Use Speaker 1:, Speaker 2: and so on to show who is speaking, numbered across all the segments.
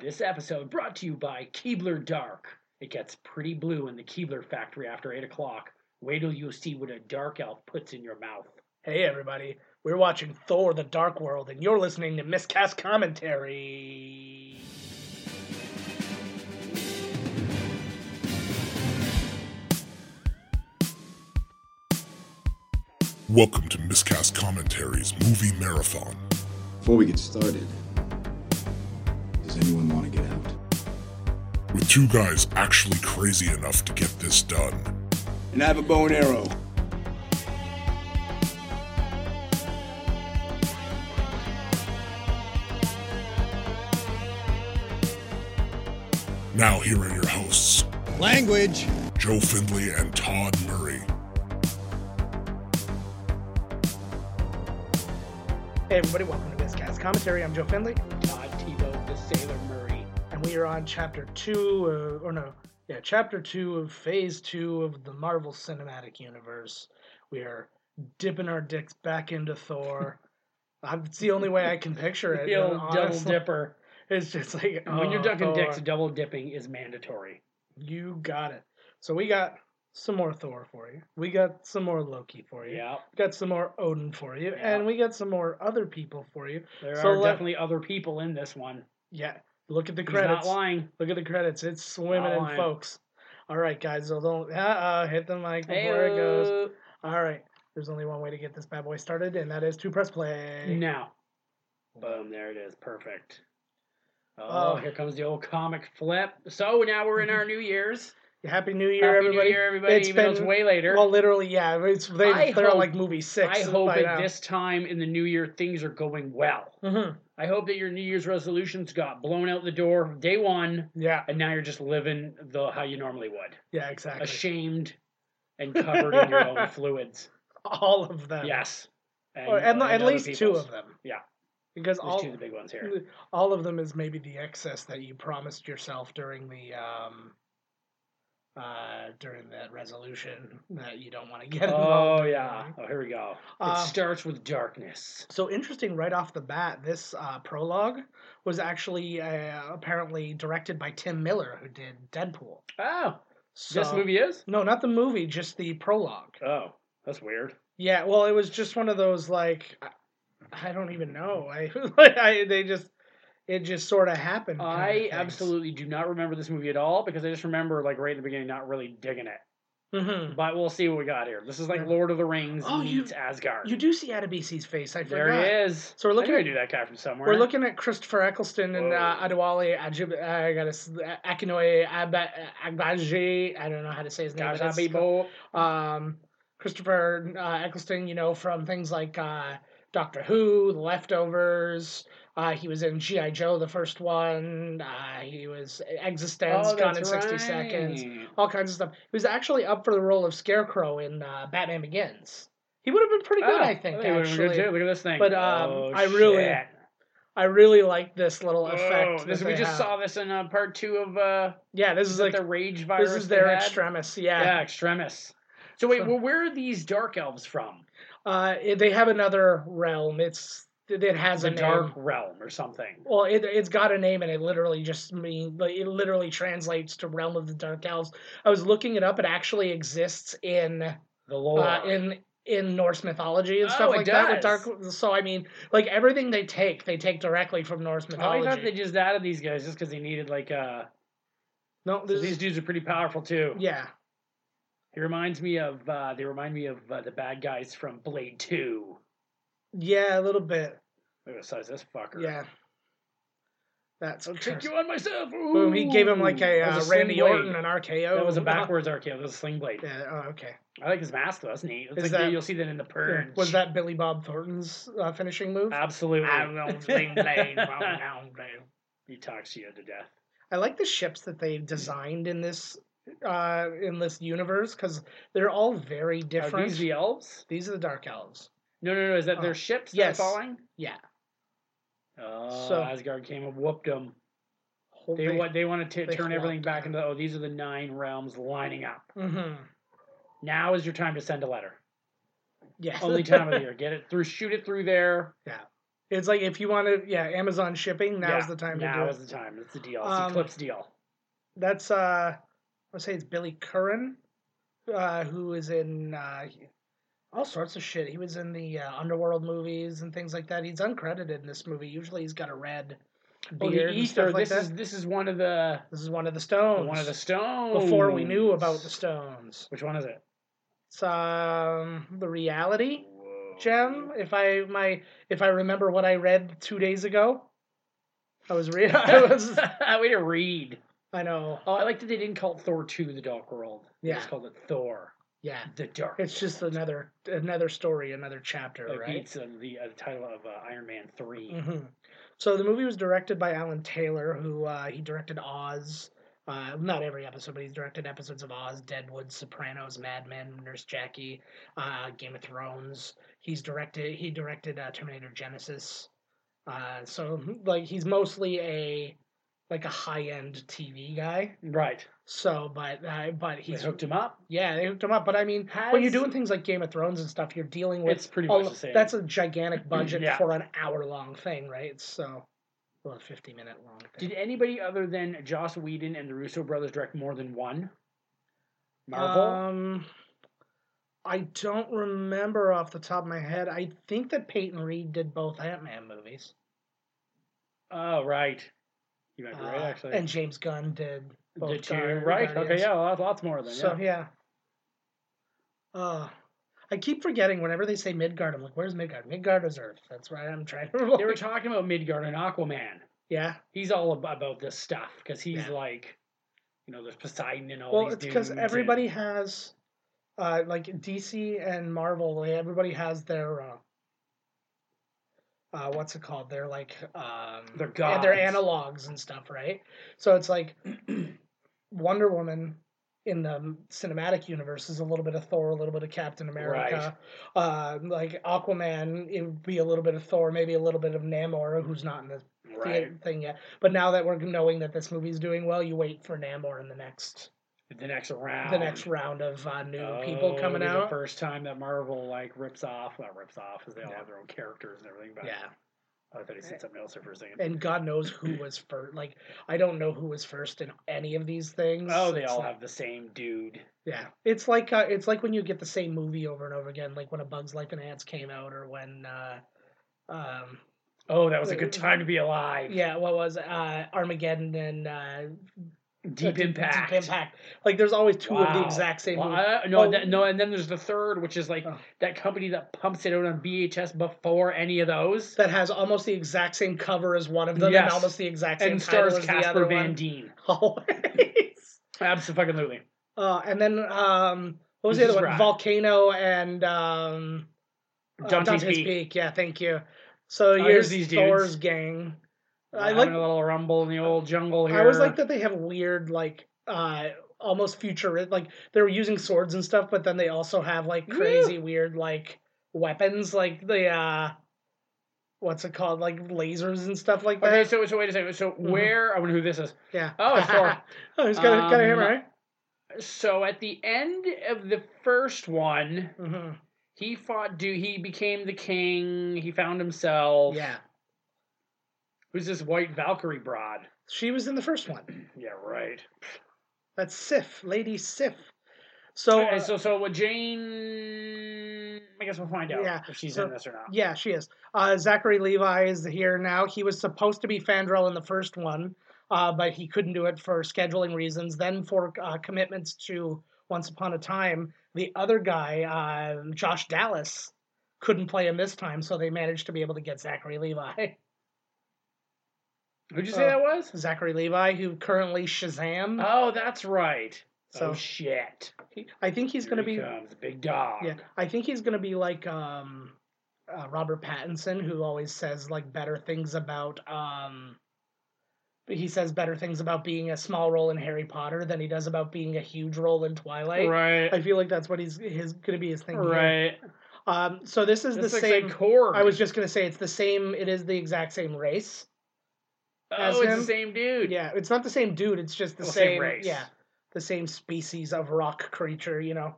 Speaker 1: This episode brought to you by Keebler Dark. It gets pretty blue in the Keebler factory after 8 o'clock. Wait till you see what a dark elf puts in your mouth.
Speaker 2: Hey everybody, we're watching Thor the Dark World and you're listening to Miscast Commentary.
Speaker 3: Welcome to Miscast Commentaries Movie Marathon.
Speaker 4: Before we get started, does anyone want to get out?
Speaker 3: With two guys actually crazy enough to get this done.
Speaker 4: And I have a bow and arrow.
Speaker 3: Now, here are your hosts
Speaker 5: Language!
Speaker 3: Joe Findley and Todd Murray.
Speaker 2: Hey everybody, welcome to Miscast Commentary. I'm Joe Findley,
Speaker 1: Todd Tebow, the Sailor Murray.
Speaker 2: and we are on chapter two, uh, or no, yeah, chapter two of phase two of the Marvel Cinematic Universe. We are dipping our dicks back into Thor. Uh, it's the only way I can picture it.
Speaker 1: The
Speaker 2: uh,
Speaker 1: old double
Speaker 2: honestly.
Speaker 1: dipper.
Speaker 2: It's just like
Speaker 1: when you're
Speaker 2: oh,
Speaker 1: ducking
Speaker 2: Thor.
Speaker 1: dicks, double dipping is mandatory.
Speaker 2: You got it. So we got some more Thor for you. We got some more Loki for you.
Speaker 1: Yeah,
Speaker 2: We got some more Odin for you,
Speaker 1: Yeah.
Speaker 2: and we got some more other people for you.
Speaker 1: there
Speaker 2: So
Speaker 1: are
Speaker 2: let-
Speaker 1: definitely other people in this one.
Speaker 2: Yeah. Look at the
Speaker 1: He's not
Speaker 2: credits.
Speaker 1: lying.
Speaker 2: Look at the credits. It's swimming
Speaker 1: Not
Speaker 2: in
Speaker 1: lying.
Speaker 2: folks. All right, guys. So don't uh, uh, hit the mic before it goes.
Speaker 1: Ayo.
Speaker 2: All right. There's only one way to get this bad boy started, and that is to press play.
Speaker 1: Now, boom, there it is. Perfect.
Speaker 2: Oh.
Speaker 1: Oh, here comes the old comic flip. So now we're in our New Year's.
Speaker 2: Happy New Year,
Speaker 1: Happy
Speaker 2: everybody.
Speaker 1: New Year, everybody.
Speaker 2: It's
Speaker 1: even though it's
Speaker 2: been-
Speaker 1: way later.
Speaker 2: Well, literally, yeah. It's, they,
Speaker 1: I
Speaker 2: they're on
Speaker 1: hope-
Speaker 2: like movie six.
Speaker 1: I hope
Speaker 2: by
Speaker 1: at
Speaker 2: now.
Speaker 1: this time in the New Year things are going well.
Speaker 2: Mhm.
Speaker 1: I hope that your New Year's resolutions got blown out the door day one,
Speaker 2: Yeah.
Speaker 1: and now you're just living the how you normally would,
Speaker 2: Yeah. Exactly.
Speaker 1: ashamed and covered in your own fluids.
Speaker 2: all of them.
Speaker 1: Yes, and,
Speaker 2: Or, and, at
Speaker 1: other
Speaker 2: least two
Speaker 1: people's.
Speaker 2: of them.
Speaker 1: Yeah.
Speaker 2: Because
Speaker 1: There's
Speaker 2: all
Speaker 1: two of the big ones here.
Speaker 2: all of them is maybe the excess that you promised yourself during the um uh during that resolution that you don't want to get involved
Speaker 1: Oh
Speaker 2: in,
Speaker 1: yeah.
Speaker 2: right?
Speaker 1: Oh here we go.
Speaker 2: Uh,
Speaker 1: it starts with darkness.
Speaker 2: so interesting right off the bat this uh prologue was actually uh, apparently directed by Tim Miller who did Deadpool
Speaker 1: Oh,
Speaker 2: so
Speaker 1: this movie is.
Speaker 2: no not the movie just the prologue
Speaker 1: Oh, that's weird.
Speaker 2: yeah well it was just one of those like I- I don't even know I, I they just it just sort of happened kinda
Speaker 1: I
Speaker 2: things.
Speaker 1: absolutely do not remember this movie at all because I just remember like right in the beginning not really digging it.
Speaker 2: Mhm.
Speaker 1: But we'll see what we got here. This is like
Speaker 2: Yeah.
Speaker 1: Lord of the Rings
Speaker 2: Oh, you-
Speaker 1: meets Asgard.
Speaker 2: You do see Adebisi's face. I forgot.
Speaker 1: there he is.
Speaker 2: So we're
Speaker 1: I knew
Speaker 2: looking at-
Speaker 1: I knew that guy from somewhere.
Speaker 2: We're looking at Christopher Eccleston and uh,
Speaker 1: Whoa.
Speaker 2: Adewale Ajib. I got to Akinoye Aba- Agbaje. I don't know how to say his name. but
Speaker 1: Gaza
Speaker 2: it's-
Speaker 1: Bibo.
Speaker 2: Um, Christopher uh, Eccleston, you know from things like uh, Doctor Who, The Leftovers. Uh, he was in GI Joe, the first one. Uh, he was Existence,
Speaker 1: Oh,
Speaker 2: Gone
Speaker 1: that's
Speaker 2: in sixty seconds.
Speaker 1: right.
Speaker 2: All kinds of stuff. He was actually up for the role of Scarecrow in uh, Batman Begins. He would have been pretty good,
Speaker 1: Oh,
Speaker 2: I think.
Speaker 1: they were good
Speaker 2: actually,
Speaker 1: too. Look at this thing.
Speaker 2: But, um,
Speaker 1: Oh,
Speaker 2: I really-
Speaker 1: shit.
Speaker 2: I really like this little
Speaker 1: Whoa,
Speaker 2: effect.
Speaker 1: this,
Speaker 2: that
Speaker 1: we
Speaker 2: they
Speaker 1: just
Speaker 2: have.
Speaker 1: saw this in uh, part two of uh,
Speaker 2: Yeah, this
Speaker 1: is
Speaker 2: is
Speaker 1: that
Speaker 2: like
Speaker 1: the rage virus.
Speaker 2: this is
Speaker 1: they
Speaker 2: their
Speaker 1: had?
Speaker 2: extremis. Yeah,
Speaker 1: Yeah, extremis. So wait,
Speaker 2: So-
Speaker 1: well, where are these dark elves from?
Speaker 2: Uh, it, they have another realm. It's it it has
Speaker 1: the
Speaker 2: a name.
Speaker 1: dark realm or something.
Speaker 2: Well, it it's got a name, and it literally just mean like, it literally translates to realm of the dark elves. I was looking it up. It actually exists in
Speaker 1: The lore.
Speaker 2: uh, in in Norse mythology and
Speaker 1: Oh,
Speaker 2: stuff
Speaker 1: it
Speaker 2: like that. With
Speaker 1: does.
Speaker 2: dark, so I mean, like everything they take, they take directly from Norse
Speaker 1: Oh, I
Speaker 2: mythology.
Speaker 1: thought they just added these guys just because they needed like uh.
Speaker 2: no,
Speaker 1: so
Speaker 2: this
Speaker 1: these
Speaker 2: is,
Speaker 1: dudes are pretty powerful too.
Speaker 2: yeah.
Speaker 1: He reminds me of uh, they remind me of uh, the bad guys from Blade Two.
Speaker 2: Yeah, a little bit.
Speaker 1: Look at the size of this fucker.
Speaker 2: Yeah. That's
Speaker 1: I'll
Speaker 2: crazy.
Speaker 1: take you on myself.
Speaker 2: Boom, he gave him like a
Speaker 1: Ooh. That
Speaker 2: uh,
Speaker 1: was sling
Speaker 2: Randy
Speaker 1: blade.
Speaker 2: Orton an RKO.
Speaker 1: That was a backwards arc. Yeah, that was a sling blade.
Speaker 2: Yeah, oh, okay.
Speaker 1: I like his mask though. That's neat. It's like
Speaker 2: Is that-
Speaker 1: you'll see that in the purge.
Speaker 2: Was that Billy Bob Thornton's uh, finishing move?
Speaker 1: absolutely?
Speaker 2: I don't sling blade, well, now, blade.
Speaker 1: he talks you to death.
Speaker 2: I like the ships that they've designed in this uh, in this universe because they're all very
Speaker 1: Are
Speaker 2: different.
Speaker 1: these the elves?
Speaker 2: These are the Dark Elves.
Speaker 1: No, no, no. Is that
Speaker 2: Oh.
Speaker 1: their ships?
Speaker 2: Yes.
Speaker 1: That are falling.
Speaker 2: Yeah.
Speaker 1: Oh,
Speaker 2: So-
Speaker 1: Asgard came and whooped them.
Speaker 2: Whole
Speaker 1: They
Speaker 2: thing.
Speaker 1: what? They want to
Speaker 2: they
Speaker 1: turn everything
Speaker 2: flopped
Speaker 1: back
Speaker 2: out.
Speaker 1: into oh, these are the nine realms lining up.
Speaker 2: Mhm.
Speaker 1: Now is your time to send a letter.
Speaker 2: Yeah.
Speaker 1: Only time of the year. Get it through. Shoot it through there.
Speaker 2: Yeah. It's like if you want to, yeah, Amazon shipping. Now's
Speaker 1: Yeah,
Speaker 2: the time
Speaker 1: Now
Speaker 2: to do
Speaker 1: is
Speaker 2: it.
Speaker 1: the time. It's the deal. It's
Speaker 2: Um,
Speaker 1: the Clips deal.
Speaker 2: That's uh, I would say it's Billy Curran, uh, who is in uh, all sorts of shit. He was in the uh, Underworld movies and things like that. He's uncredited in this movie. Usually, he's got a red
Speaker 1: Oh,
Speaker 2: beard
Speaker 1: the
Speaker 2: and stuff
Speaker 1: Ether. This
Speaker 2: like that.
Speaker 1: is this is one of the
Speaker 2: this is one of the stones.
Speaker 1: one of the stones.
Speaker 2: before we knew about the stones.
Speaker 1: Which one is it?
Speaker 2: It's um, the reality gem. If I my if I remember what I read two days ago, I was reading. I was.
Speaker 1: Way to read.
Speaker 2: I know.
Speaker 1: Oh, I like that they didn't call it Thor two: The Dark World. They
Speaker 2: Yeah.
Speaker 1: just called it Thor:
Speaker 2: Yeah.
Speaker 1: The Dark.
Speaker 2: It's just another another story, another chapter,
Speaker 1: It
Speaker 2: right?
Speaker 1: beats uh, the, uh, the title of uh, Iron Man 3
Speaker 2: hmm So the movie was directed by Alan Taylor, who uh, he directed Oz. Uh, not every episode, but he's directed episodes of Oz, Deadwood, Sopranos, Mad Men, Nurse Jackie, uh, Game of Thrones. He's directed. He directed uh, Terminator Genesis. Uh, so like he's mostly a like a high end TV guy.
Speaker 1: Right.
Speaker 2: So, but uh, but
Speaker 1: He's
Speaker 2: he's
Speaker 1: hooked him up.
Speaker 2: Yeah, they hooked him up. But I mean, when you're
Speaker 1: Has-
Speaker 2: doing things like Game of Thrones and stuff, you're dealing with
Speaker 1: It's pretty
Speaker 2: all-
Speaker 1: much the same.
Speaker 2: Oh, that's a gigantic budget
Speaker 1: Yeah.
Speaker 2: for an hour long thing, right? So, well, a 50 minute long thing.
Speaker 1: Did anybody other than Joss Whedon and the Russo brothers direct more than one? Marvel.
Speaker 2: Um, I don't remember off the top of my head. I think that Peyton Reed did both Ant Man movies.
Speaker 1: oh, right. You might be right,
Speaker 2: Uh,
Speaker 1: actually.
Speaker 2: And James Gunn did both
Speaker 1: the two,
Speaker 2: Guardian-
Speaker 1: right? Okay,
Speaker 2: Guardians.
Speaker 1: yeah, lots, lots more than
Speaker 2: So
Speaker 1: yeah.
Speaker 2: yeah. Uh, I keep forgetting whenever they say Midgard, I'm like, where's Midgard? Midgard is Earth. That's right. I'm trying to.
Speaker 1: They were talking about Midgard and Aquaman.
Speaker 2: yeah.
Speaker 1: He's all ab- about this stuff because he's
Speaker 2: Yeah.
Speaker 1: like, you know, there's Poseidon and all
Speaker 2: Well,
Speaker 1: these
Speaker 2: it's because
Speaker 1: dudes
Speaker 2: everybody
Speaker 1: and-
Speaker 2: has, uh, like DC and Marvel, they- everybody has their, uh, uh, what's it called? They're like, um,
Speaker 1: Their
Speaker 2: yeah, Their
Speaker 1: gods.
Speaker 2: analogs and stuff, right? So it's like Wonder Woman in the cinematic universe is a little bit of Thor, a little bit of Captain America. Uh, like Aquaman, it would be a little bit of Thor, maybe a little bit of Namor, who's not in the
Speaker 1: right.
Speaker 2: thing yet. But now that we're knowing that this movie's doing well, you wait for Namor in the next
Speaker 1: The next round.
Speaker 2: the next round of uh, new people coming
Speaker 1: Oh, it'll be
Speaker 2: out.
Speaker 1: The first time that Marvel like rips off, not rips off, because they all
Speaker 2: Yeah.
Speaker 1: have their own characters and everything. But
Speaker 2: Yeah,
Speaker 1: I thought he said something else there for a second.
Speaker 2: and God knows who was first. Like I don't know who was first in any of these things.
Speaker 1: oh, they
Speaker 2: It's
Speaker 1: all
Speaker 2: like-
Speaker 1: have the same dude.
Speaker 2: Yeah, it's like uh, it's like when you get the same movie over and over again. Like when A Bug's Life and Ants came out, or when. Uh, um,
Speaker 1: Oh, that was a good time to be alive.
Speaker 2: yeah, what was it? uh, Armageddon and uh,
Speaker 1: Deep Impact.
Speaker 2: Deep Impact. Like there's always two of the
Speaker 1: Wow.
Speaker 2: exact same.
Speaker 1: Well,
Speaker 2: movie.
Speaker 1: I- no,
Speaker 2: Oh.
Speaker 1: that- no, and then there's the third, which is like
Speaker 2: Oh.
Speaker 1: that company that pumps it out on VHS before any of those,
Speaker 2: That has almost the exact same cover as one of them, and
Speaker 1: Yes.
Speaker 2: almost the exact same
Speaker 1: and
Speaker 2: title
Speaker 1: stars
Speaker 2: as the other
Speaker 1: Casper Van
Speaker 2: one.
Speaker 1: Dien.
Speaker 2: Always.
Speaker 1: Absolutely.
Speaker 2: Uh, and then um, what was
Speaker 1: This
Speaker 2: the
Speaker 1: is
Speaker 2: other one?
Speaker 1: right.
Speaker 2: Volcano and um, uh,
Speaker 1: Dante's Peak. Oh,
Speaker 2: Yeah, thank you. So
Speaker 1: here's
Speaker 2: here's
Speaker 1: these dudes.
Speaker 2: Thor's gang. I
Speaker 1: Having
Speaker 2: like.
Speaker 1: a little rumble in the old jungle here.
Speaker 2: I always like that they have weird, like, uh, almost future, like they're using swords and stuff, but then they also have like
Speaker 1: Yeah.
Speaker 2: crazy, weird, like weapons, like the uh, what's it called, like lasers and stuff like that.
Speaker 1: Okay, so so wait a second. So
Speaker 2: Mm-hmm.
Speaker 1: where I wonder who this is.
Speaker 2: yeah.
Speaker 1: Oh, it's Thor.
Speaker 2: oh, he's got a, got a hammer,
Speaker 1: Um,
Speaker 2: right?
Speaker 1: So at the end of the first one,
Speaker 2: Mm-hmm.
Speaker 1: he fought. Do he became the king? He found himself.
Speaker 2: Yeah.
Speaker 1: Who's this white Valkyrie broad?
Speaker 2: She was in the first one.
Speaker 1: Yeah, right.
Speaker 2: That's Sif, Lady Sif.
Speaker 1: So
Speaker 2: So, uh,
Speaker 1: so so with Jane, I guess we'll find out
Speaker 2: Yeah,
Speaker 1: if she's
Speaker 2: so-
Speaker 1: in this or not.
Speaker 2: yeah, she is. Uh, Zachary Levi is here now. He was supposed to be Fandral in the first one, uh, but he couldn't do it for scheduling reasons. Then for uh, commitments to Once Upon a Time, the other guy, um Josh Dallas, couldn't play him this time, so they managed to be able to get Zachary Levi.
Speaker 1: Who'd you say
Speaker 2: Uh,
Speaker 1: that was?
Speaker 2: Zachary Levi, who currently Shazam.
Speaker 1: Oh, that's right.
Speaker 2: so
Speaker 1: oh shit.
Speaker 2: I think he's
Speaker 1: Here
Speaker 2: going to
Speaker 1: he
Speaker 2: be.
Speaker 1: comes, big dog.
Speaker 2: Yeah, I think he's gonna be like um, uh, Robert Pattinson, who always says like better things about um, he says better things about being a small role in Harry Potter than he does about being a huge role in Twilight.
Speaker 1: right.
Speaker 2: I feel like that's what he's his gonna be his thing. here.
Speaker 1: right.
Speaker 2: Um, so this is
Speaker 1: This
Speaker 2: the
Speaker 1: looks
Speaker 2: same.
Speaker 1: like Korg.
Speaker 2: I was just gonna say it's the same. It is the exact same race. as
Speaker 1: Oh, it's
Speaker 2: him.
Speaker 1: the same dude.
Speaker 2: Yeah, it's not the same dude. It's just the
Speaker 1: Well,
Speaker 2: same,
Speaker 1: same race.
Speaker 2: Yeah, the same species of rock creature. You know,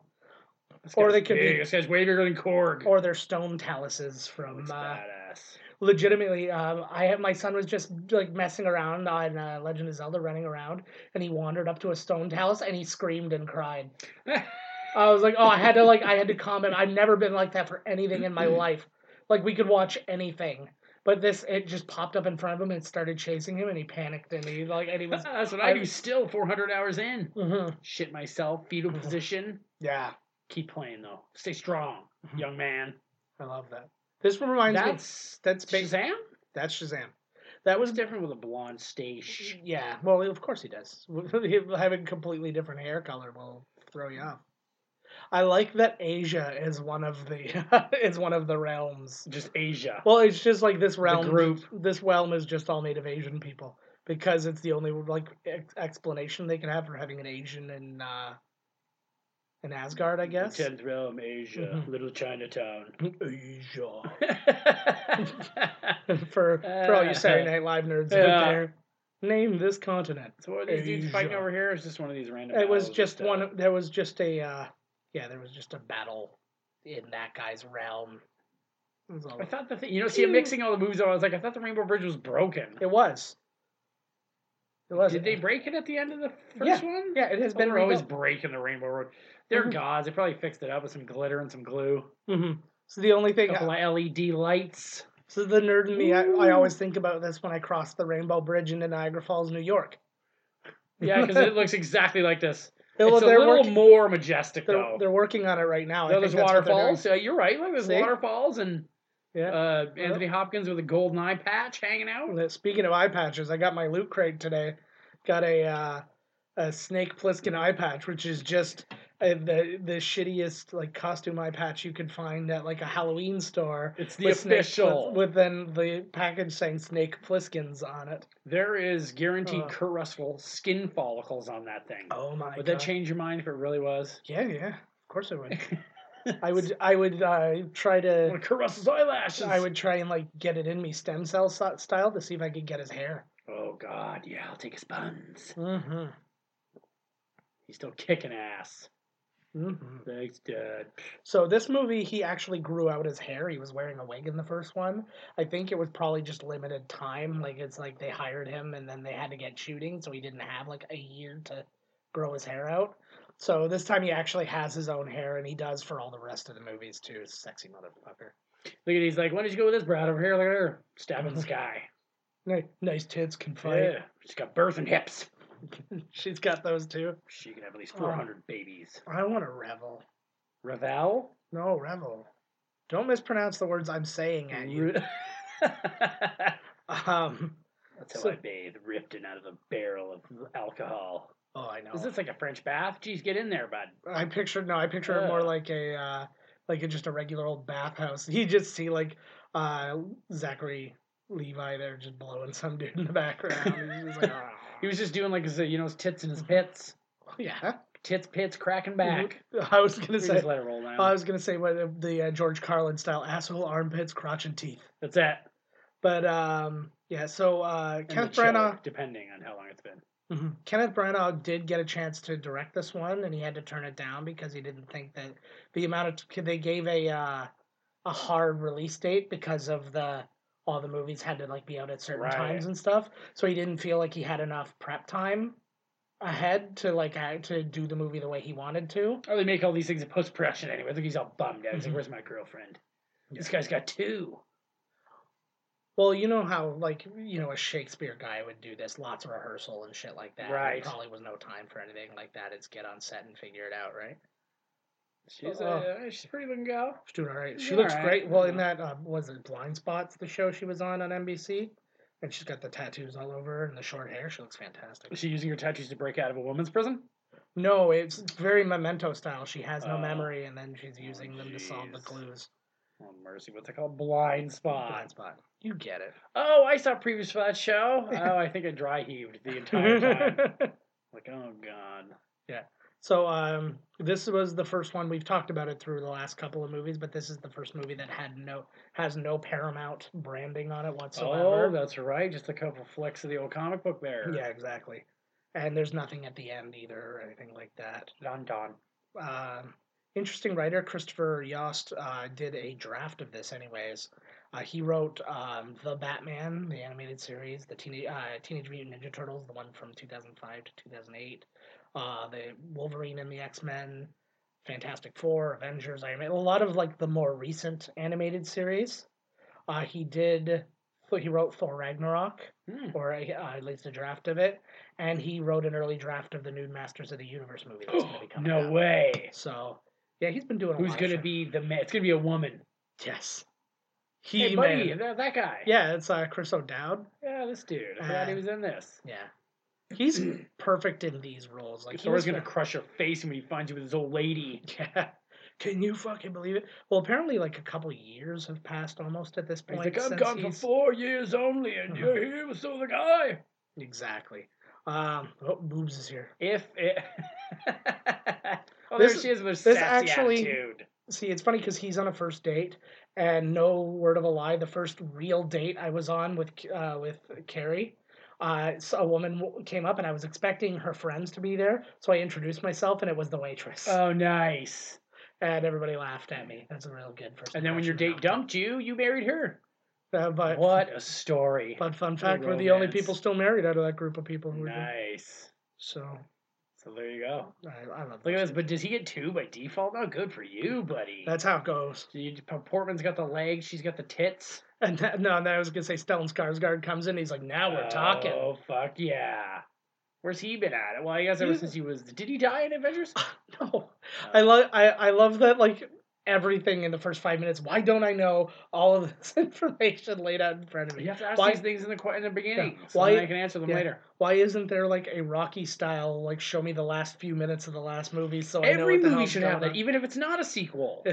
Speaker 1: This
Speaker 2: Or
Speaker 1: guy's
Speaker 2: they could be-
Speaker 1: big. This guy's way bigger than Korg.
Speaker 2: or they're stone taluses from.
Speaker 1: Looks
Speaker 2: Uh,
Speaker 1: badass.
Speaker 2: legitimately, um, I had my son was just like messing around on uh, Legend of Zelda, running around, and he wandered up to a stone house and he screamed and cried. I was like, oh, I had to like, I had to calm him. I've never been like that for anything in my life. Like we could watch anything, but this it just popped up in front of him and started chasing him, and he panicked and he like and he was.
Speaker 1: That's what I do still 400 hours in.
Speaker 2: hmm
Speaker 1: Shit myself, fetal
Speaker 2: Mm-hmm.
Speaker 1: position.
Speaker 2: Yeah,
Speaker 1: Keep playing though. Stay strong,
Speaker 2: Mm-hmm.
Speaker 1: young man.
Speaker 2: I love that. This one reminds me.
Speaker 1: That's
Speaker 2: That's bas-
Speaker 1: Shazam?
Speaker 2: that's Shazam. That was
Speaker 1: It's different with a blonde stache.
Speaker 2: Yeah, well, of course he does. Having completely different hair color will throw you off. I like that Asia is one of the is one of the realms.
Speaker 1: Just Asia.
Speaker 2: Well, it's just like this realm
Speaker 1: group.
Speaker 2: This realm is just all made of Asian people because it's the only like ex- explanation they can have for having an Asian in uh, in Asgard, I guess.
Speaker 1: Tenth realm, Asia,
Speaker 2: Mhm.
Speaker 1: little Chinatown.
Speaker 2: Asia
Speaker 1: That's
Speaker 2: for for all
Speaker 1: Uh,
Speaker 2: you Saturday Night Live nerds
Speaker 1: yeah.
Speaker 2: out there. Name this continent.
Speaker 1: what are these dudes fighting
Speaker 2: Asia.
Speaker 1: over here. It's just one of these random.
Speaker 2: It was
Speaker 1: battles
Speaker 2: just
Speaker 1: that, uh,
Speaker 2: one. of- There was just a. Uh, yeah, there was just a battle in that guy's realm. It was. all-
Speaker 1: I thought the thing. You know, see, I'm mixing all the movies. Up, I was like, I thought the Rainbow Bridge was broken.
Speaker 2: It was. It was.
Speaker 1: Did they break it at the end of the first one?
Speaker 2: Yeah, it has
Speaker 1: It's been
Speaker 2: been
Speaker 1: we're always
Speaker 2: always.
Speaker 1: breaking the Rainbow Road. They're
Speaker 2: Mhm.
Speaker 1: gods. They probably fixed it up with some glitter and some glue.
Speaker 2: So the only
Speaker 1: A
Speaker 2: thing. uh,
Speaker 1: couple of LED lights.
Speaker 2: Mm-hmm. so the nerd in me, I, I
Speaker 1: Ooh.
Speaker 2: always think about this when I cross the Rainbow Bridge into Niagara Falls, New York.
Speaker 1: Yeah, because it looks exactly like this.
Speaker 2: They're,
Speaker 1: it's a
Speaker 2: they're
Speaker 1: little
Speaker 2: working,
Speaker 1: more majestic
Speaker 2: they're,
Speaker 1: though.
Speaker 2: they're working on it right now. I
Speaker 1: Though there's
Speaker 2: think that's what they're
Speaker 1: waterfalls. Yeah, you're right. Look, there's
Speaker 2: See?
Speaker 1: waterfalls and
Speaker 2: doing. Yeah.
Speaker 1: uh, Anthony Hopkins with a golden eye patch hanging out.
Speaker 2: Well, Speaking of eye patches, I got my loot crate today. Got a uh, a Snake Plissken eye patch, which is just uh the the shittiest like costume eye patch you could find at like a Halloween store.
Speaker 1: It's the
Speaker 2: with Snake
Speaker 1: official.
Speaker 2: Plis- with then the package saying Snake Plissken's on it.
Speaker 1: there is guaranteed
Speaker 2: Uh.
Speaker 1: Kurt Russell skin follicles on that thing.
Speaker 2: Oh my
Speaker 1: Would that change your mind if it really was?
Speaker 2: Yeah, yeah. Of course I would. I would. I would uh, try
Speaker 1: One
Speaker 2: to.
Speaker 1: of Kurt Russell's eyelashes.
Speaker 2: I would try and like get it in me stem cell so- style to see if I could get his hair.
Speaker 1: Oh God, yeah, I'll take his buns.
Speaker 2: Mm-hmm.
Speaker 1: He's still kicking ass.
Speaker 2: Mm-hmm.
Speaker 1: Thanks, Dad.
Speaker 2: So this movie, he actually grew out his hair. He was wearing a wig in the first one. I think it was probably just limited time. Like it's like they hired him and then they had to get shooting, so he didn't have like a year to grow his hair out. So this time he actually has his own hair, and he does for all the rest of the movies too. Sexy motherfucker.
Speaker 1: Look at he's like, why don't you go with this brat over here? Look at her stabbing this guy.
Speaker 2: Ni- Nice tits can fight.
Speaker 1: Yeah, she's got birth and hips.
Speaker 2: She's got those too.
Speaker 1: She can have at least
Speaker 2: Oh.
Speaker 1: 400 babies.
Speaker 2: I want to revel.
Speaker 1: Ravel?
Speaker 2: No revel. Don't mispronounce the words I'm saying at you.
Speaker 1: Ru- That's
Speaker 2: Um.
Speaker 1: how
Speaker 2: So-
Speaker 1: I bathe, ripped and out of a barrel of alcohol.
Speaker 2: Oh, I know.
Speaker 1: Is this like a French bath? Geez, get in there, bud.
Speaker 2: I pictured no, I picture it more
Speaker 1: Ugh.
Speaker 2: like a uh, like a, just a regular old bathhouse. You just see like uh, Zachary Levi there just blowing some dude in the background. He's just like, "Ah."
Speaker 1: He was just doing like his, uh, you know, his tits and his pits.
Speaker 2: yeah,
Speaker 1: Tits, pits, cracking back.
Speaker 2: I was
Speaker 1: We
Speaker 2: gonna say
Speaker 1: just let Mm-hmm. it roll down.
Speaker 2: I was gonna say what the- the uh, George Carlin style asshole armpits crotch and teeth,
Speaker 1: That's it.
Speaker 2: but um yeah. So uh,
Speaker 1: And the
Speaker 2: Kenneth Branagh.
Speaker 1: choke, Depending on how long it's been.
Speaker 2: Mhm. Kenneth Branagh did get a chance to direct this one, and he had to turn it down because he didn't think that the amount of t- they gave a uh, a hard release date because of the all the movies had to like be out at certain
Speaker 1: Right.
Speaker 2: times and stuff. So he didn't feel like he had enough prep time ahead to like act- to do the movie the way he wanted to.
Speaker 1: Oh, they make all these things in post production anyway. Look, he's all bummed out. He's
Speaker 2: Mhm.
Speaker 1: like, "Where's my girlfriend? This guy's got two.
Speaker 2: Well, you know how like you know a Shakespeare guy would do this, lots of rehearsal and shit like that. There
Speaker 1: Right.
Speaker 2: probably was no time for anything like that. It's get on set and figure it out, right?
Speaker 1: She's
Speaker 2: Oh.
Speaker 1: a she's a pretty looking gal.
Speaker 2: She's doing all right.
Speaker 1: She's
Speaker 2: She looks
Speaker 1: all right.
Speaker 2: great. Well, in that uh, was it Blind Spots, the show she was on on NBC, and she's got the tattoos all over her and the short hair. She looks fantastic.
Speaker 1: Is she using her tattoos to break out of a woman's prison?
Speaker 2: No, it's very memento style. She has no
Speaker 1: Oh.
Speaker 2: memory, and then she's using them to solve the
Speaker 1: jeez.
Speaker 2: clues.
Speaker 1: Oh mercy, what's it called? Blind spot.
Speaker 2: Blind Spot. You get it.
Speaker 1: Oh, I saw previews for that show. Oh, I think I dry heaved the entire time. like, oh god.
Speaker 2: so um, this was the first one we've talked about it through the last couple of movies, but this is the first movie that had no has no Paramount branding on it whatsoever.
Speaker 1: oh, that's right. Just a couple flicks of the old comic book there.
Speaker 2: Yeah, exactly. And there's nothing at the end either or anything like that.
Speaker 1: Don Don.
Speaker 2: Um interesting writer, Christopher Yost, uh, did a draft of this, anyways. Uh, he wrote um, the Batman, the animated series, the Teenage uh, Teenage Mutant Ninja Turtles, the one from 2005 to 2008, uh, the Wolverine and the X Men, Fantastic Four, Avengers, Iron Man, a lot of like the more recent animated series. Uh, he did, he wrote Thor Ragnarok,
Speaker 1: Hmm.
Speaker 2: or uh, at least a draft of it, and he wrote an early draft of the new Masters of the Universe movie that's going to be coming
Speaker 1: no
Speaker 2: out.
Speaker 1: way.
Speaker 2: So, yeah, he's been doing. A
Speaker 1: Who's
Speaker 2: lot of
Speaker 1: gonna
Speaker 2: shit.
Speaker 1: be the man? It's gonna be a woman.
Speaker 2: Yes, he
Speaker 1: Hey, buddy,
Speaker 2: uh,
Speaker 1: that, that guy.
Speaker 2: Yeah, it's uh, Chris O'Dowd.
Speaker 1: Yeah, this dude. I forgot he
Speaker 2: Uh,
Speaker 1: was in this.
Speaker 2: Yeah, he's perfect in these roles. Like
Speaker 1: Like
Speaker 2: he
Speaker 1: Thor's
Speaker 2: was
Speaker 1: gonna
Speaker 2: the-
Speaker 1: crush her face when he finds you with his old lady.
Speaker 2: Yeah. Can you fucking believe it? Well, apparently, like a couple years have passed almost at this
Speaker 1: He's Uh-huh.
Speaker 2: point.
Speaker 1: like, I've
Speaker 2: since
Speaker 1: gone for
Speaker 2: he's-
Speaker 1: four years only, and
Speaker 2: Mhm.
Speaker 1: you're here with some other guy.
Speaker 2: Exactly. Um, oh, boobs is here.
Speaker 1: If it. oh,
Speaker 2: This-
Speaker 1: there she is with
Speaker 2: this
Speaker 1: sassy
Speaker 2: actually-
Speaker 1: attitude.
Speaker 2: See, it's funny because he's on a first date, and no word of a lie, the first real date I was on with uh, with Carrie, uh, so a woman w- came up, and I was expecting her friends to be there, so I introduced myself, and it was the waitress,
Speaker 1: Oh, nice.
Speaker 2: and everybody laughed at me. That's a real good first.
Speaker 1: And then when your
Speaker 2: impression
Speaker 1: date
Speaker 2: about
Speaker 1: dumped you, you married her.
Speaker 2: them. Uh, but
Speaker 1: What a story.
Speaker 2: But fun
Speaker 1: a
Speaker 2: fact, we're the only
Speaker 1: romance.
Speaker 2: people still married out of that group of people who were there.
Speaker 1: Nice.
Speaker 2: So
Speaker 1: So there you go.
Speaker 2: I, I love
Speaker 1: Look at
Speaker 2: those
Speaker 1: this. But does he get two by default? No, good for you, buddy.
Speaker 2: people. That's how it goes.
Speaker 1: You- Portman's got the legs. She's got the tits.
Speaker 2: And that, no, and then I was gonna say Stellan Skarsgård comes in. He's like, now we're talking.
Speaker 1: Oh fuck yeah! Where's he been at? Well, I guess ever
Speaker 2: He's-
Speaker 1: since he was. Did he die in Avengers?
Speaker 2: No, Oh, I love I, I love that like everything in the first five minutes. Why don't I know all of this information laid out in front of me?
Speaker 1: You have to ask
Speaker 2: Why-
Speaker 1: these things in the qu- in the beginning,
Speaker 2: Yeah.
Speaker 1: so
Speaker 2: Why-
Speaker 1: then I can answer them
Speaker 2: yeah.
Speaker 1: later.
Speaker 2: Why isn't there like a Rocky style like show me the last few minutes of the last movie so Oh, I know
Speaker 1: Every
Speaker 2: what the
Speaker 1: movie
Speaker 2: hell's
Speaker 1: should have
Speaker 2: going
Speaker 1: that,
Speaker 2: on?
Speaker 1: even if it's not a sequel.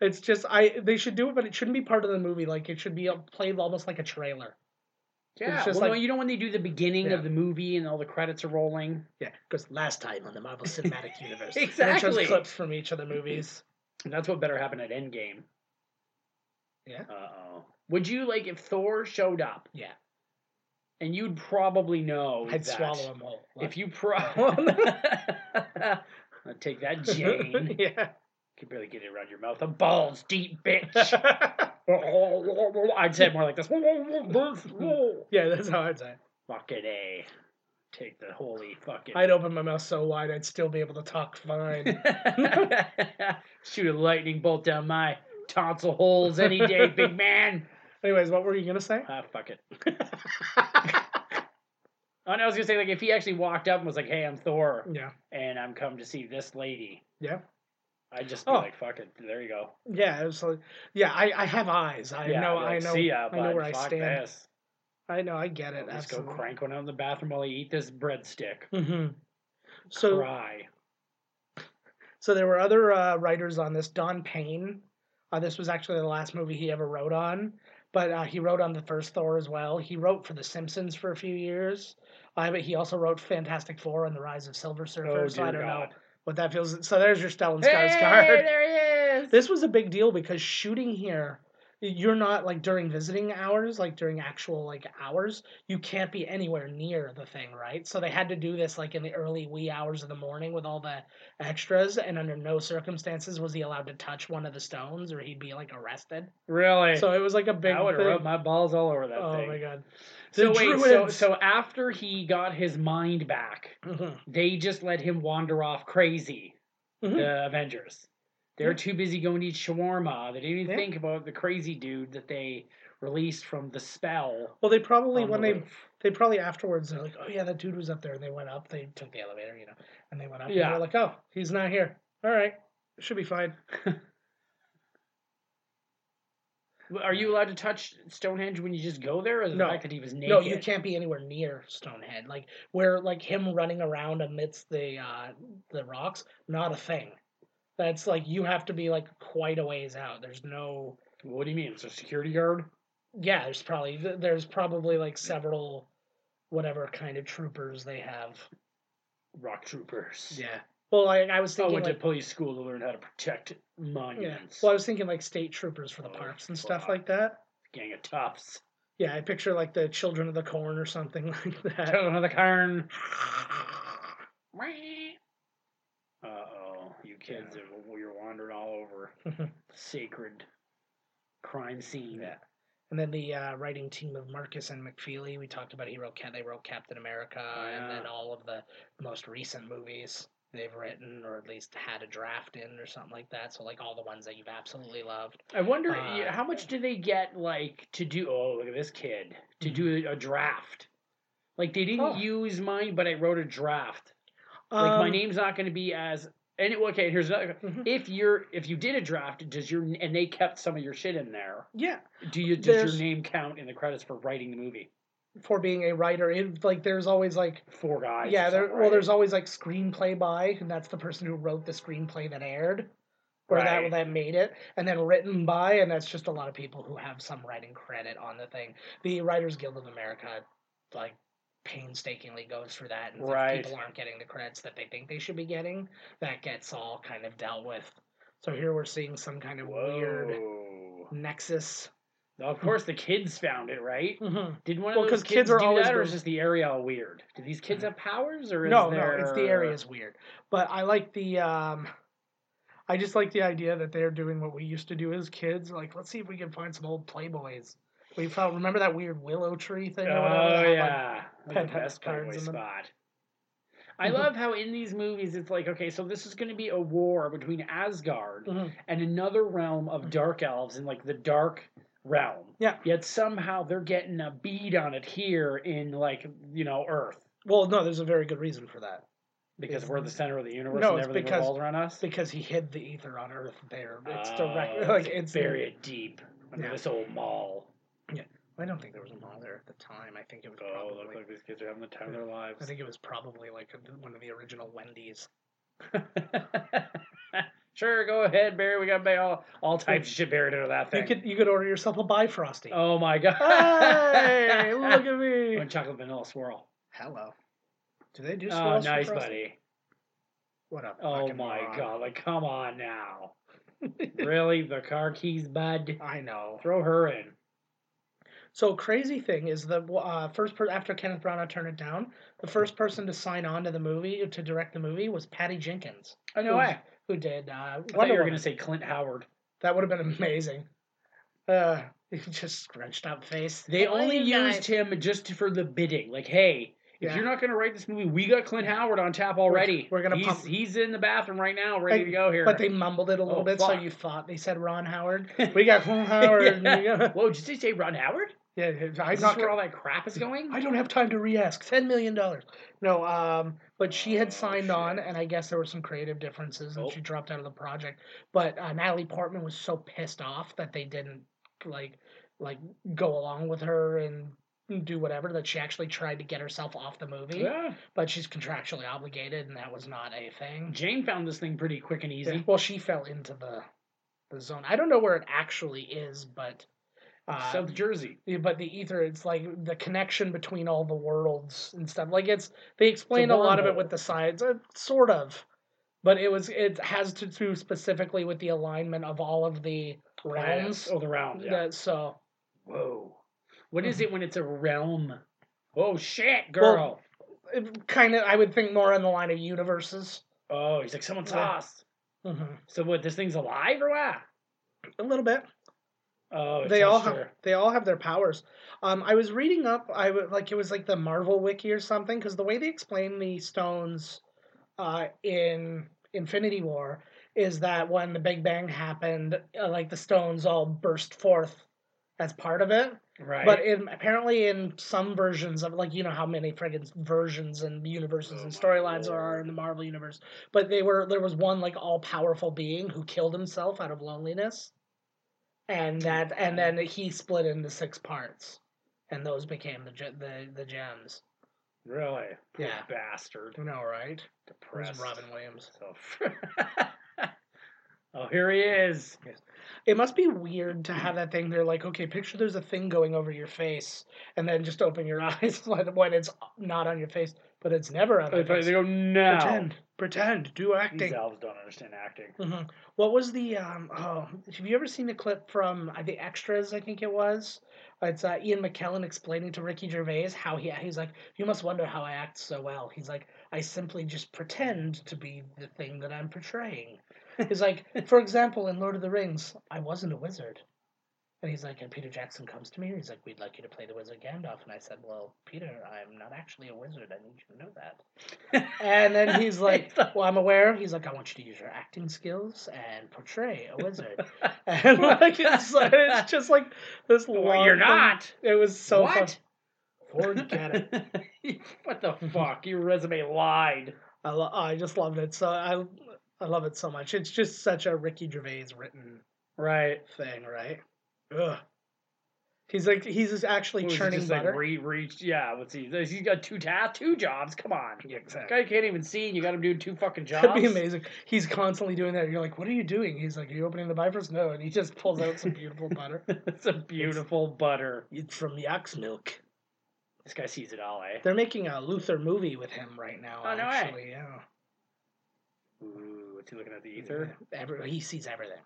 Speaker 2: It's just I they should do it, but it shouldn't be part of the movie. Like it should be uh, played almost like a trailer.
Speaker 1: Yeah,
Speaker 2: just
Speaker 1: well, no,
Speaker 2: like-
Speaker 1: you know when they do the beginning
Speaker 2: Yeah.
Speaker 1: of the movie and all the credits are rolling.
Speaker 2: Yeah, because last time on the Marvel Cinematic Universe, And it
Speaker 1: Exactly.
Speaker 2: shows clips from each of the movies.
Speaker 1: And that's what better happen at Endgame.
Speaker 2: Yeah.
Speaker 1: Uh oh. Would you like if Thor showed up?
Speaker 2: Yeah.
Speaker 1: And you'd probably know.
Speaker 2: I'd
Speaker 1: that
Speaker 2: swallow them whole.
Speaker 1: If you pro, I'll take that, Jane.
Speaker 2: yeah.
Speaker 1: can barely get it around your mouth. A balls deep, bitch. I'd say it more like this.
Speaker 2: yeah, that's how I'd say. it.
Speaker 1: Fucking a. Take the holy fucking.
Speaker 2: I'd open my mouth so wide I'd still be able to talk fine.
Speaker 1: Shoot a lightning bolt down my tonsil holes any day, big man.
Speaker 2: Anyways, what were you gonna say?
Speaker 1: Ah, fuck it. Oh, no, I was gonna say like if he actually walked up and was like, "Hey, I'm Thor,
Speaker 2: yeah.
Speaker 1: and I'm come to see this lady."
Speaker 2: Yeah.
Speaker 1: I'd just be
Speaker 2: Oh.
Speaker 1: like, "Fuck it, there you go."
Speaker 2: Yeah, it was like, yeah, I, I have eyes. I
Speaker 1: Yeah, I'd
Speaker 2: know
Speaker 1: be like,
Speaker 2: I know
Speaker 1: See ya,
Speaker 2: I know
Speaker 1: bud.
Speaker 2: where I
Speaker 1: Fuck
Speaker 2: stand.
Speaker 1: This.
Speaker 2: I know, I get it.
Speaker 1: I'll just go
Speaker 2: absolutely.
Speaker 1: crank one out in the bathroom while I eat this breadstick.
Speaker 2: hmm So
Speaker 1: Cry.
Speaker 2: So there were other uh, writers on this. Don Payne. Uh, this was actually the last movie he ever wrote on, but uh, he wrote on the first Thor as well. He wrote for The Simpsons for a few years, uh, but he also wrote Fantastic Four and The Rise of Silver Surfer.
Speaker 1: Oh
Speaker 2: so I
Speaker 1: dear
Speaker 2: don't know
Speaker 1: God.
Speaker 2: what that feels. So there's your Stellan
Speaker 1: Hey,
Speaker 2: Skarsgård.
Speaker 1: there he is.
Speaker 2: This was a big deal because shooting here, you're not like during visiting hours, like during actual like hours, you can't be anywhere near the thing, right? So they had to do this like in the early wee hours of the morning with all the extras, and under no circumstances was he allowed to touch one of the stones or he'd be like arrested.
Speaker 1: Really?
Speaker 2: So it was like a big
Speaker 1: I would
Speaker 2: thing.
Speaker 1: have rubbed my balls all over that
Speaker 2: oh
Speaker 1: thing.
Speaker 2: my god.
Speaker 1: So
Speaker 2: The
Speaker 1: wait, so,
Speaker 2: Druids.
Speaker 1: so after he got his mind back,
Speaker 2: Mhm.
Speaker 1: they just let him wander off crazy.
Speaker 2: Mhm.
Speaker 1: The Avengers. They're
Speaker 2: Yeah.
Speaker 1: too busy going to eat shawarma. They didn't even
Speaker 2: Yeah.
Speaker 1: think about the crazy dude that they released from the spell.
Speaker 2: Well, they probably
Speaker 1: on
Speaker 2: when
Speaker 1: the
Speaker 2: they
Speaker 1: roof.
Speaker 2: they probably afterwards they're like, oh yeah, that dude was up there, and they went up. They took the elevator, you know, and they went up.
Speaker 1: Yeah.
Speaker 2: and they're like, oh, he's not here. All right, should be fine.
Speaker 1: Are you allowed to touch Stonehenge when you just go there, or the
Speaker 2: No.
Speaker 1: fact that he was naked?
Speaker 2: No, you can't be anywhere near Stonehead. Like where like him running around amidst the uh the rocks, not a thing. That's like you have to be like quite a ways out. There's no
Speaker 1: What do you mean? It's a security guard.
Speaker 2: yeah, there's probably th- there's probably like several whatever kind of troopers they have.
Speaker 1: Rock troopers.
Speaker 2: Yeah. Well, I, I was
Speaker 1: I
Speaker 2: thinking
Speaker 1: went to
Speaker 2: like,
Speaker 1: police school to learn how to protect
Speaker 2: yeah.
Speaker 1: monuments.
Speaker 2: Well, I was thinking like state troopers for the
Speaker 1: Oh,
Speaker 2: parks and stuff
Speaker 1: fuck.
Speaker 2: like that.
Speaker 1: Gang of toughs.
Speaker 2: Yeah, I picture like the Children of the Corn or something like that.
Speaker 1: Children of the Cairn. Uh oh, you kids, are, you're wandering all over sacred crime scene.
Speaker 2: Yeah. And then the uh, writing team of Marcus and McFeely, we talked about he wrote Cap- they wrote Captain America and
Speaker 1: Yeah.
Speaker 2: then all of the most recent movies they've written or at least had a draft in or something like that. So like all the ones that you've absolutely loved.
Speaker 1: I wonder
Speaker 2: Uh,
Speaker 1: yeah, how much do they get like to do? Oh, look at this kid to do a draft. Like they didn't
Speaker 2: Oh.
Speaker 1: use mine, but I wrote a draft. Like my
Speaker 2: Um,
Speaker 1: name's not going to be as. And okay, here's another.
Speaker 2: Mhm.
Speaker 1: If you're if you did a draft, does your and they kept some of your shit in there?
Speaker 2: Yeah.
Speaker 1: Do you does
Speaker 2: There's-
Speaker 1: your name count in the credits for writing the movie?
Speaker 2: For being a writer, it, like there's always like
Speaker 1: Four guys.
Speaker 2: yeah,
Speaker 1: or
Speaker 2: there,
Speaker 1: something,
Speaker 2: well,
Speaker 1: right?
Speaker 2: there's always like screenplay by, and that's the person who wrote the screenplay that aired, or
Speaker 1: Right.
Speaker 2: that that made it, and then written by, and that's just a lot of people who have some writing credit on the thing. The Writers Guild of America, like painstakingly goes through that, and
Speaker 1: Right.
Speaker 2: if people aren't getting the credits that they think they should be getting, that gets all kind of dealt with. So here we're seeing some kind of weird
Speaker 1: Whoa.
Speaker 2: nexus.
Speaker 1: Now, Of course, the kids found it, right?
Speaker 2: Mm-hmm.
Speaker 1: Did one of
Speaker 2: Well,
Speaker 1: those
Speaker 2: 'cause
Speaker 1: kids,
Speaker 2: kids are
Speaker 1: do
Speaker 2: always
Speaker 1: that, or
Speaker 2: gonna-
Speaker 1: is just the area all weird? Do these kids have powers, or is
Speaker 2: no,
Speaker 1: there...
Speaker 2: no, it's the area's weird. But I like the um I just like the idea that they're doing what we used to do as kids. Like, let's see if we can find some old Playboys. We found remember that weird willow tree thing or whatever?
Speaker 1: Oh
Speaker 2: that had, like,
Speaker 1: yeah, That's the
Speaker 2: penthouse
Speaker 1: best
Speaker 2: cards
Speaker 1: Playboy
Speaker 2: in them.
Speaker 1: spot. I
Speaker 2: Mhm.
Speaker 1: love how in these movies it's like, okay, so this is going to be a war between Asgard
Speaker 2: Mhm.
Speaker 1: and another realm of
Speaker 2: Mhm.
Speaker 1: dark elves in like the dark realm.
Speaker 2: Yeah.
Speaker 1: Yet somehow they're getting a bead on it here in like you know Earth
Speaker 2: Well, no, there's a very good reason for that.
Speaker 1: because
Speaker 2: Is-
Speaker 1: we're the center of the universe
Speaker 2: Mm-hmm. No,
Speaker 1: and
Speaker 2: it's
Speaker 1: everything
Speaker 2: because-
Speaker 1: revolves around us.
Speaker 2: It's because he hid the ether on Earth there. It's direct
Speaker 1: Oh,
Speaker 2: like
Speaker 1: to
Speaker 2: it's
Speaker 1: bury it deep under
Speaker 2: Yeah.
Speaker 1: this old mall.
Speaker 2: I don't think there was a mall there at the time. I think it was
Speaker 1: Oh, look
Speaker 2: probably
Speaker 1: like these kids are having the time of their lives.
Speaker 2: I think it was probably like one of the original Wendy's.
Speaker 1: sure, go ahead, Barry. We got ba- all all types of shit buried under that thing.
Speaker 2: You could you could order yourself a Bifrosty.
Speaker 1: Oh my god!
Speaker 2: Hey, look at me.
Speaker 1: One chocolate vanilla swirl.
Speaker 2: Hello. Do they do
Speaker 1: Oh,
Speaker 2: swirls for
Speaker 1: nice,
Speaker 2: Frosty?
Speaker 1: buddy.
Speaker 2: What a
Speaker 1: Oh
Speaker 2: fucking
Speaker 1: my
Speaker 2: moron.
Speaker 1: god! Like, come on now. really, the car keys, bud.
Speaker 2: I know.
Speaker 1: Throw her in.
Speaker 2: So crazy thing is the uh, first per- after Kenneth Branagh turned it down, the first person to sign on to the movie to direct the movie was Patty Jenkins,
Speaker 1: Oh no
Speaker 2: Who's
Speaker 1: way!
Speaker 2: who did uh,
Speaker 1: I thought you
Speaker 2: Wonder
Speaker 1: were
Speaker 2: Woman.
Speaker 1: gonna say Clint Howard.
Speaker 2: That would have been amazing. Uh, just scrunched up face.
Speaker 1: They
Speaker 2: Hello,
Speaker 1: only
Speaker 2: you guys.
Speaker 1: used him just for the bidding. Like, hey, if
Speaker 2: Yeah.
Speaker 1: you're not gonna write this movie, we got Clint Howard on tap already.
Speaker 2: we're gonna
Speaker 1: he's,
Speaker 2: pump-
Speaker 1: He's in the bathroom right now, ready to go here.
Speaker 2: but they mumbled it a little
Speaker 1: Oh,
Speaker 2: bit, so
Speaker 1: fuck.
Speaker 2: you thought they said Ron Howard. We got Ron Howard. and we got-
Speaker 1: Whoa, did you say Ron Howard?
Speaker 2: yeah, I'm
Speaker 1: Is this
Speaker 2: not.
Speaker 1: where all that crap is going?
Speaker 2: I don't have time to re-ask. Ten million dollars. No, um, but she
Speaker 1: Oh,
Speaker 2: had signed on,
Speaker 1: shit.
Speaker 2: and I guess there were some creative differences, and
Speaker 1: Oh.
Speaker 2: she dropped out of the project. But uh, Natalie Portman was so pissed off that they didn't like, like go along with her and do whatever that she actually tried to get herself off the movie.
Speaker 1: Yeah.
Speaker 2: But she's contractually obligated, and that was not a thing.
Speaker 1: Jane found this thing pretty quick and
Speaker 2: Yeah,
Speaker 1: easy.
Speaker 2: Well, she fell into the, the zone. I don't know where it actually is, but. Uh,
Speaker 1: South Jersey.
Speaker 2: yeah, but the ether, it's like the connection between all the worlds and stuff. Like it's they explain a, lot of it
Speaker 1: wormhole.
Speaker 2: with the science, uh, sort of. But it was it has to do specifically with the alignment of all of the realms.
Speaker 1: Oh, the round. Yeah.
Speaker 2: That- so
Speaker 1: Whoa. What is it when it's a realm? Oh shit, girl.
Speaker 2: it kind of I would think more on the line of universes. Mm-hmm.
Speaker 1: oh, he's like someone's
Speaker 2: Yeah.
Speaker 1: tossed. So what? This thing's alive or what?
Speaker 2: A little bit.
Speaker 1: Oh, it
Speaker 2: they all
Speaker 1: touched
Speaker 2: have
Speaker 1: her.
Speaker 2: they all have their powers. Um, I was reading up. I w- like it was like the Marvel wiki or something because the way they explain the stones uh, in Infinity War is that when the Big Bang happened, uh, like the stones all burst forth as part of it.
Speaker 1: right.
Speaker 2: But in, apparently, in some versions of like you know how many friggin' versions and universes
Speaker 1: Oh
Speaker 2: and
Speaker 1: my
Speaker 2: storylines there are
Speaker 1: lord.
Speaker 2: in the Marvel universe, but they were there was one like all powerful being who killed himself out of loneliness, and that and then
Speaker 1: Mm.
Speaker 2: he split into six parts, and those became the ge- the the gems.
Speaker 1: really, Poor
Speaker 2: Yeah.
Speaker 1: bastard.
Speaker 2: You know, right? It was
Speaker 1: Depressed.
Speaker 2: Robin Williams.
Speaker 1: So- oh, here he is.
Speaker 2: It must be weird to have that thing. They're like, okay, picture there's a thing going over your face, and then just open your eyes when when it's not on your face, but it's never on.
Speaker 1: Oh, They
Speaker 2: your face.
Speaker 1: go no.
Speaker 2: pretend, pretend, do
Speaker 1: These
Speaker 2: acting.
Speaker 1: elves don't understand acting.
Speaker 2: Mhm. What was the um? Oh, have you ever seen the clip from uh, the extras? I think it was. It's uh, Ian McKellen explaining to Ricky Gervais how he he's like, you must wonder how I act so well. He's like, I simply just pretend to be the thing that I'm portraying. He's like, for example, in Lord of the Rings, I wasn't a wizard. And he's like, and Peter Jackson comes to me and he's like, we'd like you to play the Wizard Gandalf. And I said, well, Peter, I'm not actually a wizard. I need you to know that. And then he's like, well, I'm aware. He's like, I want you to use your acting skills and portray a wizard. and like, it's, like, it's just like this
Speaker 1: Well,
Speaker 2: long
Speaker 1: you're
Speaker 2: thing.
Speaker 1: not.
Speaker 2: It was so
Speaker 1: What?
Speaker 2: fun. Forget it.
Speaker 1: what the fuck? Your resume lied.
Speaker 2: I, lo- I just loved it. So I, I love it so much. It's just such a Ricky Gervais written
Speaker 1: Right.
Speaker 2: thing, right? Ugh. He's like he's just actually
Speaker 1: What was he
Speaker 2: churning
Speaker 1: just,
Speaker 2: butter.
Speaker 1: Like, re- reach, yeah, what's he? He's got two ta- two jobs. Come on.
Speaker 2: Yeah, exactly.
Speaker 1: Guy can't even see, and you got him doing two fucking jobs.
Speaker 2: That'd be amazing. He's constantly doing that. You're like, what are you doing? He's like, are you opening the bifrost? No, and he just pulls out some beautiful butter.
Speaker 1: it's a beautiful butter.
Speaker 2: It's from yak's milk.
Speaker 1: This guy sees it all, eh?
Speaker 2: They're making a Luther movie with him right now.
Speaker 1: Oh, no way.
Speaker 2: actually, yeah.
Speaker 1: Ooh, what's he looking at the ether?
Speaker 2: Yeah. Every, he sees everything.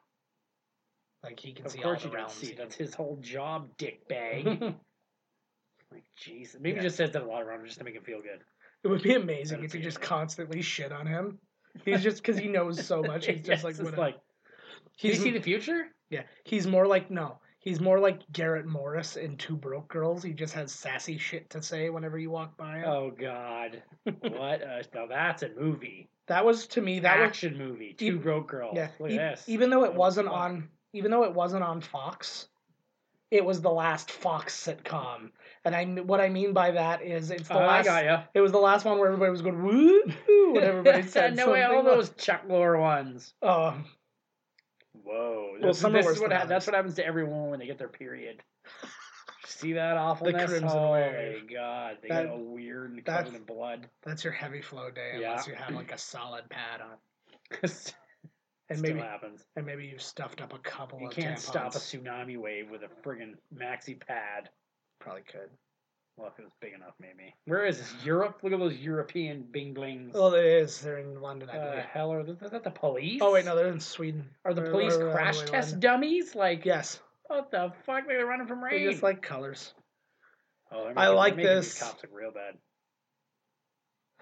Speaker 2: Like he can
Speaker 1: Of
Speaker 2: see all
Speaker 1: course
Speaker 2: the
Speaker 1: you don't
Speaker 2: realms.
Speaker 1: see.
Speaker 2: he
Speaker 1: That's
Speaker 2: can-
Speaker 1: his whole job, dick bag. like Jesus, maybe
Speaker 2: Yeah.
Speaker 1: he just says that a lot around him just to make him feel good.
Speaker 2: It would be amazing
Speaker 1: That'd
Speaker 2: if you
Speaker 1: be
Speaker 2: just
Speaker 1: amazing.
Speaker 2: constantly shit on him. He's just because he knows so much. He's just
Speaker 1: Yes,
Speaker 2: like,
Speaker 1: it's
Speaker 2: whatever.
Speaker 1: like, did you
Speaker 2: he's
Speaker 1: see the future?
Speaker 2: yeah. He's more like no. He's more like Garrett Morris in Two Broke Girls. He just has sassy shit to say whenever you walk by him.
Speaker 1: Oh God, what? A, now that's a movie,
Speaker 2: That was to me that was
Speaker 1: action movie. Two
Speaker 2: e-
Speaker 1: broke girls.
Speaker 2: yeah.
Speaker 1: Look
Speaker 2: e-
Speaker 1: at this.
Speaker 2: Even though it
Speaker 1: Oh,
Speaker 2: wasn't
Speaker 1: fuck.
Speaker 2: on, even though it wasn't on Fox, it was the last Fox sitcom. And I kn- what I mean by that is it's the
Speaker 1: Oh, I
Speaker 2: last.
Speaker 1: got you.
Speaker 2: It was the last one where everybody was going woo when everybody said
Speaker 1: no way, all
Speaker 2: something.
Speaker 1: those Chuck Lorre ones.
Speaker 2: Oh,
Speaker 1: Whoa.
Speaker 2: Well,
Speaker 1: This,
Speaker 2: some are
Speaker 1: this
Speaker 2: worse
Speaker 1: is what
Speaker 2: than
Speaker 1: ha- that's
Speaker 2: others.
Speaker 1: what happens to everyone when they get their period. See that awfulness?
Speaker 2: crimson
Speaker 1: oh
Speaker 2: wave.
Speaker 1: my god. They
Speaker 2: That-
Speaker 1: get all weird and
Speaker 2: that's-
Speaker 1: covered in blood.
Speaker 2: that's your heavy flow day
Speaker 1: Yeah.
Speaker 2: unless you have like a solid pad on,
Speaker 1: Still
Speaker 2: and maybe
Speaker 1: happens.
Speaker 2: and maybe you've stuffed up a couple.
Speaker 1: You
Speaker 2: of
Speaker 1: can't stop a
Speaker 2: tampons.
Speaker 1: tsunami wave with a friggin' maxi pad.
Speaker 2: Probably could.
Speaker 1: Well, if it was big enough, maybe. Where is this? Europe? Look at those European bing blings.
Speaker 2: Well, it is. They're in London, I
Speaker 1: the
Speaker 2: believe.
Speaker 1: hell are th- is that the police?
Speaker 2: Uh, oh wait, no, they're in Sweden.
Speaker 1: Are the
Speaker 2: Or-
Speaker 1: police
Speaker 2: or- or-
Speaker 1: crash
Speaker 2: wait,
Speaker 1: test
Speaker 2: London.
Speaker 1: dummies? Like,
Speaker 2: Yes,
Speaker 1: what the fuck? They're running from rain.
Speaker 2: they're just like colors.
Speaker 1: Oh, they're
Speaker 2: I
Speaker 1: making-
Speaker 2: like
Speaker 1: they're making
Speaker 2: this.
Speaker 1: These cops look real bad.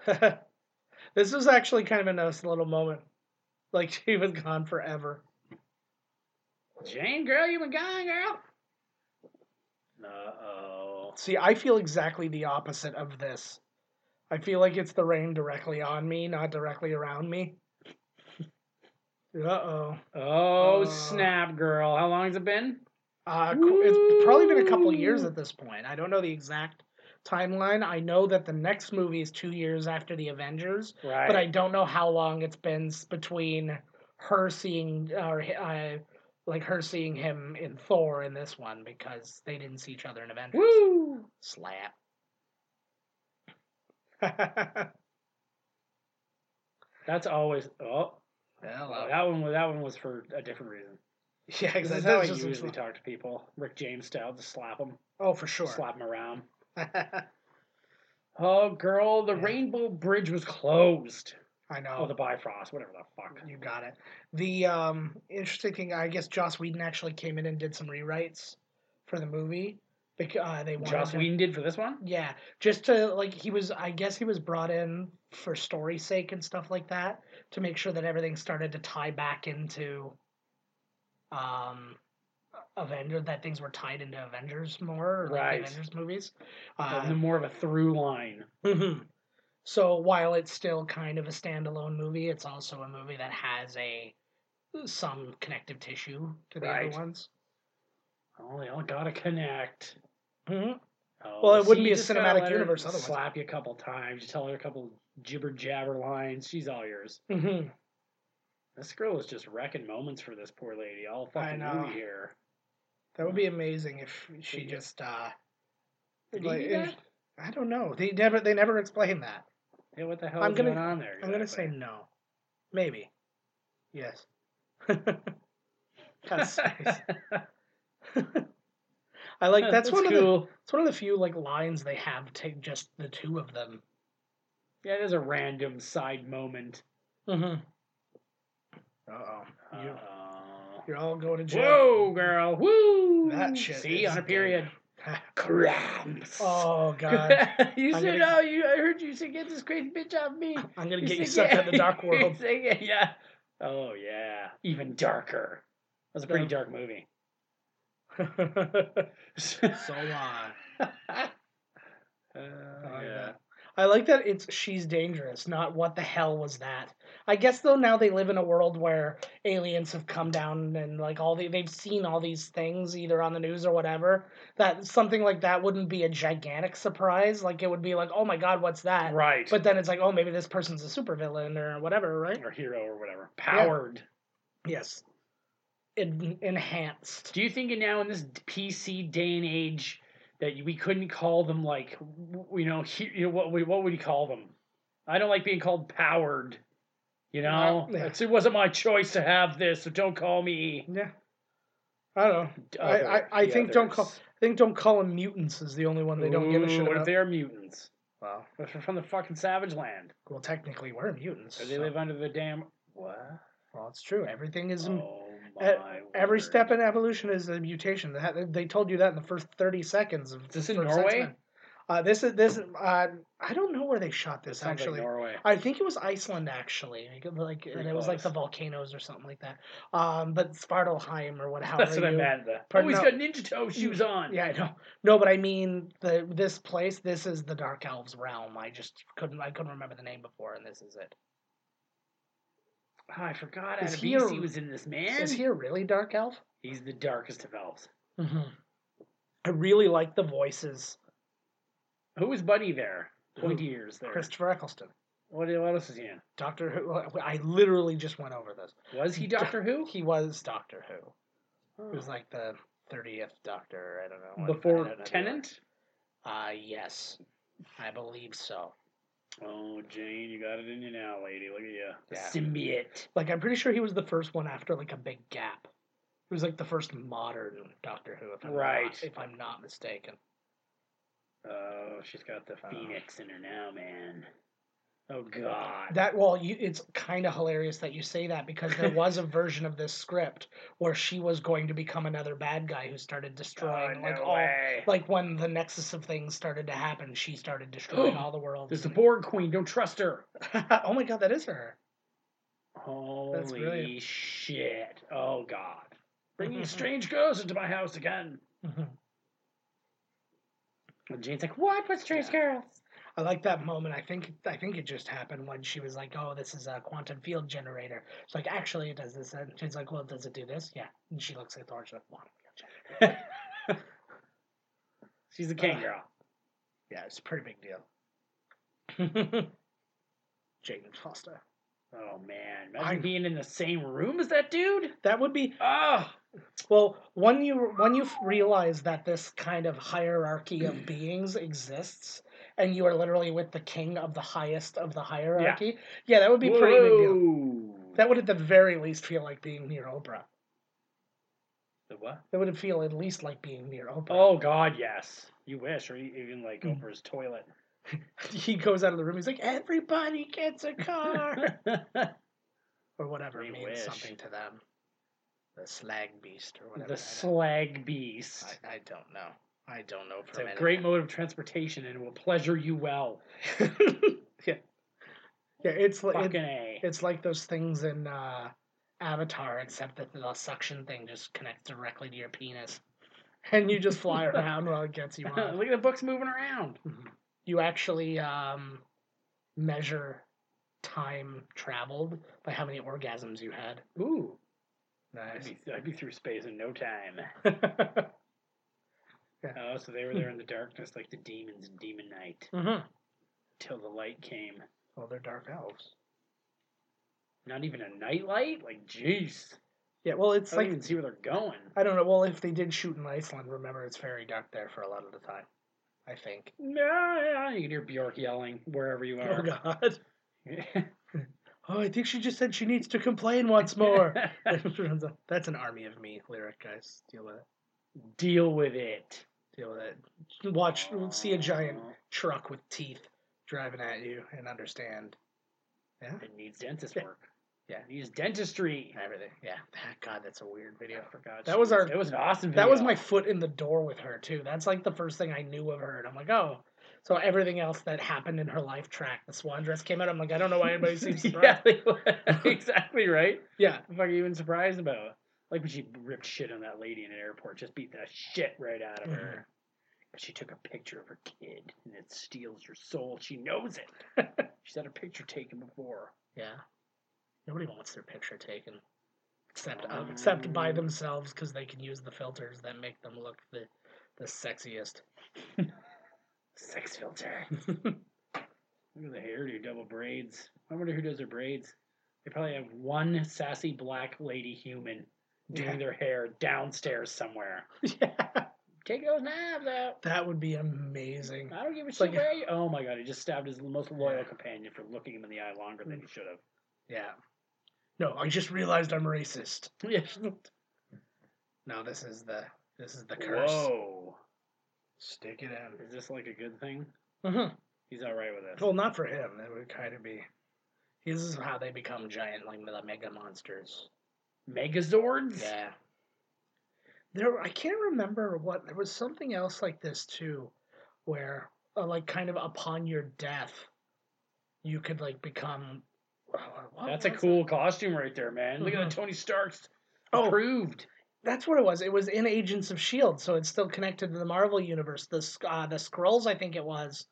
Speaker 2: this was actually kind of a nice little moment. Like she was gone forever.
Speaker 1: Jane, girl, you been gone, girl. Uh oh.
Speaker 2: See, I feel exactly the opposite of this. I feel like it's the rain directly on me, not directly around me. Uh-oh.
Speaker 1: Oh
Speaker 2: Uh.
Speaker 1: snap, girl! How long has it been?
Speaker 2: Uh qu- It's probably been a couple years
Speaker 1: Ooh.
Speaker 2: at this point. I don't know the exact timeline. I know that the next movie is two years after the Avengers,
Speaker 1: Right.
Speaker 2: but I don't know how long it's been s- between her seeing or uh, like her seeing him in Thor in this one because they didn't see each other in Avengers.
Speaker 1: Woo!
Speaker 2: Slap.
Speaker 1: That's always oh.
Speaker 2: Hello.
Speaker 1: That one was that one was for a different reason.
Speaker 2: Yeah,
Speaker 1: This
Speaker 2: exactly.
Speaker 1: is how I
Speaker 2: That's just-
Speaker 1: usually talk to people. Rick James style, just slap them,
Speaker 2: Oh, for sure.
Speaker 1: slap them around.
Speaker 2: I
Speaker 1: Oh, girl, the
Speaker 2: Yeah.
Speaker 1: Rainbow Bridge was closed.
Speaker 2: know.
Speaker 1: Oh, the Bifrost, whatever the fuck.
Speaker 2: You got it. The um, interesting thing, I guess, Joss Whedon actually came in and did some rewrites for the movie because uh, they wanted
Speaker 1: Joss
Speaker 2: him-
Speaker 1: Whedon did for this one.
Speaker 2: Yeah, just to like he was. I guess he was brought in for story sake and stuff like that to make sure that everything started to tie back into, um, Avenger. That things were tied into Avengers more, or, like
Speaker 1: Right.
Speaker 2: the Avengers movies.
Speaker 1: the
Speaker 2: Uh,
Speaker 1: more of a through line.
Speaker 2: mhm. So while it's still kind of a standalone movie, it's also a movie that has a some connective tissue to the
Speaker 1: Right.
Speaker 2: other ones.
Speaker 1: Oh, they all gotta connect.
Speaker 2: Mm-hmm.
Speaker 1: Oh,
Speaker 2: Well, it wouldn't be
Speaker 1: you
Speaker 2: a
Speaker 1: just gotta
Speaker 2: cinematic
Speaker 1: let her
Speaker 2: universe otherwise.
Speaker 1: Slap you a couple times. You tell her a couple jibber jabber lines. She's all yours.
Speaker 2: Mm-hmm.
Speaker 1: This girl is just wrecking moments for this poor lady. All fucking
Speaker 2: know.
Speaker 1: movie here.
Speaker 2: That would be amazing if she
Speaker 1: Mm-hmm. Yeah.
Speaker 2: just uh
Speaker 1: Did he
Speaker 2: like,
Speaker 1: do
Speaker 2: if-
Speaker 1: that?
Speaker 2: I don't know. They never they never explain that.
Speaker 1: Yeah, what the hell
Speaker 2: I'm
Speaker 1: is
Speaker 2: gonna-
Speaker 1: going on there?
Speaker 2: I'm gonna say
Speaker 1: exactly?
Speaker 2: no. Maybe. Yes. that's nice. I like that's, one of the
Speaker 1: cool.
Speaker 2: it's one of the few like lines they have to just the two of them.
Speaker 1: Yeah, it is a random side moment.
Speaker 2: Mm-hmm. Uh oh. You're,
Speaker 1: Uh,
Speaker 2: you're all going to jail.
Speaker 1: Whoa, girl! Woo!
Speaker 2: That shit
Speaker 1: See
Speaker 2: is
Speaker 1: on a
Speaker 2: good.
Speaker 1: period. Cramps.
Speaker 2: oh god.
Speaker 1: you
Speaker 2: I'm
Speaker 1: said,
Speaker 2: gonna-
Speaker 1: "Oh, you! I heard you say, get this crazy bitch off me."
Speaker 2: I'm gonna get you
Speaker 1: said,
Speaker 2: sucked
Speaker 1: yeah.
Speaker 2: out of the dark
Speaker 1: You
Speaker 2: world.
Speaker 1: said, yeah, yeah. Oh yeah. Even darker. That was a pretty
Speaker 2: Yeah.
Speaker 1: dark movie.
Speaker 2: So on.
Speaker 1: Uh,
Speaker 2: I like
Speaker 1: yeah.
Speaker 2: that. I like that it's she's dangerous, not what the hell was that. I guess though now they live in a world where aliens have come down and like all the, they've seen all these things either on the news or whatever. That something like that wouldn't be a gigantic surprise. Like it would be like, oh my god, what's that?
Speaker 1: Right.
Speaker 2: But then it's like, oh, maybe this person's a supervillain or whatever, right?
Speaker 1: or hero or whatever. Powered.
Speaker 2: Yes. En- enhanced.
Speaker 1: Do you think now in this PC day and age that we couldn't call them like w- you know, he, you know what would what would you call them? I don't like being called powered. You know,
Speaker 2: Uh, yeah.
Speaker 1: It's- it wasn't my choice to have this, so don't call me.
Speaker 2: Yeah. I don't know. I- I-
Speaker 1: other.
Speaker 2: I think don't call-
Speaker 1: others.
Speaker 2: I think don't call them mutants is the only one they don't give a
Speaker 1: Ooh,
Speaker 2: shit
Speaker 1: What
Speaker 2: about.
Speaker 1: if they're mutants?
Speaker 2: Well,
Speaker 1: If They're from the fucking savage land.
Speaker 2: well, technically we're mutants.
Speaker 1: Or they
Speaker 2: so-
Speaker 1: live under the damn what?
Speaker 2: Well, it's true. Everything is a-
Speaker 1: Oh my
Speaker 2: e-, every
Speaker 1: word.
Speaker 2: step in evolution is a mutation. They had- They told you that in the first thirty seconds of
Speaker 1: Is this in
Speaker 2: first
Speaker 1: Norway?
Speaker 2: X-Men. Uh, this is this. Uh, I don't know where they shot this
Speaker 1: Sounds
Speaker 2: actually.
Speaker 1: like Norway.
Speaker 2: I think it was Iceland actually, like, like and
Speaker 1: Pretty
Speaker 2: it was like the
Speaker 1: close.
Speaker 2: volcanoes or something like that. Um, but Svartalheim or what? How
Speaker 1: That's
Speaker 2: are
Speaker 1: what I
Speaker 2: you-
Speaker 1: meant. though.
Speaker 2: But
Speaker 1: oh, he's
Speaker 2: no. Mm,
Speaker 1: got ninja toe shoes on.
Speaker 2: Yeah, I know. No, but I mean the this place. This is the Dark Elves realm. I just couldn't. I couldn't remember the name before, and this is it.
Speaker 1: Oh, I forgot
Speaker 2: Is
Speaker 1: Is
Speaker 2: he a-
Speaker 1: he was in this man.
Speaker 2: Is he a really Dark Elf?
Speaker 1: He's the darkest of elves.
Speaker 2: Mm-hmm. I really like the voices.
Speaker 1: Who was Buddy there? Pointy
Speaker 2: Who?
Speaker 1: ears there.
Speaker 2: Christopher Eccleston.
Speaker 1: What, what else is he in?
Speaker 2: Doctor Who. I literally just went over this.
Speaker 1: Was he Doctor Who?
Speaker 2: He was Doctor Who.
Speaker 1: Oh.
Speaker 2: He was like the thirtieth Doctor. I don't know. what- I
Speaker 1: Before
Speaker 2: don't know.
Speaker 1: Tennant?
Speaker 2: Uh yes, I believe so.
Speaker 1: Oh, Jane, you got it in you now, lady. Look at you. The
Speaker 2: Yeah.
Speaker 1: symbiote.
Speaker 2: Like I'm pretty sure he was the first one after like a big gap. He was like the first modern Doctor Who, if I'm
Speaker 1: Right.
Speaker 2: Not, if I'm not mistaken.
Speaker 1: Oh, she's got the
Speaker 2: Oh.
Speaker 1: phoenix in her now, man. Oh, God.
Speaker 2: That well, you, it's kind of hilarious that you say that because there was a version of this script where she was going to become another bad guy who started destroying
Speaker 1: Oh,
Speaker 2: like
Speaker 1: no
Speaker 2: all
Speaker 1: way.
Speaker 2: like when the nexus of things started to happen, she started destroying all the worlds.
Speaker 1: There's the
Speaker 2: and-
Speaker 1: Borg Queen. Don't trust her.
Speaker 2: oh my god, that is her.
Speaker 1: Holy
Speaker 2: brilliant.
Speaker 1: shit. Oh, God. Bringing strange girls into my house again. And Jane's like, what? What's strange girls?
Speaker 2: I like that moment. I think I think it just happened when she was like, "Oh, this is a quantum field generator." It's like actually it does this, and she's like, "Well, does it do this?" Yeah. And she looks at Thor. She's like, "Quantum field generator."
Speaker 1: She's the king girl.
Speaker 2: Yeah, it's a pretty big deal. Jaden Foster.
Speaker 1: Oh man,
Speaker 2: I-
Speaker 1: imagine being in the same room as that dude.
Speaker 2: That would be
Speaker 1: Oh,
Speaker 2: Well, when you when you realize that this kind of hierarchy of beings exists, and you are literally with the king of the highest of the hierarchy, yeah, that would be pretty big deal. That would at the very least feel like being near Oprah.
Speaker 1: the what?
Speaker 2: That would feel at least like being near Oprah.
Speaker 1: Oh God, yes. You wish, or e- even like
Speaker 2: Mm.
Speaker 1: Oprah's toilet.
Speaker 2: He goes out of the room. He's like, "Everybody gets a car,"
Speaker 1: the
Speaker 2: or whatever
Speaker 1: We
Speaker 2: means
Speaker 1: wish.
Speaker 2: something to them. The slag beast, or whatever. I don't-
Speaker 1: slag beast.
Speaker 2: I, I don't know. I don't know
Speaker 1: It's
Speaker 2: from
Speaker 1: a great mode of transportation, and it will pleasure you well.
Speaker 2: anything. yeah, yeah. It's like it-
Speaker 1: Fucking a.
Speaker 2: It's like those things in uh, Avatar, except that the suction thing just connects directly to your penis, and you just fly around while it gets you on.
Speaker 1: Look at the Mm-hmm. books moving around.
Speaker 2: You actually um, measure time traveled by how many orgasms you had.
Speaker 1: Ooh, I'd
Speaker 2: Nice.
Speaker 1: be, I'd be through space in no time. Oh, so they were there in the darkness, like the demons in Demon Night,
Speaker 2: mm-hmm.
Speaker 1: till the light came.
Speaker 2: Well, they're dark elves.
Speaker 1: Not even a nightlight? Like, jeez.
Speaker 2: Yeah. Well, it's
Speaker 1: I don't
Speaker 2: like
Speaker 1: even see where they're going.
Speaker 2: I don't know. Well, if they did shoot in Iceland, remember it's very dark there for a lot of the time. I think.
Speaker 1: Nah, you can hear Bjork yelling wherever you are.
Speaker 2: Oh, God. Oh, I think she just said she needs to complain once more. That's an army of me lyric, guys. Deal with it.
Speaker 1: Deal with it.
Speaker 2: Deal with it. Watch, see a giant truck with teeth driving at you, and understand. Yeah,
Speaker 1: It needs dentist
Speaker 2: Yeah.
Speaker 1: work.
Speaker 2: Yeah.
Speaker 1: It needs dentistry.
Speaker 2: everything. Yeah. God, that's a weird video.
Speaker 1: I forgot.
Speaker 2: That
Speaker 1: she
Speaker 2: was our-
Speaker 1: It was an awesome video.
Speaker 2: That was my foot in the door with her too. That's like the first thing I knew of her, and I'm like, oh. So everything else that happened in her life track, the swan dress came out. I'm like, I don't know why anybody seems surprised.
Speaker 1: yeah, they were- exactly right.
Speaker 2: yeah.
Speaker 1: What the fuck are you even surprised about? Like when she ripped shit on that lady in an airport, just beat the shit right out of
Speaker 2: Mm-hmm.
Speaker 1: her. But she took a picture of her kid, and it steals your soul. She knows it. She's had a picture taken before.
Speaker 2: Yeah. Nobody wants their picture taken, except uh, except by
Speaker 1: Um.
Speaker 2: themselves because they can use the filters that make them look the the sexiest.
Speaker 1: Sex filter. Look at the hairdo, double braids. I wonder who does their braids. They probably have one sassy black lady human doing
Speaker 2: Yeah.
Speaker 1: their hair downstairs somewhere.
Speaker 2: yeah,
Speaker 1: Take those knives out.
Speaker 2: that would be amazing.
Speaker 1: I don't give a shit
Speaker 2: like-
Speaker 1: where you. Oh my god, he just stabbed his most loyal companion for looking him in the eye longer than he should have.
Speaker 2: Yeah. No, I just realized I'm racist.
Speaker 1: Yeah.
Speaker 2: No, this is the this is the curse.
Speaker 1: Whoa.
Speaker 2: Stick it in.
Speaker 1: Is this like a good thing?
Speaker 2: hmm
Speaker 1: He's all right with us.
Speaker 2: Well, not for him. That would kind of be. This is how they become giant, like the mega monsters.
Speaker 1: Megazords?
Speaker 2: Yeah. There, I can't remember what there was something else like this too, where uh, like kind of upon your death, you could like become. what- what
Speaker 1: Oh, That's a Uh-huh.
Speaker 2: was
Speaker 1: cool
Speaker 2: it?
Speaker 1: costume right there, man. Look at
Speaker 2: Mhm.
Speaker 1: that Tony Stark's
Speaker 2: Oh.
Speaker 1: approved.
Speaker 2: That's what it was. It was in Agents of Shield, E so it's still connected to the Marvel universe. The Sk- uh, the Skrulls, I think it was,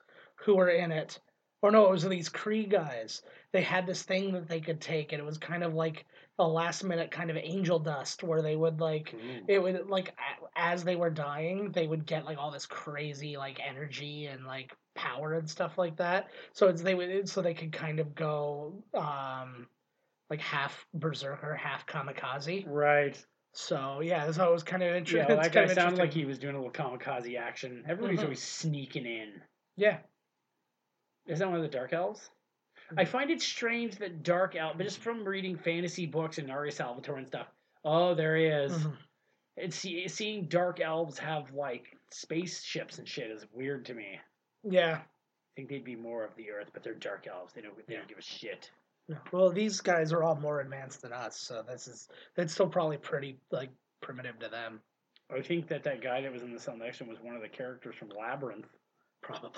Speaker 2: who were in it, or no, it was these Kree guys. They had this thing that they could take, and it was kind of like a last minute kind of angel dust, where they would like it would like a- as they were dying they would get like all this crazy like energy and like power and stuff like that so it's they would so they could kind of go um like half berserker half kamikaze
Speaker 1: Right.
Speaker 2: so yeah so it was kind of
Speaker 1: Yeah,
Speaker 2: interesting
Speaker 1: well, that guy sounded like he was doing a little kamikaze action. Everybody's
Speaker 2: Mhm.
Speaker 1: always sneaking in.
Speaker 2: yeah
Speaker 1: Is that one of the Dark Elves?
Speaker 2: Mm-hmm.
Speaker 1: I find it strange that Dark Elf, but just from reading fantasy books and Ari Salvatore and stuff. Oh, there he is.
Speaker 2: Mhm.
Speaker 1: And see, seeing Dark Elves have like spaceships and shit is weird to me.
Speaker 2: yeah
Speaker 1: I think they'd be more of the Earth, but they're Dark Elves. They don't. They don't give a shit.
Speaker 2: No. well these guys are all more advanced than us so this is that's still probably pretty like primitive to them
Speaker 1: I think that that guy that was in the selection was one of the characters from Labyrinth.
Speaker 2: probably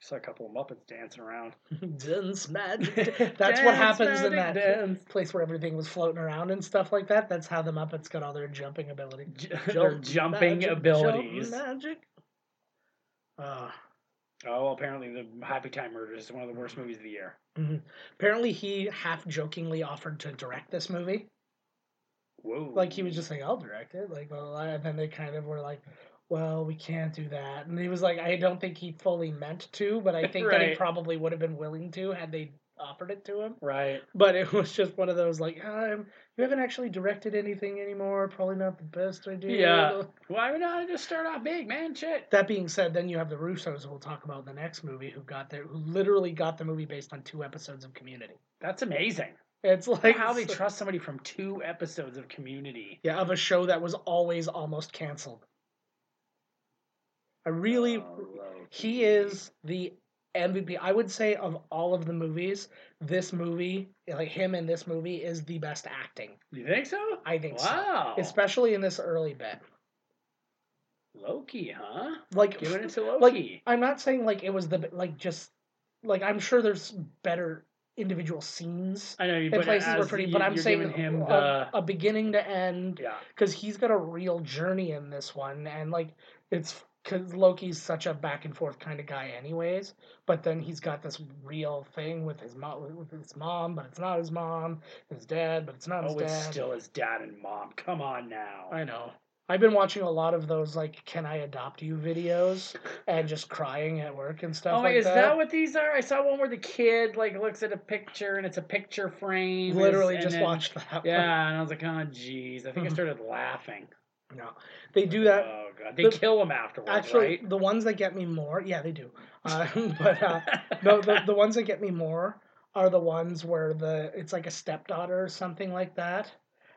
Speaker 1: Saw a couple of Muppets dancing around.
Speaker 2: Dance magic. That's what happens in that
Speaker 1: Dance, magic, dance.
Speaker 2: place where everything was floating around and stuff like that. That's how the Muppets got all their jumping ability.
Speaker 1: J- their
Speaker 2: Jump
Speaker 1: jumping
Speaker 2: magic, jump
Speaker 1: abilities.
Speaker 2: magic. Uh,
Speaker 1: Oh, apparently the Happy Time Murders is one of the worst movies of the year.
Speaker 2: mm-hmm. apparently, he half jokingly offered to direct this movie.
Speaker 1: Whoa!
Speaker 2: Like he was just like, "I'll direct it." Like, blah, blah, blah. and then they kind of were like, "Well, we can't do that." And he was like, "I don't think he fully meant to, but I think that he
Speaker 1: Right.
Speaker 2: probably would have been willing to had they offered it to him."
Speaker 1: right.
Speaker 2: But it was just one of those like, um, you haven't actually directed anything anymore. Probably not the best idea.
Speaker 1: Yeah. Why would I just start out big, man? Shit.
Speaker 2: That being said, then you have the Russos, who we'll talk about in the next movie, who got their, who literally got the movie based on two episodes of Community.
Speaker 1: That's amazing.
Speaker 2: It's like
Speaker 1: How they trust somebody from two episodes of Community.
Speaker 2: yeah, of a show that was always almost canceled. I
Speaker 1: Oh, Uh,
Speaker 2: really, he is the MVP. I would say of all of the movies, this movie, like him in this movie, is the best acting.
Speaker 1: You think so?
Speaker 2: I think
Speaker 1: Wow.
Speaker 2: so, especially in this early bit.
Speaker 1: Loki, huh?
Speaker 2: Like
Speaker 1: Giving it to
Speaker 2: like
Speaker 1: Loki.
Speaker 2: I'm not saying like it was the like just like I'm sure there's better individual scenes
Speaker 1: I know you
Speaker 2: and
Speaker 1: put it
Speaker 2: places were
Speaker 1: as
Speaker 2: pretty,
Speaker 1: you-
Speaker 2: but I'm
Speaker 1: you're
Speaker 2: saying
Speaker 1: giving him
Speaker 2: a,
Speaker 1: the
Speaker 2: a beginning to end
Speaker 1: yeah.
Speaker 2: because he's got a real journey in this one, and like it's because Loki's such a back and forth kind of guy, anyways. But then he's got this real thing with his mom, with his mom, but it's not his mom. His dad, but it's not his
Speaker 1: Oh, it's
Speaker 2: dad.
Speaker 1: still his dad and mom. Come on now.
Speaker 2: I know. I've been watching a lot of those like "Can I adopt you?" videos and just crying at work and stuff
Speaker 1: Oh,
Speaker 2: like
Speaker 1: is that. what these are? I saw one where the kid like looks at a picture and it's a picture frame. is-
Speaker 2: Literally
Speaker 1: and
Speaker 2: just
Speaker 1: then-
Speaker 2: watched that. one.
Speaker 1: Yeah, and I was like, oh jeez. I think I
Speaker 2: Mhm.
Speaker 1: started laughing.
Speaker 2: No, they do that.
Speaker 1: oh god, they
Speaker 2: the-
Speaker 1: kill him afterwards,
Speaker 2: Actually,
Speaker 1: right?
Speaker 2: the ones that get me more, yeah, they do. Uh, but uh, no, the, the ones that get me more are the ones where the it's like a stepdaughter or something like that.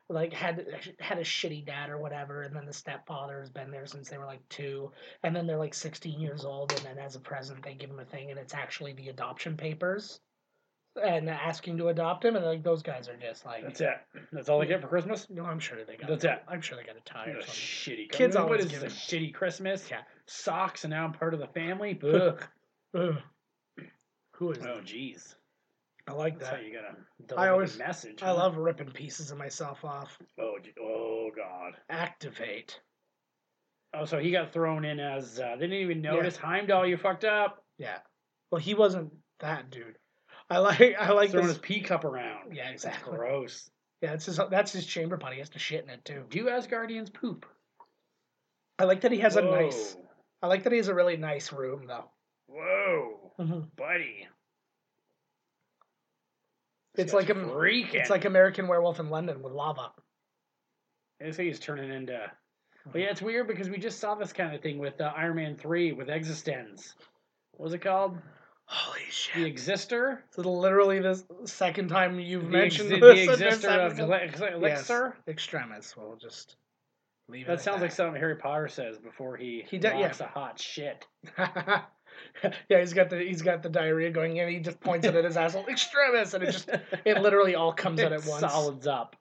Speaker 2: Like had had a shitty dad or whatever, and then the stepfather has been there since they were like two, and then they're like sixteen years old, and then as a present they give him a thing, and it's actually the adoption papers, and asking to adopt him, and like those guys are just like,
Speaker 1: That's it. That's all I get for Christmas.
Speaker 2: no, I'm sure they got,
Speaker 1: That's it.
Speaker 2: I'm sure they got a tie
Speaker 1: You
Speaker 2: or
Speaker 1: know,
Speaker 2: something.
Speaker 1: shitty.
Speaker 2: Kids
Speaker 1: what
Speaker 2: always
Speaker 1: is
Speaker 2: give
Speaker 1: this, a shitty Christmas?
Speaker 2: Yeah.
Speaker 1: Socks, and now I'm part of the family. Ugh.
Speaker 2: Ugh. Who is
Speaker 1: oh jeez.
Speaker 2: I like
Speaker 1: Oh, That's how
Speaker 2: that.
Speaker 1: you gotta deliver the
Speaker 2: always-
Speaker 1: message.
Speaker 2: I
Speaker 1: huh?
Speaker 2: love ripping pieces of myself off.
Speaker 1: Oh, j- oh God.
Speaker 2: Activate.
Speaker 1: Oh, so he got thrown in as uh, they didn't even notice Heimdall. You fucked up.
Speaker 2: Yeah. Well, he wasn't that dude. I like I like
Speaker 1: throwing
Speaker 2: this.
Speaker 1: his pee cup around.
Speaker 2: Yeah,
Speaker 1: That's
Speaker 2: exactly.
Speaker 1: gross.
Speaker 2: Yeah, it's his, that's his chamber pot. He has to shit in it too.
Speaker 1: Do Asgardians poop?
Speaker 2: I like that he has
Speaker 1: Whoa.
Speaker 2: a nice. I like that he has a really nice room though.
Speaker 1: Whoa, buddy! This
Speaker 2: It's
Speaker 1: guy's
Speaker 2: like a
Speaker 1: freaking.
Speaker 2: it's like American Werewolf in London with lava.
Speaker 1: They say he's turning into. But yeah, it's weird because we just saw this kind of thing with uh, Iron Man three with Existenz. What was it called?
Speaker 2: Holy
Speaker 1: The
Speaker 2: shit!
Speaker 1: Exister.
Speaker 2: This is literally the second time you've
Speaker 1: The,
Speaker 2: mentioned
Speaker 1: exi-
Speaker 2: this.
Speaker 1: the
Speaker 2: in this
Speaker 1: Exister of
Speaker 2: episode.
Speaker 1: Gle- Ex-
Speaker 2: Yes,
Speaker 1: Elixir.
Speaker 2: Extremis. We'll just leave it.
Speaker 1: That
Speaker 2: at
Speaker 1: sounds like something Harry Potter says before he
Speaker 2: He does- yeah.
Speaker 1: a hot shit.
Speaker 2: yeah, he's got the he's got the diarrhea going in. He just points it at his asshole. Extremis, and it just it literally all comes out at
Speaker 1: It
Speaker 2: once.
Speaker 1: Solids up.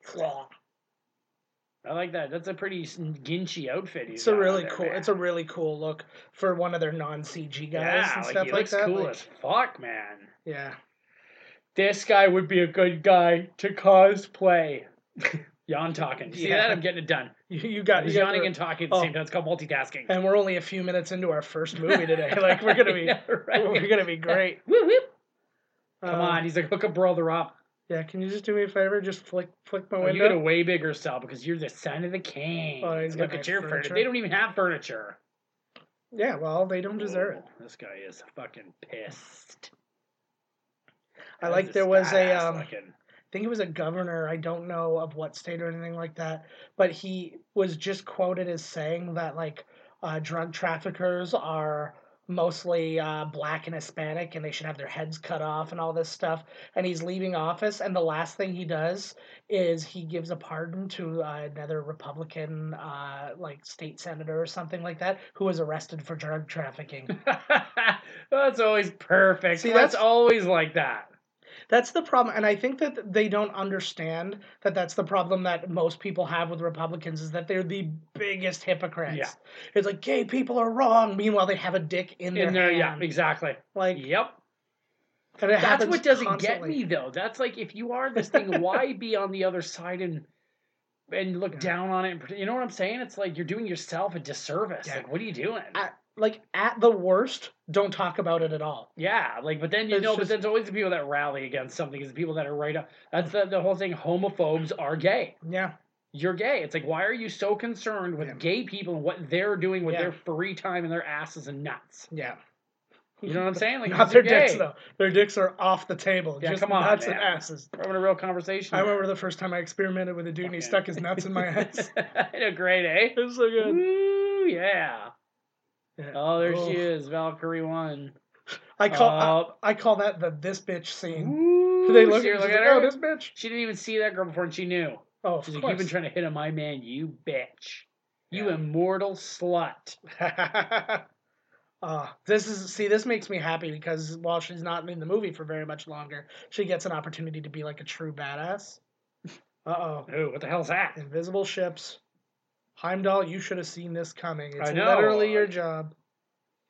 Speaker 1: I like that. That's a pretty s- ginchy outfit. he's
Speaker 2: It's a
Speaker 1: got on
Speaker 2: really
Speaker 1: there,
Speaker 2: cool.
Speaker 1: man.
Speaker 2: It's a really cool look for one of their non CG guys
Speaker 1: yeah,
Speaker 2: and
Speaker 1: like,
Speaker 2: stuff
Speaker 1: he
Speaker 2: like
Speaker 1: looks
Speaker 2: that.
Speaker 1: cool
Speaker 2: like-
Speaker 1: as fuck, man.
Speaker 2: yeah,
Speaker 1: This guy would be a good guy to cosplay. Yawn talking. See
Speaker 2: Yeah.
Speaker 1: that? I'm getting it done.
Speaker 2: you, you got you got
Speaker 1: yawning
Speaker 2: the-
Speaker 1: and talking at the
Speaker 2: oh.
Speaker 1: same time. It's called multitasking.
Speaker 2: and we're only a few minutes into our first movie today. Like we're gonna be
Speaker 1: Yeah, right.
Speaker 2: we're gonna be great.
Speaker 1: Whoop, whoop. Come
Speaker 2: Um,
Speaker 1: on, he's like hook a brother up.
Speaker 2: Yeah, can you just do me a favor? Just flick flick my
Speaker 1: Oh, you
Speaker 2: window.
Speaker 1: get a way bigger cell because you're the son of the king.
Speaker 2: Oh, he's got
Speaker 1: Look at
Speaker 2: nice
Speaker 1: your furniture.
Speaker 2: furniture.
Speaker 1: They don't even have furniture. Oh,
Speaker 2: Yeah, well, they don't deserve it.
Speaker 1: This guy is fucking pissed.
Speaker 2: I
Speaker 1: That
Speaker 2: like
Speaker 1: is
Speaker 2: there was a
Speaker 1: badass
Speaker 2: um, I
Speaker 1: looking.
Speaker 2: think it was a governor. I don't know of what state or anything like that, but he was just quoted as saying that like uh, drug traffickers are mostly uh, black and Hispanic, and they should have their heads cut off and all this stuff. And he's leaving office, and the last thing he does is he gives a pardon to uh, another Republican, uh, like state senator or something like that, who was arrested for drug trafficking.
Speaker 1: that's always perfect.
Speaker 2: See,
Speaker 1: See, that's,
Speaker 2: that's-
Speaker 1: always like that.
Speaker 2: That's the problem, and I think that they don't understand that that's the problem that most people have with Republicans is that they're the biggest hypocrites.
Speaker 1: Yeah.
Speaker 2: It's like gay people are wrong. Meanwhile, they have a dick in their
Speaker 1: In there, yeah,
Speaker 2: hand.
Speaker 1: exactly.
Speaker 2: Like,
Speaker 1: Yep.
Speaker 2: and it
Speaker 1: That's
Speaker 2: happens
Speaker 1: what doesn't
Speaker 2: constantly.
Speaker 1: get me though. That's like if you are this thing, why be on the other side and and look
Speaker 2: Yeah.
Speaker 1: down on it? And, pretend- you know what I'm saying? It's like you're doing yourself a disservice.
Speaker 2: Yeah.
Speaker 1: Like, what are you doing?
Speaker 2: At, like at the worst, don't talk about it at all.
Speaker 1: Yeah, like, but then you
Speaker 2: It's
Speaker 1: know, but
Speaker 2: just-
Speaker 1: there's always the people that rally against something. Is the people that are right up. That's the, the whole thing. Homophobes are gay.
Speaker 2: Yeah,
Speaker 1: You're gay. It's like, why are you so concerned with
Speaker 2: Yeah.
Speaker 1: gay people and what they're doing with
Speaker 2: Yeah.
Speaker 1: their free time and their asses and nuts?
Speaker 2: yeah.
Speaker 1: You know what I'm saying? Like,
Speaker 2: Not
Speaker 1: they're
Speaker 2: their
Speaker 1: gay.
Speaker 2: dicks though. Their dicks are off the table.
Speaker 1: Yeah,
Speaker 2: just
Speaker 1: come on,
Speaker 2: nuts and
Speaker 1: man.
Speaker 2: asses.
Speaker 1: We're having a real conversation.
Speaker 2: I remember the first time I experimented with a dude and he
Speaker 1: Fucking-
Speaker 2: stuck his nuts in my ass.
Speaker 1: in a grade, eh?
Speaker 2: It was so good.
Speaker 1: Woo, yeah.
Speaker 2: Yeah.
Speaker 1: Oh, there she
Speaker 2: Oh.
Speaker 1: is, Valkyrie one.
Speaker 2: I call I-
Speaker 1: Oh.
Speaker 2: I, call that the this bitch scene.
Speaker 1: Woo,
Speaker 2: they look,
Speaker 1: see her
Speaker 2: at,
Speaker 1: look
Speaker 2: like,
Speaker 1: at her.
Speaker 2: oh, this bitch.
Speaker 1: She didn't even see that girl before, and she knew.
Speaker 2: Oh, of
Speaker 1: She's like,
Speaker 2: course.
Speaker 1: "You've been trying to hit on my man, you bitch, you
Speaker 2: Yeah.
Speaker 1: immortal slut."
Speaker 2: Ah, this is see. This makes me happy because while she's not in the movie for very much longer, she gets an opportunity to be like a true badass. Uh oh,
Speaker 1: Ooh, what the hell's that?
Speaker 2: invisible ships. Heimdall, you should have seen this coming. It's
Speaker 1: I know.
Speaker 2: literally your job.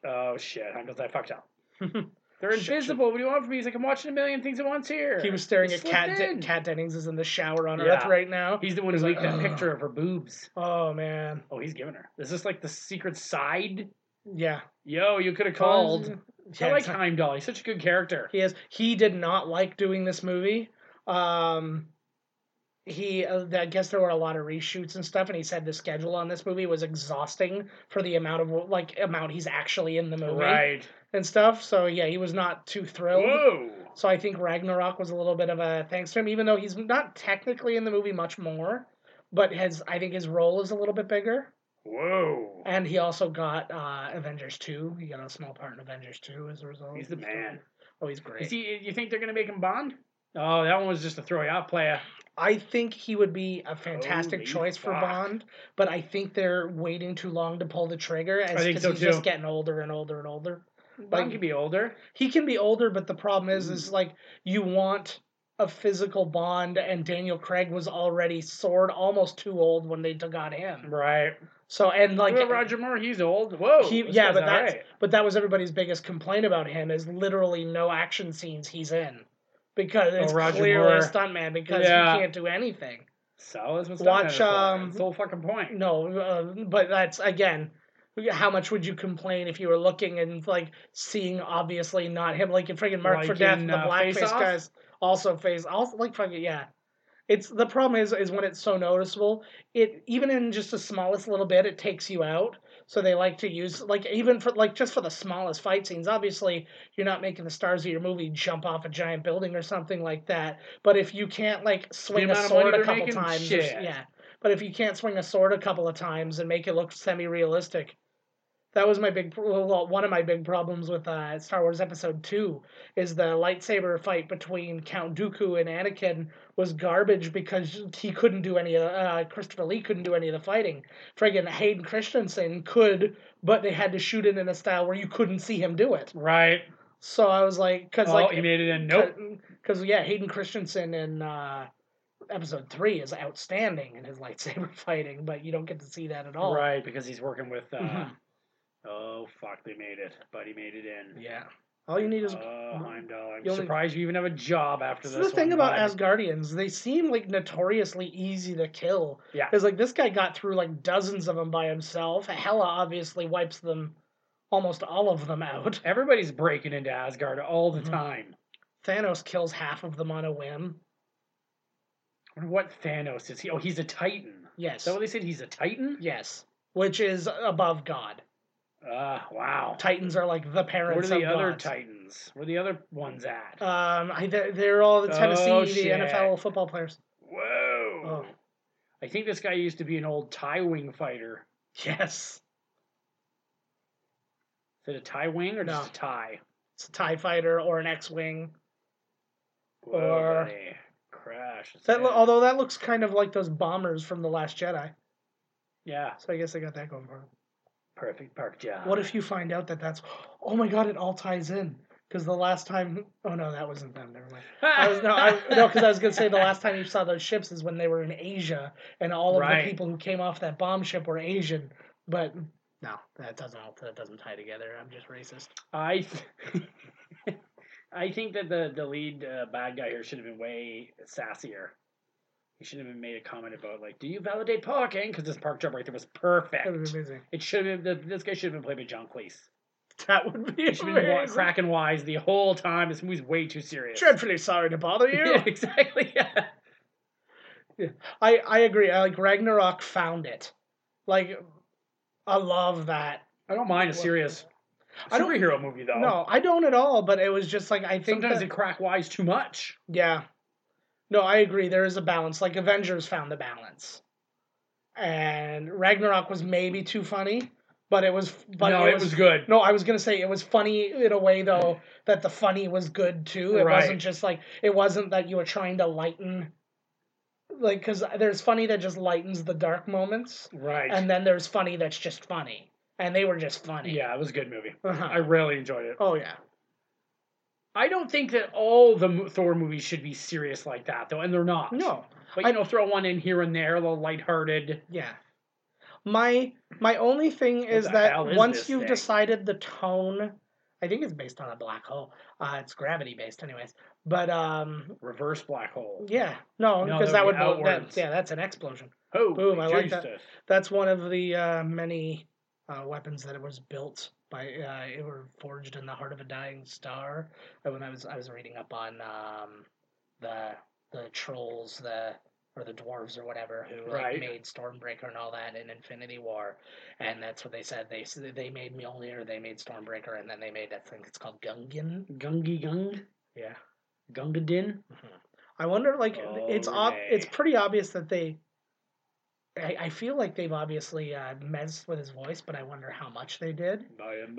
Speaker 1: Oh shit, I'm just I fucked up. They're
Speaker 2: Shit, shit.
Speaker 1: invisible. What do you want from me? He's like, I'm watching a million things at once here.
Speaker 2: He was staring
Speaker 1: He
Speaker 2: at
Speaker 1: slipped
Speaker 2: Cat. Den-
Speaker 1: in.
Speaker 2: Cat Dennings is in the shower on
Speaker 1: Yeah.
Speaker 2: Earth right now.
Speaker 1: He's the one who
Speaker 2: He's
Speaker 1: leaked
Speaker 2: like,
Speaker 1: that
Speaker 2: "Ugh."
Speaker 1: picture of her boobs.
Speaker 2: Oh man,
Speaker 1: Oh, he's giving her. Is this like the secret side?
Speaker 2: yeah.
Speaker 1: Yo, you could have called.
Speaker 2: Yeah,
Speaker 1: I like
Speaker 2: exactly.
Speaker 1: Heimdall. He's such a good character.
Speaker 2: He is. He did not like doing this movie. Um, he, uh, I guess there were a lot of reshoots and stuff, and he said the schedule on this movie was exhausting for the amount of like amount he's actually in the movie
Speaker 1: Right.
Speaker 2: and stuff. So yeah, he was not too thrilled.
Speaker 1: Whoa.
Speaker 2: So I think Ragnarok was a little bit of a thanks to him, even though he's not technically in the movie much more, but his I think his role is a little bit bigger.
Speaker 1: Whoa.
Speaker 2: And he also got uh, Avengers two. He got a small part in Avengers two as a result.
Speaker 1: He's the man.
Speaker 2: Oh, he's great.
Speaker 1: Is he? You think they're gonna make him Bond? Oh, that one was just a throw you out player.
Speaker 2: I think he would be a fantastic
Speaker 1: Holy
Speaker 2: choice for
Speaker 1: fuck.
Speaker 2: Bond, but I think they're waiting too long to pull the trigger as
Speaker 1: think
Speaker 2: 'cause
Speaker 1: so
Speaker 2: he's just
Speaker 1: too.
Speaker 2: getting older and older and older.
Speaker 1: Bond could be older.
Speaker 2: He can be older, but the problem is is like you want a physical Bond and Daniel Craig was already sort almost too old when they took on him.
Speaker 1: Right.
Speaker 2: So and like
Speaker 1: Well, Roger Moore, he's old. Whoa.
Speaker 2: he,
Speaker 1: this
Speaker 2: yeah,
Speaker 1: guy's
Speaker 2: but
Speaker 1: all
Speaker 2: that's
Speaker 1: right.
Speaker 2: but that was everybody's biggest complaint about him is literally no action scenes he's in. because it's
Speaker 1: Oh, Roger
Speaker 2: clearly
Speaker 1: Moore.
Speaker 2: a stuntman because
Speaker 1: Yeah.
Speaker 2: he can't do anything.
Speaker 1: So that's what's
Speaker 2: Watch, um,
Speaker 1: It's the whole fucking point.
Speaker 2: No, uh, but that's again, how much would you complain if you were looking and like seeing obviously not him? Like in freaking Mark
Speaker 1: Like
Speaker 2: for Death,
Speaker 1: in,
Speaker 2: the
Speaker 1: uh,
Speaker 2: blackface
Speaker 1: Face Off?
Speaker 2: guys also face also like fucking yeah. It's the problem is is when it's so noticeable. It even in just the smallest little bit, it takes you out. So they like to use like even for like just for the smallest fight scenes. Obviously, you're not making the stars of your movie jump off a giant building or something like that. But if you can't like swing a
Speaker 1: amount of money
Speaker 2: sword a
Speaker 1: they're
Speaker 2: couple
Speaker 1: making?
Speaker 2: times, or-
Speaker 1: Shit.
Speaker 2: yeah. But if you can't swing a sword a couple of times and make it look semi-realistic, that was my big well, one of my big problems with uh, Star Wars Episode Two is the lightsaber fight between Count Dooku and Anakin was garbage because he couldn't do any of the- uh, Christopher Lee couldn't do any of the fighting. Friggin' Hayden Christensen could, but they had to shoot it in a style where you couldn't see him do it.
Speaker 1: Right.
Speaker 2: So I was like, because
Speaker 1: Oh,
Speaker 2: like
Speaker 1: you made it in. Nope.
Speaker 2: because yeah, Hayden Christensen in uh, episode three is outstanding in his lightsaber fighting, but you don't get to see that at all.
Speaker 1: Right, because he's working with. Uh,
Speaker 2: Mhm.
Speaker 1: Oh fuck! They made it, but he made it in.
Speaker 2: Yeah. All you need is.
Speaker 1: Oh, Heimdall! I'm
Speaker 2: You only-
Speaker 1: surprised you even have a job after
Speaker 2: That's
Speaker 1: this.
Speaker 2: the thing
Speaker 1: one,
Speaker 2: about
Speaker 1: bud.
Speaker 2: Asgardians. They seem like notoriously easy to kill.
Speaker 1: Yeah.
Speaker 2: Because like this guy got through like dozens of them by himself. Hela obviously wipes them, almost all of them out.
Speaker 1: Everybody's breaking into Asgard all the
Speaker 2: Mhm.
Speaker 1: time.
Speaker 2: Thanos kills half of them on a whim.
Speaker 1: I wonder What Thanos is he? Oh, he's a Titan.
Speaker 2: Yes.
Speaker 1: Is that what they said? He's a Titan.
Speaker 2: yes. Which is above God.
Speaker 1: Ah, wow.
Speaker 2: Titans are like
Speaker 1: Where
Speaker 2: the
Speaker 1: are
Speaker 2: parents.
Speaker 1: the
Speaker 2: of
Speaker 1: other
Speaker 2: gods.
Speaker 1: Titans? Where are the other ones at?
Speaker 2: Um, I, they're, they're all the
Speaker 1: Oh,
Speaker 2: Tennessee, the
Speaker 1: shit.
Speaker 2: NFL football players.
Speaker 1: Whoa!
Speaker 2: Oh.
Speaker 1: I think this guy used to be an old tie wing fighter.
Speaker 2: Yes,
Speaker 1: Is it a tie wing or just
Speaker 2: No.
Speaker 1: a tie?
Speaker 2: it's a Tie Fighter or an X-wing.
Speaker 1: Whoa,
Speaker 2: Or-
Speaker 1: buddy. crash. it's
Speaker 2: That lo-
Speaker 1: dead.
Speaker 2: although that looks kind of like those bombers from the Last Jedi,
Speaker 1: yeah,
Speaker 2: so I guess they got that going for them.
Speaker 1: perfect park job.
Speaker 2: What if you find out that that's? Oh my God! It all ties in because the last time. Oh no, that wasn't them. Never mind. I was no, I, no, because I was gonna say the last time you saw those ships is when they were in Asia, and all of
Speaker 1: Right.
Speaker 2: the people who came off that bomb ship were Asian. But no, that doesn't that doesn't tie together. I'm just racist.
Speaker 1: I, th- I think that the the lead uh, bad guy here should have been way sassier. He should have been made a comment about like, "Do you validate parking?" Because this park jump right there was
Speaker 2: That would be
Speaker 1: perfect.
Speaker 2: amazing.
Speaker 1: It should have been this guy should have been played by John Cleese.
Speaker 2: That would be
Speaker 1: He should have been wa-
Speaker 2: amazing.
Speaker 1: cracking wise the whole time. This movie's way too serious.
Speaker 2: Dreadfully sorry to bother you.
Speaker 1: Yeah, exactly. Yeah.
Speaker 2: I, I agree. I, like Ragnarok found it. Like I love that.
Speaker 1: I don't mind a serious
Speaker 2: I don't-
Speaker 1: superhero movie though.
Speaker 2: No, I don't at all. But it was just like I think
Speaker 1: sometimes
Speaker 2: that-
Speaker 1: they crack wise too much.
Speaker 2: yeah. No, I agree. There is a balance. Like Avengers found the balance, and Ragnarok was maybe too funny, but it was. But
Speaker 1: no, it was, good.
Speaker 2: No, I was gonna say it was funny in a way though that the funny was good too. It
Speaker 1: Right.
Speaker 2: wasn't just like it wasn't that you were trying to lighten, like because there's funny that just lightens the dark moments,
Speaker 1: Right.
Speaker 2: and then there's funny that's just funny, and they were just funny.
Speaker 1: yeah, it was a good movie.
Speaker 2: Uh-huh.
Speaker 1: I really enjoyed it.
Speaker 2: oh yeah.
Speaker 1: I don't think that all the mo- Thor movies should be serious like that though, and they're not.
Speaker 2: No.
Speaker 1: but you know, throw one in here and there, a little lighthearted.
Speaker 2: Yeah. My my only thing is
Speaker 1: the
Speaker 2: that
Speaker 1: hell is
Speaker 2: once
Speaker 1: this
Speaker 2: you've
Speaker 1: thing?
Speaker 2: decided the tone, I think it's based on a black hole. Uh, it's gravity based, anyways. But um,
Speaker 1: Reverse black hole.
Speaker 2: yeah, no,
Speaker 1: No,
Speaker 2: because
Speaker 1: that
Speaker 2: that
Speaker 1: would
Speaker 2: would
Speaker 1: be
Speaker 2: bo- that,
Speaker 1: outwards.
Speaker 2: yeah, that's an explosion.
Speaker 1: Oh,
Speaker 2: Boom, I like that.
Speaker 1: Jesus.
Speaker 2: that's one of the uh, many uh, weapons that it was built by. Uh, it were forged in the heart of a dying star. And when I was I was reading up on um, the the trolls, the or the dwarves or whatever who like,
Speaker 1: Right.
Speaker 2: made Stormbreaker and all that in Infinity War, and that's what they said. They s- they made Mjolnir, they made Stormbreaker, and then they made that thing. It's called Gungan.
Speaker 1: Gungi Gung,
Speaker 2: Yeah.
Speaker 1: Gungadin.
Speaker 2: I wonder, like, it's ob-
Speaker 1: Okay.
Speaker 2: it's pretty obvious that they. I, I feel like they've obviously uh, messed with his voice, but I wonder how much they did.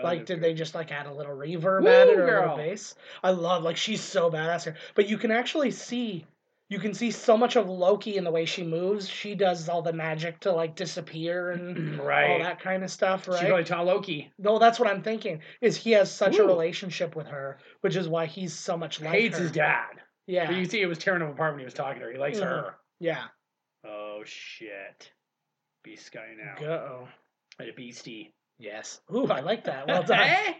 Speaker 2: Like, did they just like add a little reverb at it
Speaker 1: Woo,
Speaker 2: or a
Speaker 1: girl.
Speaker 2: little bass? I love like she's so badass here, but you can actually see you can see so much of Loki in the way she moves. She does all the magic to like disappear and all
Speaker 1: Right.
Speaker 2: that kind of stuff, right?
Speaker 1: She probably taught Loki.
Speaker 2: no, that's what I'm thinking. Is he has such a
Speaker 1: Woo.
Speaker 2: relationship with her, which is why he's so much like
Speaker 1: hates
Speaker 2: her.
Speaker 1: his dad.
Speaker 2: Yeah,
Speaker 1: But you see, it was tearing him apart when he was talking to her. He likes
Speaker 2: Mhm.
Speaker 1: her.
Speaker 2: yeah.
Speaker 1: Oh shit. Beast guy now.
Speaker 2: Mm-hmm. Go.
Speaker 1: Like a beastie.
Speaker 2: Yes. Ooh, I like that. Well done.
Speaker 1: Eh?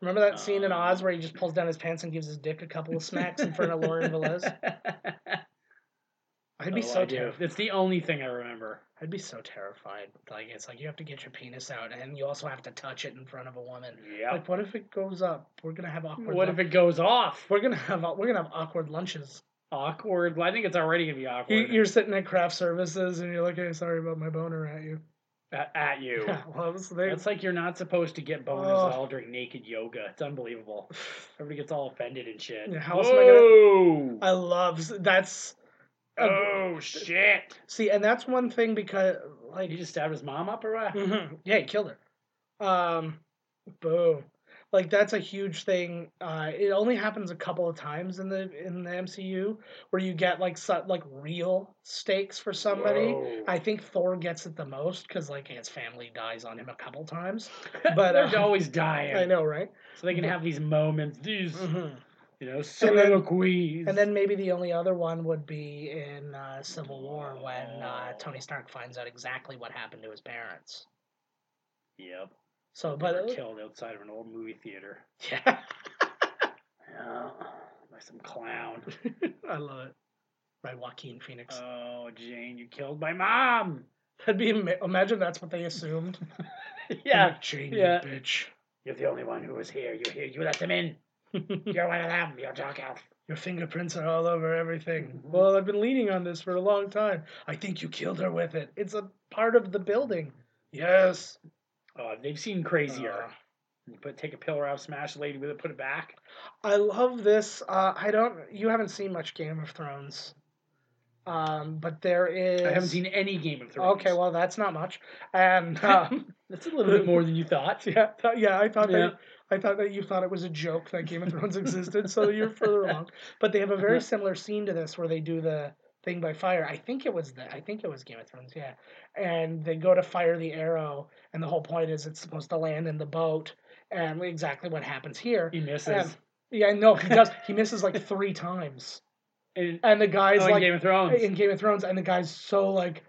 Speaker 2: Remember that scene in
Speaker 1: Um.
Speaker 2: Oz where he just pulls down his pants and gives his dick a couple of smacks in front of Lauren Velez? I'd be
Speaker 1: Oh,
Speaker 2: so
Speaker 1: I do.
Speaker 2: terrified.
Speaker 1: That's the only thing I remember.
Speaker 2: I'd be so terrified. Like it's like you have to get your penis out, and you also have to touch it in front of a woman.
Speaker 1: Yeah.
Speaker 2: Like, what if it goes up? We're gonna have awkward.
Speaker 1: What
Speaker 2: lun-
Speaker 1: if it goes off?
Speaker 2: We're gonna have we're gonna have awkward lunches.
Speaker 1: Awkward. Well, I think it's already gonna be
Speaker 2: You,
Speaker 1: awkward.
Speaker 2: you're sitting at craft services, and you're like, "Hey, sorry about my boner at you."
Speaker 1: at, at you.
Speaker 2: Yeah, well, that was the thing.
Speaker 1: It's like you're not supposed to get boners
Speaker 2: Ugh.
Speaker 1: at all during naked yoga. It's unbelievable. Everybody gets all offended and shit.
Speaker 2: Yeah, how else am I gonna-
Speaker 1: Whoa!
Speaker 2: I love s- that's.
Speaker 1: Oh shit!
Speaker 2: See, and that's one thing because like
Speaker 1: He just stabbed his mom up or what?
Speaker 2: Mhm. Yeah, he killed her. Um, boom. Like that's a huge thing. Uh, it only happens a couple of times in the in the MCU where you get like su- like real stakes for somebody.
Speaker 1: Whoa.
Speaker 2: I think Thor gets it the most because like his family dies on him a couple times. but,
Speaker 1: they're
Speaker 2: uh,
Speaker 1: always dying.
Speaker 2: I know, right?
Speaker 1: So they can have these moments, these you know
Speaker 2: then-
Speaker 1: soliloquies.
Speaker 2: And then maybe the only other one would be in uh, Civil War when uh, Tony Stark finds out exactly what happened to his parents.
Speaker 1: yep,
Speaker 2: So,
Speaker 1: but
Speaker 2: but
Speaker 1: killed outside of an old movie theater.
Speaker 2: yeah,
Speaker 1: Yeah, by some clown.
Speaker 2: I love it. By Joaquin Phoenix.
Speaker 1: oh, Jane, you killed my mom.
Speaker 2: That'd be ama- imagine that's what they assumed.
Speaker 1: Yeah,
Speaker 2: Jane,
Speaker 1: yeah.
Speaker 2: you bitch.
Speaker 1: you're the only one who was here. You're here. You let them in. You're one of them. You're dark elf.
Speaker 2: Your fingerprints are all over everything.
Speaker 1: Mhm.
Speaker 2: Well, I've been leaning on this for a long time. I think you killed her with it. It's a part of the building. Yes.
Speaker 1: Oh, they've seen crazier.
Speaker 2: Uh,
Speaker 1: You put take a pillar out, smash a lady with it, put it back.
Speaker 2: I love this. Uh, I don't. You haven't seen much Game of Thrones, um, but there is.
Speaker 1: I haven't seen any Game of Thrones.
Speaker 2: Okay, well, that's not much. And uh,
Speaker 1: that's a little bit more than you thought.
Speaker 2: yeah, th- yeah, I thought
Speaker 1: Yeah.
Speaker 2: that I thought that you thought it was a joke that Game of Thrones existed, so you're further along. But they have a very similar scene to this where they do the thing by fire. I think it was the I think it was Game of Thrones, yeah. And they go to fire the arrow, and the whole point is it's supposed to land in the boat, and exactly what happens here.
Speaker 1: He misses. Oh,
Speaker 2: Um, Yeah, no, he does. He misses like three times,
Speaker 1: and,
Speaker 2: and the guy's
Speaker 1: oh, in
Speaker 2: like
Speaker 1: Game of Thrones.
Speaker 2: in Game of Thrones, and the guy's so like,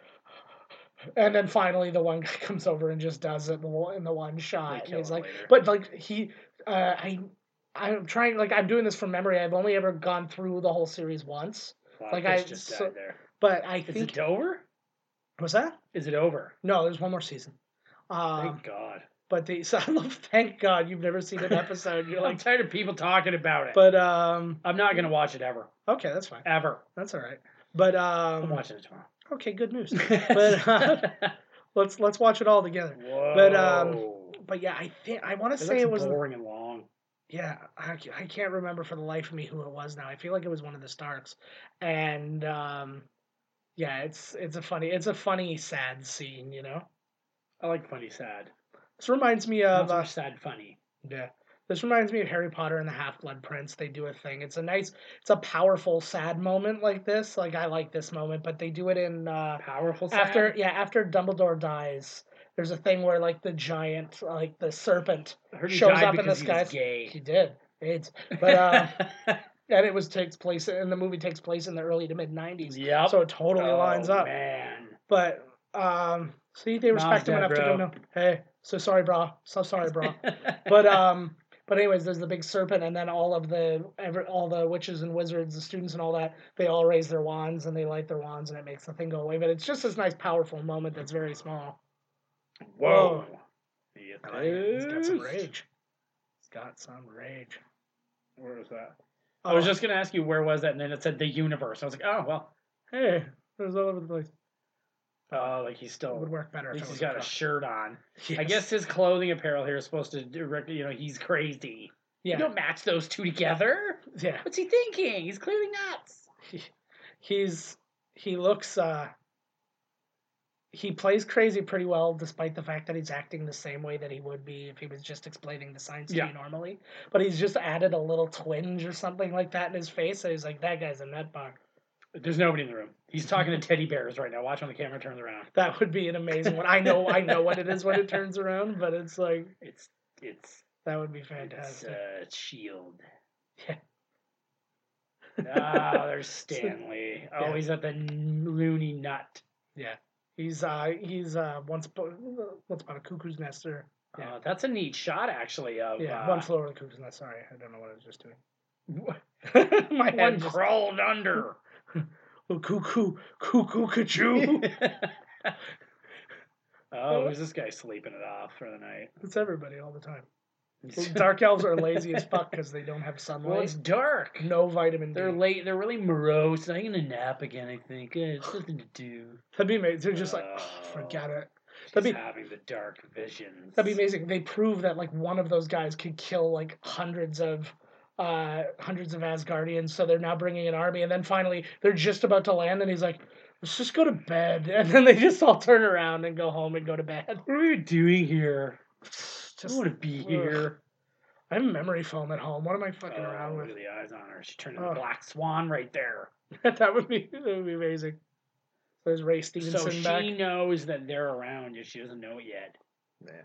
Speaker 2: and then finally the one guy comes over and just does it in the one- in the one
Speaker 1: They
Speaker 2: shot. And
Speaker 1: kill
Speaker 2: he's
Speaker 1: him
Speaker 2: like,
Speaker 1: later.
Speaker 2: but like he, uh, I, I'm trying like I'm doing this from memory. I've only ever gone through the whole series once,
Speaker 1: Wow,
Speaker 2: like,
Speaker 1: Chris
Speaker 2: I-
Speaker 1: just
Speaker 2: so-
Speaker 1: died there.
Speaker 2: but I
Speaker 1: Is
Speaker 2: think
Speaker 1: it over?
Speaker 2: was that
Speaker 1: Is it over?
Speaker 2: no, there's one more season. Um,
Speaker 1: Thank God.
Speaker 2: but the so I love. Thank God you've never seen an episode. You're
Speaker 1: I'm
Speaker 2: like,
Speaker 1: tired of people talking about it.
Speaker 2: but um,
Speaker 1: I'm not gonna watch it ever,
Speaker 2: okay, that's fine.
Speaker 1: ever.
Speaker 2: That's all right. But
Speaker 1: I'm
Speaker 2: um,
Speaker 1: watching it tomorrow.
Speaker 2: okay, good news. But, uh, let's let's watch it all together.
Speaker 1: Whoa.
Speaker 2: but, um, But yeah, I think I want
Speaker 1: it
Speaker 2: to say it was.
Speaker 1: boring and long.
Speaker 2: Yeah, I, c- I can't remember for the life of me who it was now. I feel like it was one of the Starks, and um, yeah, it's it's a funny it's a funny sad scene. You know,
Speaker 1: I like funny sad.
Speaker 2: this reminds me
Speaker 1: Not
Speaker 2: of
Speaker 1: so
Speaker 2: uh,
Speaker 1: much sad funny.
Speaker 2: yeah. This reminds me of Harry Potter and the Half Blood Prince. They do a thing. It's a nice, it's a powerful, sad moment like this. Like I like this moment, but they do it in uh,
Speaker 1: Powerful sad.
Speaker 2: after yeah after Dumbledore dies. There's a thing where like the giant, like the serpent,
Speaker 1: I heard he
Speaker 2: shows
Speaker 1: died
Speaker 2: up in the
Speaker 1: because he was
Speaker 2: skies.
Speaker 1: Gay.
Speaker 2: he did. It's but um, and it was takes place and the movie takes place in the early to mid 90s
Speaker 1: yep.
Speaker 2: so it totally
Speaker 1: Oh,
Speaker 2: lines up
Speaker 1: Man.
Speaker 2: but um see they
Speaker 1: Mom's
Speaker 2: respect him
Speaker 1: dead,
Speaker 2: enough to
Speaker 1: bro.
Speaker 2: go no hey so sorry brah so sorry brah but um but anyways there's the big serpent and then all of the ever all the witches and wizards the students and all that they all raise their wands and they light their wands and it makes the thing go away but it's just this nice powerful moment that's very small
Speaker 1: Whoa.
Speaker 2: Whoa.
Speaker 1: He is
Speaker 2: he's got some
Speaker 1: pissed.
Speaker 2: rage he's got some rage
Speaker 1: Where was that? I
Speaker 2: Oh.
Speaker 1: was just gonna ask you where was that, and then it said the universe. I was like, oh well,
Speaker 2: hey it was all over the place
Speaker 1: oh, like he's
Speaker 2: it would
Speaker 1: still.
Speaker 2: work better
Speaker 1: At
Speaker 2: if
Speaker 1: least
Speaker 2: it
Speaker 1: he's
Speaker 2: was
Speaker 1: got a
Speaker 2: across.
Speaker 1: shirt on. I
Speaker 2: Yes.
Speaker 1: guess his clothing apparel here is supposed to, direct- you know, he's crazy.
Speaker 2: yeah
Speaker 1: You don't match those two together.
Speaker 2: yeah
Speaker 1: What's he thinking? He's clearly nuts.
Speaker 2: he's he looks uh he plays crazy pretty well despite the fact that he's acting the same way that he would be if he was just explaining the science to
Speaker 1: Yeah.
Speaker 2: you normally but he's just added a little twinge or something like that in his face so he's like that guy's a nut bar
Speaker 1: There's nobody in the room. He's talking to teddy bears right now. Watch when the camera turns around.
Speaker 2: that would be an amazing one i know i know what it is when it turns around but it's like
Speaker 1: It's it's
Speaker 2: that would be
Speaker 1: it's
Speaker 2: fantastic
Speaker 1: uh, shield.
Speaker 2: Yeah.
Speaker 1: Ah, there's Stanley. Oh,
Speaker 2: Yeah.
Speaker 1: he's at the n- loony nut.
Speaker 2: yeah he's uh he's uh once upon, once upon a cuckoo's nester
Speaker 1: Yeah, Oh, that's a neat shot, actually. Of,
Speaker 2: Yeah,
Speaker 1: uh,
Speaker 2: one floor of the cuckoo's nest. Sorry, I don't know what I was just
Speaker 1: one
Speaker 2: doing. My head just
Speaker 1: crawled under.
Speaker 2: oh, cuckoo, cuckoo, cuckoo.
Speaker 1: oh, is this guy sleeping it off for the night?
Speaker 2: it's everybody all the time. Dark elves are lazy as fuck because they don't have
Speaker 1: well, it's
Speaker 2: sunlight,
Speaker 1: dark.
Speaker 2: no vitamin D.
Speaker 1: They're late. They're really morose. I'm gonna nap again. I think. Eh, it's nothing to do.
Speaker 2: That'd be amazing. They're just like, "Ugh,
Speaker 1: Oh.
Speaker 2: forget it.
Speaker 1: Just
Speaker 2: That'd be
Speaker 1: having the dark visions.
Speaker 2: that'd be amazing. They prove that like one of those guys could kill like hundreds of uh hundreds of Asgardians, so they're now bringing an army, and then finally they're just about to land, and he's like, let's just go to bed, and then they just all turn around and go home and go to bed.
Speaker 1: What are you doing here? I
Speaker 2: Just
Speaker 1: don't want to be
Speaker 2: ugh.
Speaker 1: here.
Speaker 2: I have memory foam at home. What am I fucking
Speaker 1: Oh,
Speaker 2: around
Speaker 1: look
Speaker 2: with?
Speaker 1: at the eyes on her. She turned into
Speaker 2: Ugh.
Speaker 1: Black Swan right there.
Speaker 2: that would be that would be amazing. There's Ray Stevenson
Speaker 1: so she
Speaker 2: back.
Speaker 1: knows that they're around, just she doesn't know it yet.
Speaker 2: Yeah.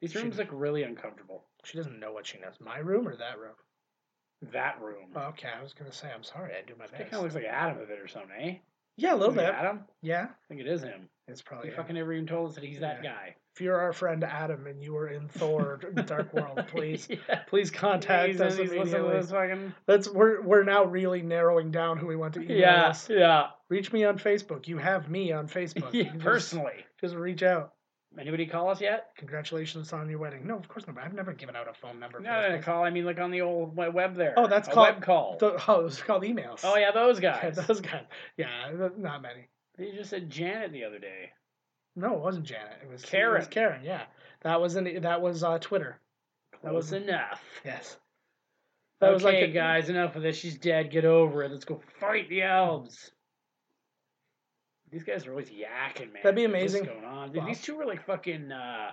Speaker 1: These
Speaker 2: She-
Speaker 1: rooms look really uncomfortable.
Speaker 2: She doesn't know what she knows. My room or that room?
Speaker 1: That room.
Speaker 2: Oh, okay, I was gonna say I'm sorry. I do my
Speaker 1: that kind of
Speaker 2: best.
Speaker 1: looks Hmm. like Adam of it or something, eh?
Speaker 2: Yeah, a little
Speaker 1: Is it
Speaker 2: bit. Oh,
Speaker 1: Adam?
Speaker 2: Yeah,
Speaker 1: I think it is him.
Speaker 2: it's
Speaker 1: He
Speaker 2: probably. him.
Speaker 1: fucking never even told us that he's that guy.
Speaker 2: If you're our friend Adam and you were in Thor Dark World, please
Speaker 1: yeah.
Speaker 2: please contact
Speaker 1: He's-
Speaker 2: us
Speaker 1: he's listening to
Speaker 2: immediately.
Speaker 1: this fucking-
Speaker 2: That's we're we're now really narrowing down who we want to email.
Speaker 1: Yeah,
Speaker 2: us.
Speaker 1: yeah,
Speaker 2: Reach me on Facebook. You have me on Facebook.
Speaker 1: yeah.
Speaker 2: You just-
Speaker 1: Personally,
Speaker 2: Just reach out.
Speaker 1: anybody call us yet?
Speaker 2: Congratulations on your wedding. No, of course not. I've never given out a phone number. For
Speaker 1: No, no,
Speaker 2: this
Speaker 1: no, call. I mean, look on the old we- web there.
Speaker 2: Oh, that's
Speaker 1: a
Speaker 2: called-
Speaker 1: web call.
Speaker 2: place. Th- oh, it's called emails.
Speaker 1: Oh yeah, those
Speaker 2: yeah,
Speaker 1: guys.
Speaker 2: those guys. Yeah, th- not many.
Speaker 1: They just said Janet the other day.
Speaker 2: No, it wasn't Janet. It was It
Speaker 1: Karen.
Speaker 2: was Karen. Yeah, that was an, that was uh, Twitter.
Speaker 1: That
Speaker 2: That
Speaker 1: was
Speaker 2: was-
Speaker 1: enough.
Speaker 2: Yes. That
Speaker 1: okay,
Speaker 2: was like a-
Speaker 1: guys, enough of this. She's dead. Get over it. Let's go fight the elves. These guys are always yakking, man.
Speaker 2: That'd be
Speaker 1: What's
Speaker 2: amazing.
Speaker 1: going on? Dude,
Speaker 2: Wow.
Speaker 1: These two are like fucking. Uh,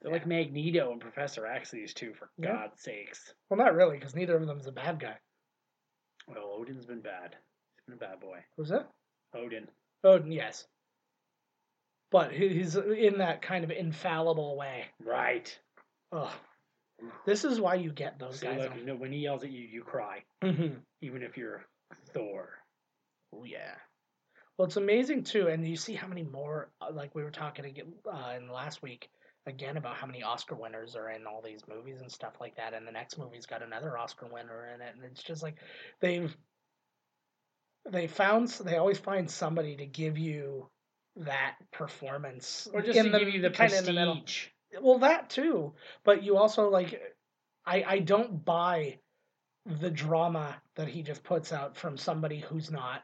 Speaker 1: they're like
Speaker 2: Yeah.
Speaker 1: Magneto and Professor X. These two, for
Speaker 2: Yeah.
Speaker 1: God's sakes.
Speaker 2: Well, not really, because neither of them's a bad guy.
Speaker 1: Well, Odin's been bad. He's been a bad boy.
Speaker 2: Who's that?
Speaker 1: Odin.
Speaker 2: Odin, Oh, yes. But he- he's in that kind of infallible way.
Speaker 1: Right.
Speaker 2: Ugh. This is why you get those
Speaker 1: See,
Speaker 2: guys.
Speaker 1: look, you know, when he yells at you, you cry,
Speaker 2: Mm-hmm.
Speaker 1: even if you're Thor.
Speaker 2: Oh yeah. Well, it's amazing too, and you see how many more. uh, Like we were talking again uh, in last week again about how many Oscar winners are in all these movies and stuff like that, and the next movie's got another Oscar winner in it, and it's just like they've they found s- they always find somebody to give you that performance
Speaker 1: Or just
Speaker 2: in
Speaker 1: to give you the
Speaker 2: kinda
Speaker 1: prestige.
Speaker 2: in the middle. Well, that too, but you also like, I I don't buy the drama that he just puts out from somebody who's not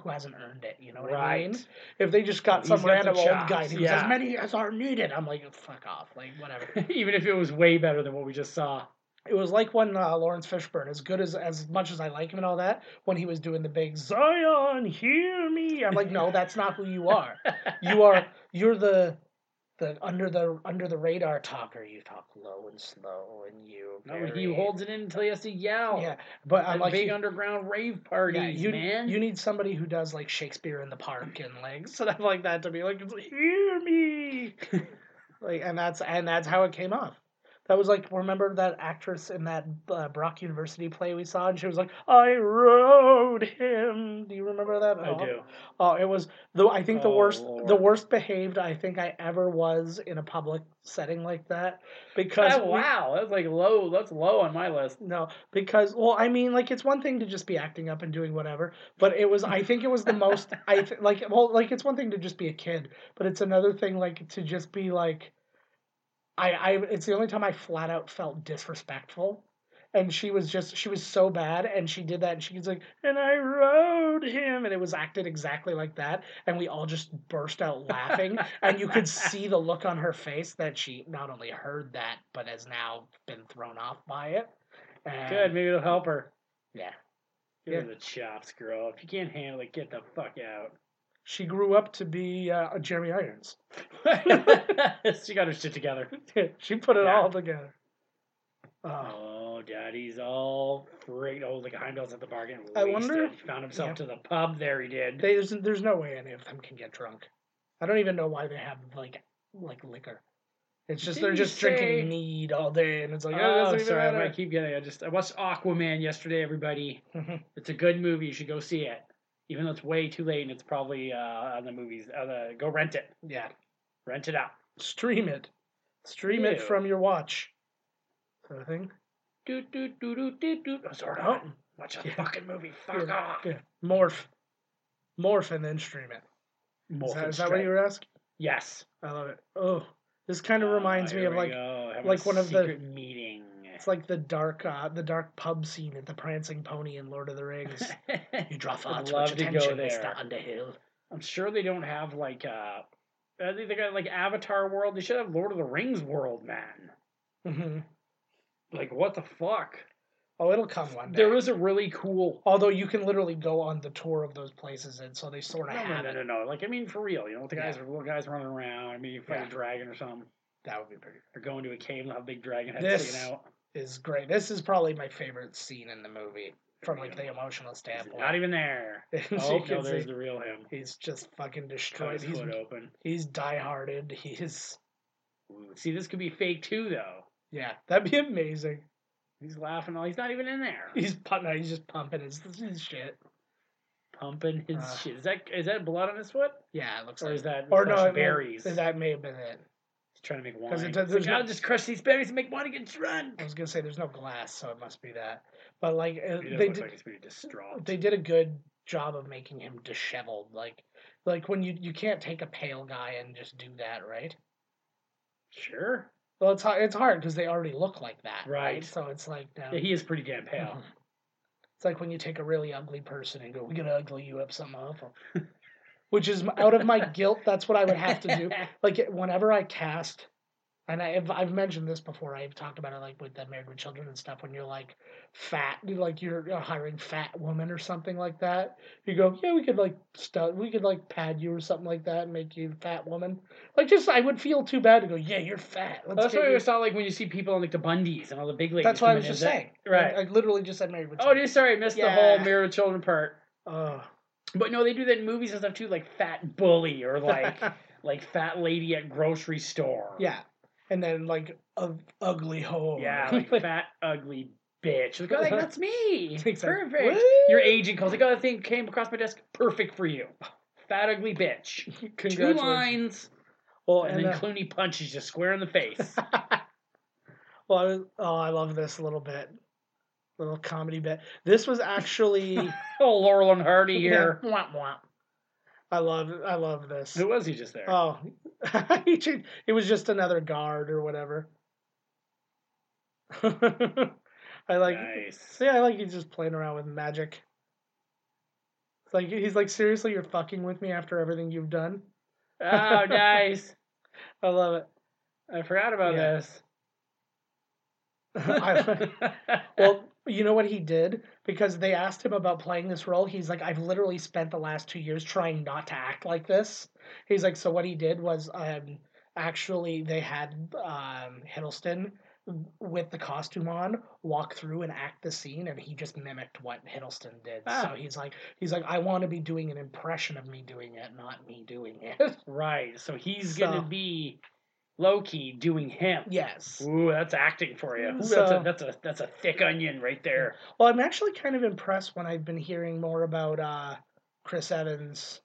Speaker 2: who hasn't earned it. You know what I mean? If they just got
Speaker 1: He's
Speaker 2: some
Speaker 1: got the
Speaker 2: random old
Speaker 1: chops,
Speaker 2: guy, and he was
Speaker 1: yeah.
Speaker 2: as many as are needed. I'm like, fuck off, like whatever.
Speaker 1: even if it was way better than what we just saw.
Speaker 2: it was like when uh, Lawrence Fishburne, as good as as much as I like him and all that, when he was doing the big Zion, hear me. I'm like, no, that's not who you are. You are you're the the under the under the radar talker. You talk low and slow, and you
Speaker 1: No, he
Speaker 2: very-
Speaker 1: holds it in until he has to yell.
Speaker 2: Yeah, but I'm
Speaker 1: At
Speaker 2: like
Speaker 1: big
Speaker 2: you,
Speaker 1: underground rave parties,
Speaker 2: yeah, you,
Speaker 1: man.
Speaker 2: you need somebody who does like Shakespeare in the park and like stuff like that to be like, it's like, hear me, like, and that's and that's how it came off. That was like, remember that actress in that uh, Brock University play we saw, and she was like, "I rode him." Do you remember that? at all?
Speaker 1: I do.
Speaker 2: Oh, it was the I think the
Speaker 1: Oh,
Speaker 2: worst the
Speaker 1: Lord.
Speaker 2: worst behaved I think I ever was in a public setting like that because
Speaker 1: Oh,
Speaker 2: we-
Speaker 1: wow, that's like low. That's low on my list.
Speaker 2: no, because well, I mean, like it's one thing to just be acting up and doing whatever, but it was I think it was the most I th- like well, like it's one thing to just be a kid, but it's another thing like to just be like I I it's the only time I flat out felt disrespectful. And she was just she was so bad and she did that and she was like, and I rode him and it was acted exactly like that and we all just burst out laughing and you could see the look on her face that she not only heard that but has now been thrown off by it. And-
Speaker 1: Good, maybe it'll help her.
Speaker 2: Yeah.
Speaker 1: Give her the chops, girl. If you can't handle it, get the fuck out.
Speaker 2: She grew up to be uh, Jeremy Irons.
Speaker 1: she got her shit together.
Speaker 2: she put it
Speaker 1: Yeah.
Speaker 2: all together. Oh,
Speaker 1: Oh, daddy's all freaked. Oh, like Heimdall's at the bargain.
Speaker 2: I wonder-
Speaker 1: He found himself
Speaker 2: yeah.
Speaker 1: to the pub. There he did.
Speaker 2: they, there's, there's no way any of them can get drunk. I don't even know why they have like like liquor. It's just they're
Speaker 1: Didn't you
Speaker 2: just
Speaker 1: say-
Speaker 2: drinking mead all day, and it's like, oh, it
Speaker 1: oh,
Speaker 2: doesn't even
Speaker 1: sorry, I'm
Speaker 2: matter.
Speaker 1: gonna keep getting. I just I watched Aquaman yesterday. Everybody,
Speaker 2: Mhm.
Speaker 1: it's a good movie. You should go see it, even though it's way too late and it's probably uh, on the movies. Uh, the, go rent it.
Speaker 2: Yeah,
Speaker 1: Rent it out.
Speaker 2: stream it. Stream it
Speaker 1: Ew.
Speaker 2: from your watch. Sort of thing.
Speaker 1: Do do do do do do. Oh, Zordon,
Speaker 2: Oh,
Speaker 1: watch a
Speaker 2: yeah.
Speaker 1: fucking movie. Fuck
Speaker 2: Yeah,
Speaker 1: off.
Speaker 2: yeah. Morph. Morph and then stream it. Is
Speaker 1: Morphin
Speaker 2: that, is that what
Speaker 1: Strike.
Speaker 2: you were asking?
Speaker 1: Yes.
Speaker 2: I love it. Oh, this kind of reminds
Speaker 1: Oh,
Speaker 2: me
Speaker 1: here
Speaker 2: of
Speaker 1: we
Speaker 2: like
Speaker 1: go, having
Speaker 2: like
Speaker 1: a
Speaker 2: one of the-
Speaker 1: secret meeting.
Speaker 2: it's like the dark uh, the dark pub scene at the Prancing Pony in Lord of the Rings. you draw thoughts
Speaker 1: love
Speaker 2: which
Speaker 1: to go
Speaker 2: attention,
Speaker 1: there.
Speaker 2: Mr. Underhill.
Speaker 1: I'm sure they don't have like uh, I think they got like Avatar World. They should have Lord of the Rings World, man.
Speaker 2: hmm
Speaker 1: Like what the fuck?
Speaker 2: Oh, it'll come one day.
Speaker 1: There is a really cool.
Speaker 2: although you can literally go on the tour of those places, and so they sort
Speaker 1: No,
Speaker 2: of
Speaker 1: no,
Speaker 2: have
Speaker 1: no,
Speaker 2: it.
Speaker 1: no, no. Like I mean, for real, you know, the guys are little guys running around. I mean, you fight
Speaker 2: Yeah.
Speaker 1: a dragon or something.
Speaker 2: That would be pretty.
Speaker 1: They're going to a cave and have a big dragon head
Speaker 2: This
Speaker 1: sticking out.
Speaker 2: Is great. This is probably my favorite scene in the movie from like the emotional
Speaker 1: He's
Speaker 2: standpoint.
Speaker 1: not even there.
Speaker 2: As you
Speaker 1: Oh no,
Speaker 2: can
Speaker 1: there's
Speaker 2: see,
Speaker 1: the real him.
Speaker 2: he's just fucking
Speaker 1: Cut
Speaker 2: destroyed.
Speaker 1: his
Speaker 2: He's
Speaker 1: foot open.
Speaker 2: he's diehearted. He's
Speaker 1: Ooh, See, this could be fake too, though.
Speaker 2: yeah, that'd be amazing.
Speaker 1: He's laughing. all He's not even in there.
Speaker 2: He's pu- no, he's just pumping his, his shit.
Speaker 1: pumping his
Speaker 2: Uh.
Speaker 1: shit. Is that is that blood on his foot,
Speaker 2: Yeah, it looks
Speaker 1: or
Speaker 2: like
Speaker 1: is that
Speaker 2: or
Speaker 1: fresh
Speaker 2: no it may-
Speaker 1: berries?
Speaker 2: that may have been it.
Speaker 1: He's trying to make wine.
Speaker 2: 'Cause it
Speaker 1: It
Speaker 2: does-
Speaker 1: like,
Speaker 2: there's no-
Speaker 1: I'll just crush these berries and make wine and get
Speaker 2: I
Speaker 1: drunk.
Speaker 2: was gonna say there's no glass, so it must be that. But like uh,
Speaker 1: He does
Speaker 2: they
Speaker 1: look
Speaker 2: did,
Speaker 1: like he's pretty distraught.
Speaker 2: they did a good job of making him disheveled. Like like when you you can't take a pale guy and just do that, right?
Speaker 1: sure.
Speaker 2: Well, it's hard. It's hard because they already look like that, right?
Speaker 1: Right.
Speaker 2: So it's like no.
Speaker 1: Yeah, he is pretty damn pale.
Speaker 2: Mhm. It's like when you take a really ugly person and go, "We're gonna ugly you up something awful," which is m- out of my guilt. That's what I would have to do. Like it- whenever I cast, and I, I've, I've mentioned this before. I've talked about it like with the Married with Children and stuff. When you're like fat, you're, like you're uh, hiring fat woman or something like that. You go, "Yeah, we could like stu- we could like pad you or something like that and make you fat woman." Like just, I would feel too bad to go, "Yeah, you're fat." Let's
Speaker 1: That's
Speaker 2: get
Speaker 1: what I
Speaker 2: you-"
Speaker 1: always thought, like when you see people on like the Bundys and all the big ladies.
Speaker 2: That's what I
Speaker 1: coming
Speaker 2: was
Speaker 1: in,
Speaker 2: just
Speaker 1: that-
Speaker 2: saying.
Speaker 1: Right.
Speaker 2: I, I literally just said Married with
Speaker 1: Oh,
Speaker 2: Children.
Speaker 1: dude, sorry, I missed the
Speaker 2: Yeah.
Speaker 1: whole mirror with children part.
Speaker 2: Oh.
Speaker 1: But no, they do that in movies and stuff too, like fat bully or like like fat lady at grocery store.
Speaker 2: Yeah, and then like a ugly hoe.
Speaker 1: Yeah, like fat, ugly bitch. Like, oh, like, that's me.
Speaker 2: It's like,
Speaker 1: Perfect. Your agent calls like, oh, that thing came across my desk. Perfect for you. Fat, ugly bitch. Two
Speaker 2: Congratulations.
Speaker 1: lines.
Speaker 2: Well,
Speaker 1: And
Speaker 2: and
Speaker 1: then
Speaker 2: uh,
Speaker 1: Clooney punches you square in the face.
Speaker 2: well, I was, oh, I love this little bit, little comedy bit. This was actually
Speaker 1: oh, Laurel and Hardy here.
Speaker 2: Yeah. Womp womp. I love, I love this.
Speaker 1: Who was he just there?
Speaker 2: Oh, he changed- it was just another guard or whatever. I like.
Speaker 1: nice.
Speaker 2: See, I like he's just playing around with magic. It's like he's like, seriously, you're fucking with me after everything you've done.
Speaker 1: oh, nice.
Speaker 2: I love it.
Speaker 1: I forgot about
Speaker 2: Yeah.
Speaker 1: this.
Speaker 2: I- well, you know what he did because they asked him about playing this role. He's like, I've literally spent the last two years trying not to act like this. He's like, so what he did was um, actually they had um, Hiddleston with the costume on walk through and act the scene, and he just mimicked what Hiddleston did.
Speaker 1: Ah.
Speaker 2: So he's like, he's like, I want to be doing an impression of me doing it, not me doing it.
Speaker 1: right. So he's
Speaker 2: So-
Speaker 1: gonna be Loki doing him.
Speaker 2: yes.
Speaker 1: Ooh, that's acting for you. Ooh,
Speaker 2: So-
Speaker 1: that's, a, that's a that's a thick onion right there.
Speaker 2: Well, I'm actually kind of impressed when I've been hearing more about uh, Chris Evans.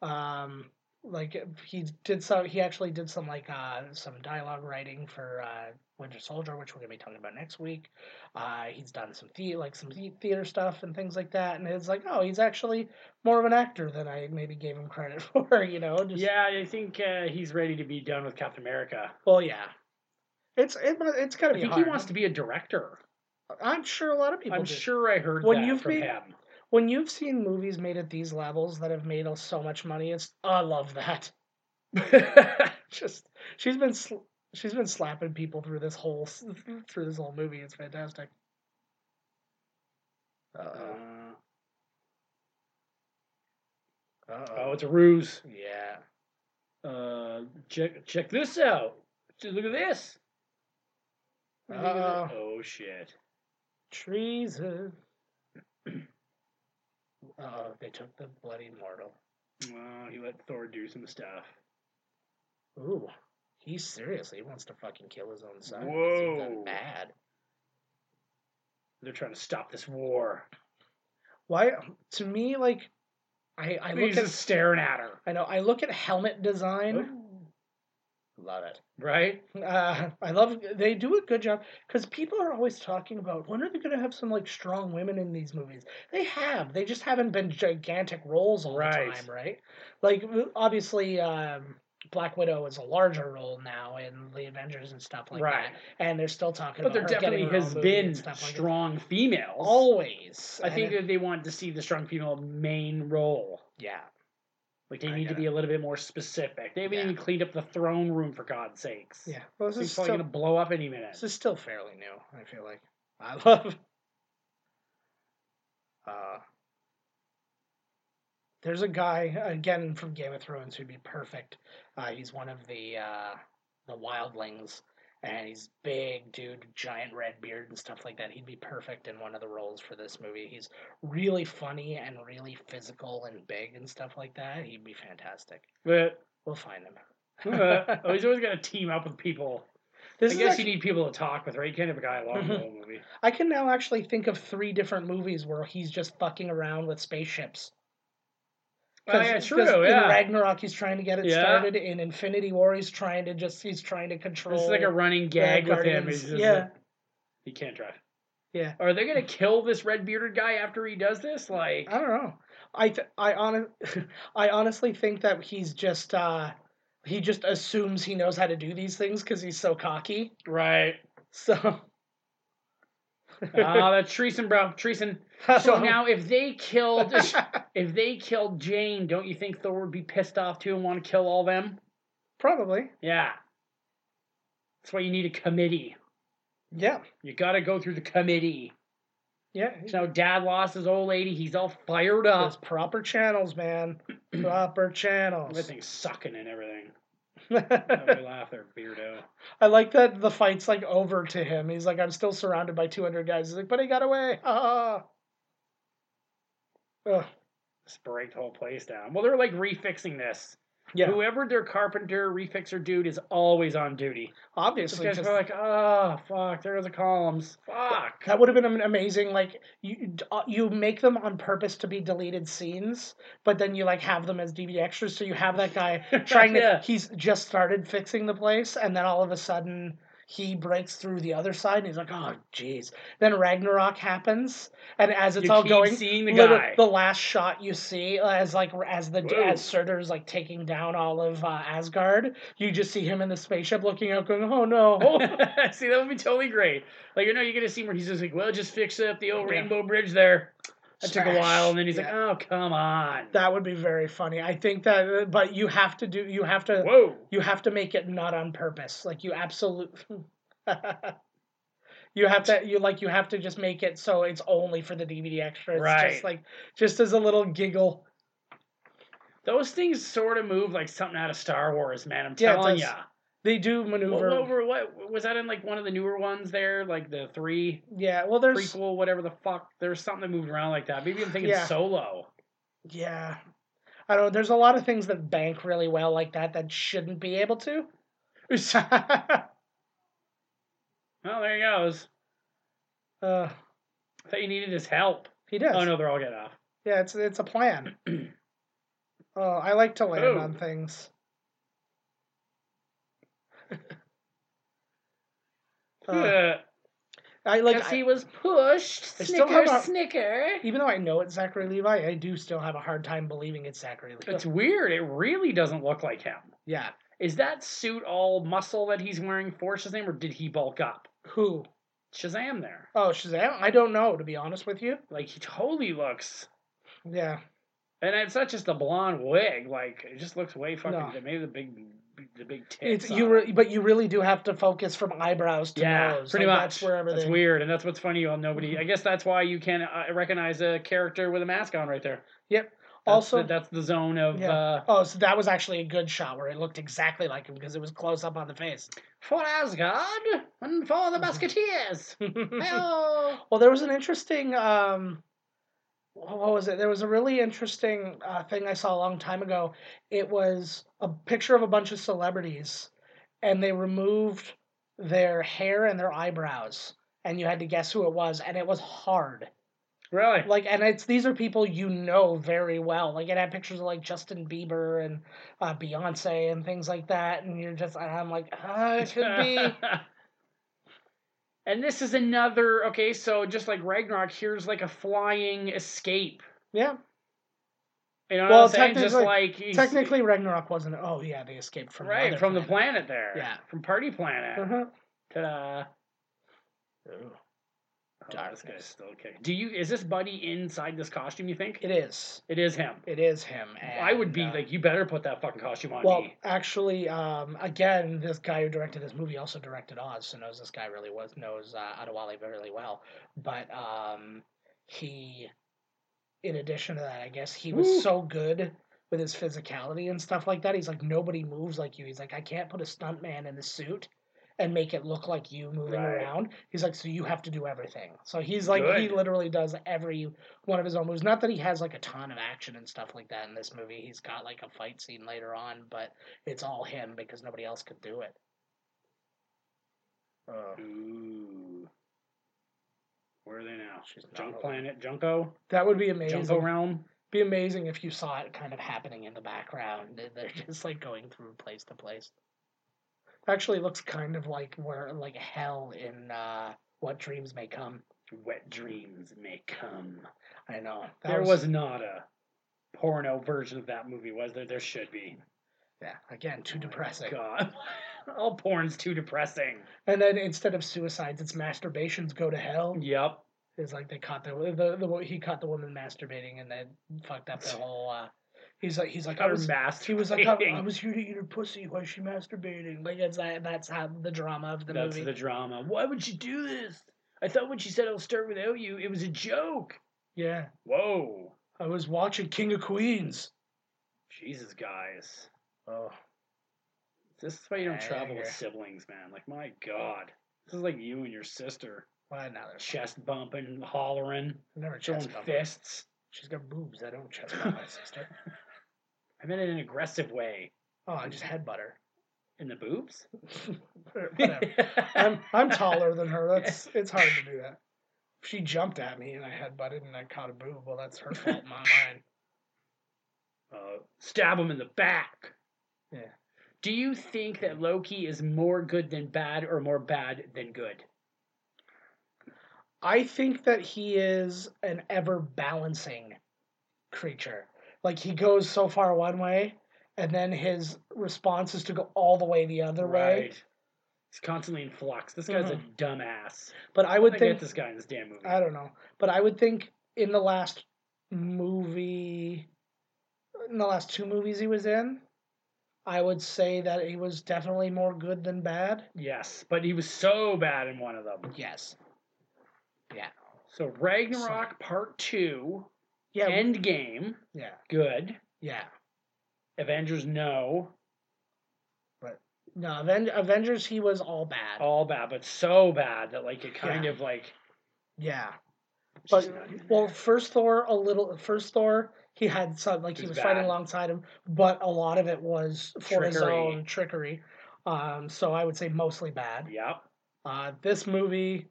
Speaker 2: Um, like he did some, he actually did some like uh, some dialogue writing for uh, Winter Soldier, which we're gonna be talking about next week. Uh, he's done some the- like some the- theater stuff and things like that, and it's like, oh, he's actually more of an actor than I maybe gave him credit for. You know, just,
Speaker 1: Yeah, I think uh, he's ready to be done with Captain America.
Speaker 2: Well, yeah. It's it, it's
Speaker 1: I
Speaker 2: gotta be.
Speaker 1: think
Speaker 2: hard.
Speaker 1: he wants to be a director.
Speaker 2: I'm sure a lot of people.
Speaker 1: I'm
Speaker 2: do.
Speaker 1: sure I heard
Speaker 2: When
Speaker 1: that
Speaker 2: you've
Speaker 1: from
Speaker 2: made-
Speaker 1: him.
Speaker 2: when you've seen movies made at these levels that have made us so much money, it's I love that. Just she's been sl- she's been slapping people through this whole s- through this whole movie. It's fantastic. Uh-oh.
Speaker 1: Uh,
Speaker 2: Uh-oh.
Speaker 1: oh, it's a ruse.
Speaker 2: yeah.
Speaker 1: Uh, check check this out. Just look at this. Look at
Speaker 2: Uh-oh.
Speaker 1: that. Oh shit.
Speaker 2: Treason. oh, they took the bloody mortal.
Speaker 1: Well, he let Thor do some stuff.
Speaker 2: Ooh. He seriously wants to fucking kill his own son. 'cause He's
Speaker 1: Whoa.
Speaker 2: done bad.
Speaker 1: They're trying to stop this war.
Speaker 2: Why to me like I I
Speaker 1: He's
Speaker 2: look at
Speaker 1: just staring at her.
Speaker 2: I know. I look at helmet design.
Speaker 1: Ooh.
Speaker 5: Love it.
Speaker 1: right?
Speaker 2: Uh, I love they do a good job because people are always talking about when are they going to have some like strong women in these movies? They have. They just haven't been gigantic roles all
Speaker 1: Right.
Speaker 2: the time, right? Like obviously, um, Black Widow is a larger role now in the Avengers and stuff like
Speaker 1: Right.
Speaker 2: that, and they're still talking.
Speaker 1: But
Speaker 2: about
Speaker 1: there
Speaker 2: her
Speaker 1: definitely
Speaker 2: getting her own
Speaker 1: has
Speaker 2: movie and
Speaker 1: been
Speaker 2: stuff like that.
Speaker 1: strong females.
Speaker 2: always.
Speaker 1: I
Speaker 2: and
Speaker 1: think
Speaker 2: it-
Speaker 1: that they want to see the strong female main role.
Speaker 2: yeah,
Speaker 1: Like they
Speaker 2: I
Speaker 1: need to
Speaker 2: get
Speaker 1: be a little bit more specific. They haven't
Speaker 2: Yeah.
Speaker 1: even cleaned up the throne room for God's sakes.
Speaker 2: yeah. Well, this
Speaker 1: This
Speaker 2: is
Speaker 1: probably
Speaker 2: still,
Speaker 1: gonna blow up any minute.
Speaker 2: this is still fairly new. I feel like I love. Uh, there's a guy again from Game of Thrones who'd be perfect. Uh, he's one of the uh, the wildlings, and he's big dude, giant red beard and stuff like that. He'd be perfect in one of the roles for this movie. He's really funny and really physical and big and stuff like that. He'd be fantastic.
Speaker 1: But
Speaker 2: We'll find him.
Speaker 1: uh, oh, he's always got to team up with people.
Speaker 2: This
Speaker 1: I
Speaker 2: is
Speaker 1: guess
Speaker 2: actually- Mm-hmm.
Speaker 1: you need people to talk with, right? You can't have a guy alone in the whole movie.
Speaker 2: I can now actually think of three different movies where he's just fucking around with spaceships.
Speaker 1: Oh, yeah, true.
Speaker 2: 'cause In
Speaker 1: Yeah,
Speaker 2: Ragnarok, he's trying to get it
Speaker 1: Yeah.
Speaker 2: started. In Infinity War, he's trying to just he's trying to control.
Speaker 1: this is like a running
Speaker 2: the
Speaker 1: gag with him.
Speaker 2: Guardians.
Speaker 1: He's just
Speaker 2: yeah,
Speaker 1: like, he can't drive.
Speaker 2: Yeah.
Speaker 1: Are they gonna kill this red bearded guy after he does this? Like,
Speaker 2: I don't know. I th- I honest I honestly think that he's just uh he just assumes he knows how to do these things because he's so cocky.
Speaker 1: right?
Speaker 2: So
Speaker 1: Ah, that's Treason, bro. Treason. So now, if they killed, if they killed Jane, don't you think Thor would be pissed off too and want to kill all them?
Speaker 2: probably
Speaker 1: Yeah. That's why you need a committee.
Speaker 2: yeah
Speaker 1: You got to go through the committee.
Speaker 2: yeah
Speaker 1: So now Dad lost his old lady. He's all fired
Speaker 2: Those
Speaker 1: up.
Speaker 2: proper channels, man. proper channels.
Speaker 1: Everything's sucking and everything. Nobody laugh there, beardo.
Speaker 2: I like that the fight's like over to him. He's like, I'm still surrounded by 200 guys. He's like, but he got away. Ah. Ugh.
Speaker 1: Just break the whole place down. Well, they're like refixing this.
Speaker 2: Yeah,
Speaker 1: Whoever their carpenter refixer dude is always on duty. Those
Speaker 2: obviously.
Speaker 1: guys
Speaker 2: just-
Speaker 1: are like, oh, fuck, there are the columns. Fuck.
Speaker 2: that would have been am- amazing. Like you, uh, you make them on purpose to be deleted scenes, but then you like have them as DVD extras. So you have that guy trying
Speaker 1: Yeah.
Speaker 2: to. He's just started fixing the place, and then all of a sudden he breaks through the other side, and he's like, "Oh, jeez." Then Ragnarok happens, and as it's
Speaker 1: you
Speaker 2: all
Speaker 1: keep
Speaker 2: going,
Speaker 1: seeing the
Speaker 2: Literally,
Speaker 1: guy.
Speaker 2: the last shot you see uh, as like as the
Speaker 1: Whoa.
Speaker 2: as Surtur's like taking down all of uh, Asgard, you just see him in the spaceship looking out, going, "Oh no!"
Speaker 1: See, that would be totally great. Like, you know, you're gonna see where he's just like, "Well, just fix up the old
Speaker 2: Yeah.
Speaker 1: Rainbow Bridge there." That took a
Speaker 2: Smash.
Speaker 1: while, and then he's
Speaker 2: Yeah.
Speaker 1: like, "Oh, come on."
Speaker 2: that would be very funny. I think that, but you have to do you have to
Speaker 1: Whoa.
Speaker 2: you have to make it not on purpose. Like you absolutely. You have to you like you have to just make it so it's only for the DVD extra. It's
Speaker 1: Right.
Speaker 2: just like just as a little giggle.
Speaker 1: Those things sort of move like something out of Star Wars, man. I'm
Speaker 2: Yeah, it
Speaker 1: telling
Speaker 2: does.
Speaker 1: ya.
Speaker 2: They do
Speaker 1: What,
Speaker 2: maneuver.
Speaker 1: what, were- what was that in like one of the newer ones there, like the three
Speaker 2: yeah, well there's
Speaker 1: prequel, whatever the fuck? There's something that moved around like that. Maybe I'm thinking
Speaker 2: Yeah.
Speaker 1: Solo.
Speaker 2: Yeah. I don't know. There's a lot of things that bank really well like that that shouldn't be able to.
Speaker 1: Well, Oh, there he goes.
Speaker 2: uh,
Speaker 1: I thought you needed his help.
Speaker 2: he does.
Speaker 1: Oh no, they're all getting off.
Speaker 2: Yeah, it's it's a plan. oh, I like to land
Speaker 1: Oh.
Speaker 2: on things. Uh, I like
Speaker 1: Because he was pushed.
Speaker 2: I still have
Speaker 1: Snicker,
Speaker 2: a-
Speaker 1: snicker.
Speaker 2: I- even though I know it's Zachary Levi, I do still have a hard time believing it's Zachary Levi.
Speaker 1: It's weird. It really doesn't look like him.
Speaker 2: yeah.
Speaker 1: Is that suit all muscle that he's wearing for Shazam, or did he bulk up?
Speaker 2: Who?
Speaker 1: Shazam there.
Speaker 2: Oh, Shazam? I don't know, to be honest with you.
Speaker 1: Like, he totally looks.
Speaker 2: Yeah.
Speaker 1: And it's not just the blonde wig. Like, it just looks way fucking.
Speaker 2: No.
Speaker 1: Maybe the big, the big tits.
Speaker 2: It's
Speaker 1: on
Speaker 2: you
Speaker 1: it.
Speaker 2: re- but you really do have to focus from eyebrows to
Speaker 1: uh, yeah,
Speaker 2: nose.
Speaker 1: pretty
Speaker 2: Like,
Speaker 1: much.
Speaker 2: That's where everything Mm-hmm.
Speaker 1: That's weird, and that's what's funny on nobody. I guess that's why you can uh, recognize a character with a mask on right there.
Speaker 2: Yep.
Speaker 1: That's
Speaker 2: also,
Speaker 1: the, that's the zone of
Speaker 2: Yeah.
Speaker 1: uh,
Speaker 2: oh, so that was actually a good shot where it looked exactly like him because it was close up on the face.
Speaker 1: for Asgard and for the
Speaker 2: Mhm.
Speaker 1: Musketeers.
Speaker 2: well,
Speaker 1: Hello.
Speaker 2: there was an interesting. Um, wh- what was it? There was a really interesting uh, thing I saw a long time ago. It was a picture of a bunch of celebrities, and they removed their hair and their eyebrows, and you had to guess who it was, and it was hard.
Speaker 1: Really?
Speaker 2: Like, and it's these are people you know very well. Like, it had pictures of like Justin Bieber and uh, Beyonce and things like that. And you're just, and I'm like, uh, it could be.
Speaker 1: and this is another okay. So just like Ragnarok, here's like a flying escape.
Speaker 2: yeah.
Speaker 1: You know
Speaker 2: Well,
Speaker 1: what I'm saying? Just
Speaker 2: technically-
Speaker 1: like he's-
Speaker 2: Technically, Ragnarok wasn't. Oh, yeah, they escaped from
Speaker 1: right
Speaker 2: another
Speaker 1: from the planet there.
Speaker 2: Yeah.
Speaker 1: from Party Planet.
Speaker 2: Uh-huh.
Speaker 1: Ta-da.
Speaker 2: Ooh,
Speaker 1: Oh, this guy's still okay. Do you? Is this buddy inside this costume? You think
Speaker 2: It is.
Speaker 1: it is him?
Speaker 2: It is him.
Speaker 1: I would be
Speaker 2: and, uh,
Speaker 1: like, you better put that fucking costume on
Speaker 2: Well,
Speaker 1: me.
Speaker 2: actually, um, again, this guy who directed this movie also directed Oz, so knows this guy really was knows uh, Adewale really well. But um, he, in addition to that, I guess he was
Speaker 1: Woo.
Speaker 2: so good with his physicality and stuff like that. He's like nobody moves like you. He's like I can't put a stuntman in the suit and make it look like you moving
Speaker 1: Right.
Speaker 2: around. He's like so you have to do everything. So he's like he
Speaker 1: Good.
Speaker 2: literally does every one of his own moves. Not that he has like a ton of action and stuff like that in this movie. He's got like a fight scene later on, but it's all him because nobody else could do it. Oh,
Speaker 1: Ooh. Where are they now?
Speaker 2: She's not
Speaker 1: Junk
Speaker 2: alive.
Speaker 1: Planet, Junko,
Speaker 2: that would be amazing.
Speaker 1: Junko Realm.
Speaker 2: Be amazing if you saw it kind of happening in the background. They- They're just like going through place to place. Actually, it looks kind of like where like hell in uh, What Dreams May Come.
Speaker 1: Wet dreams may come.
Speaker 2: I know that
Speaker 1: There was not a porno version of that movie, was there? There should be.
Speaker 2: yeah again
Speaker 1: Oh
Speaker 2: too
Speaker 1: my
Speaker 2: depressing.
Speaker 1: God, all porn's too depressing.
Speaker 2: And then instead of suicides, it's masturbations go to hell.
Speaker 1: Yep.
Speaker 2: is like they caught the the, the wo- he caught the woman masturbating and then fucked up the whole. Uh, he's like he's like I
Speaker 1: Her
Speaker 2: was
Speaker 1: mask.
Speaker 2: he was like I, I was here to eat her pussy. Why is she masturbating? Like it's that that's how the drama of the
Speaker 1: That's
Speaker 2: movie.
Speaker 1: the drama. Why would you do this? I thought when she said I'll start without you, it was a joke.
Speaker 2: Yeah,
Speaker 1: Whoa,
Speaker 2: I was watching King of Queens.
Speaker 1: Jesus, guys.
Speaker 2: Oh,
Speaker 1: This is why you don't
Speaker 2: Yeah, I
Speaker 1: travel with
Speaker 2: agree.
Speaker 1: siblings, man. Like, my God. This is like you and your sister
Speaker 2: why now there's
Speaker 1: chest bumping, hollering,
Speaker 2: never chest
Speaker 1: throwing
Speaker 2: bump.
Speaker 1: fists.
Speaker 2: She's got boobs. I don't chest bump my sister.
Speaker 1: I meant it in an aggressive way.
Speaker 2: Oh, I just headbutt her.
Speaker 1: In the boobs? Um,
Speaker 2: Whatever. I'm I'm taller than her. That's it's hard to do that. She jumped at me and I headbutted and I caught a boob. Well, that's her fault, not mine.
Speaker 1: Uh, stab him in the back.
Speaker 2: Yeah.
Speaker 1: Do you think that Loki is more good than bad or more bad than good?
Speaker 2: I think that he is an ever balancing creature. Like he goes so far one way, and then his response is to go all the way the other way.
Speaker 1: He's constantly in flux. This guy's
Speaker 2: Mhm.
Speaker 1: a dumbass.
Speaker 2: But I
Speaker 1: I
Speaker 2: would
Speaker 1: get
Speaker 2: think
Speaker 1: this guy in this damn movie.
Speaker 2: I don't know. But I would think in the last movie, in the last two movies he was in, I would say that he was definitely more good than bad.
Speaker 1: yes, but he was so bad in one of them.
Speaker 2: Yes.
Speaker 1: So Ragnarok Part Two,
Speaker 2: Yeah. we-
Speaker 1: Endgame,
Speaker 2: yeah.
Speaker 1: good.
Speaker 2: Yeah.
Speaker 1: Avengers, no,
Speaker 2: No, Aven- Avengers. He was all bad.
Speaker 1: all bad, but so bad that like it kind
Speaker 2: Yeah.
Speaker 1: of like.
Speaker 2: Yeah.
Speaker 1: she's
Speaker 2: But
Speaker 1: not even
Speaker 2: well,
Speaker 1: there.
Speaker 2: first Thor a little. First Thor, he had some like
Speaker 1: It
Speaker 2: he
Speaker 1: was
Speaker 2: was
Speaker 1: bad.
Speaker 2: fighting alongside him, but a lot of it was for his
Speaker 1: Trickery.
Speaker 2: own trickery. Um, so I would say mostly bad.
Speaker 1: Yep.
Speaker 2: Uh, this movie,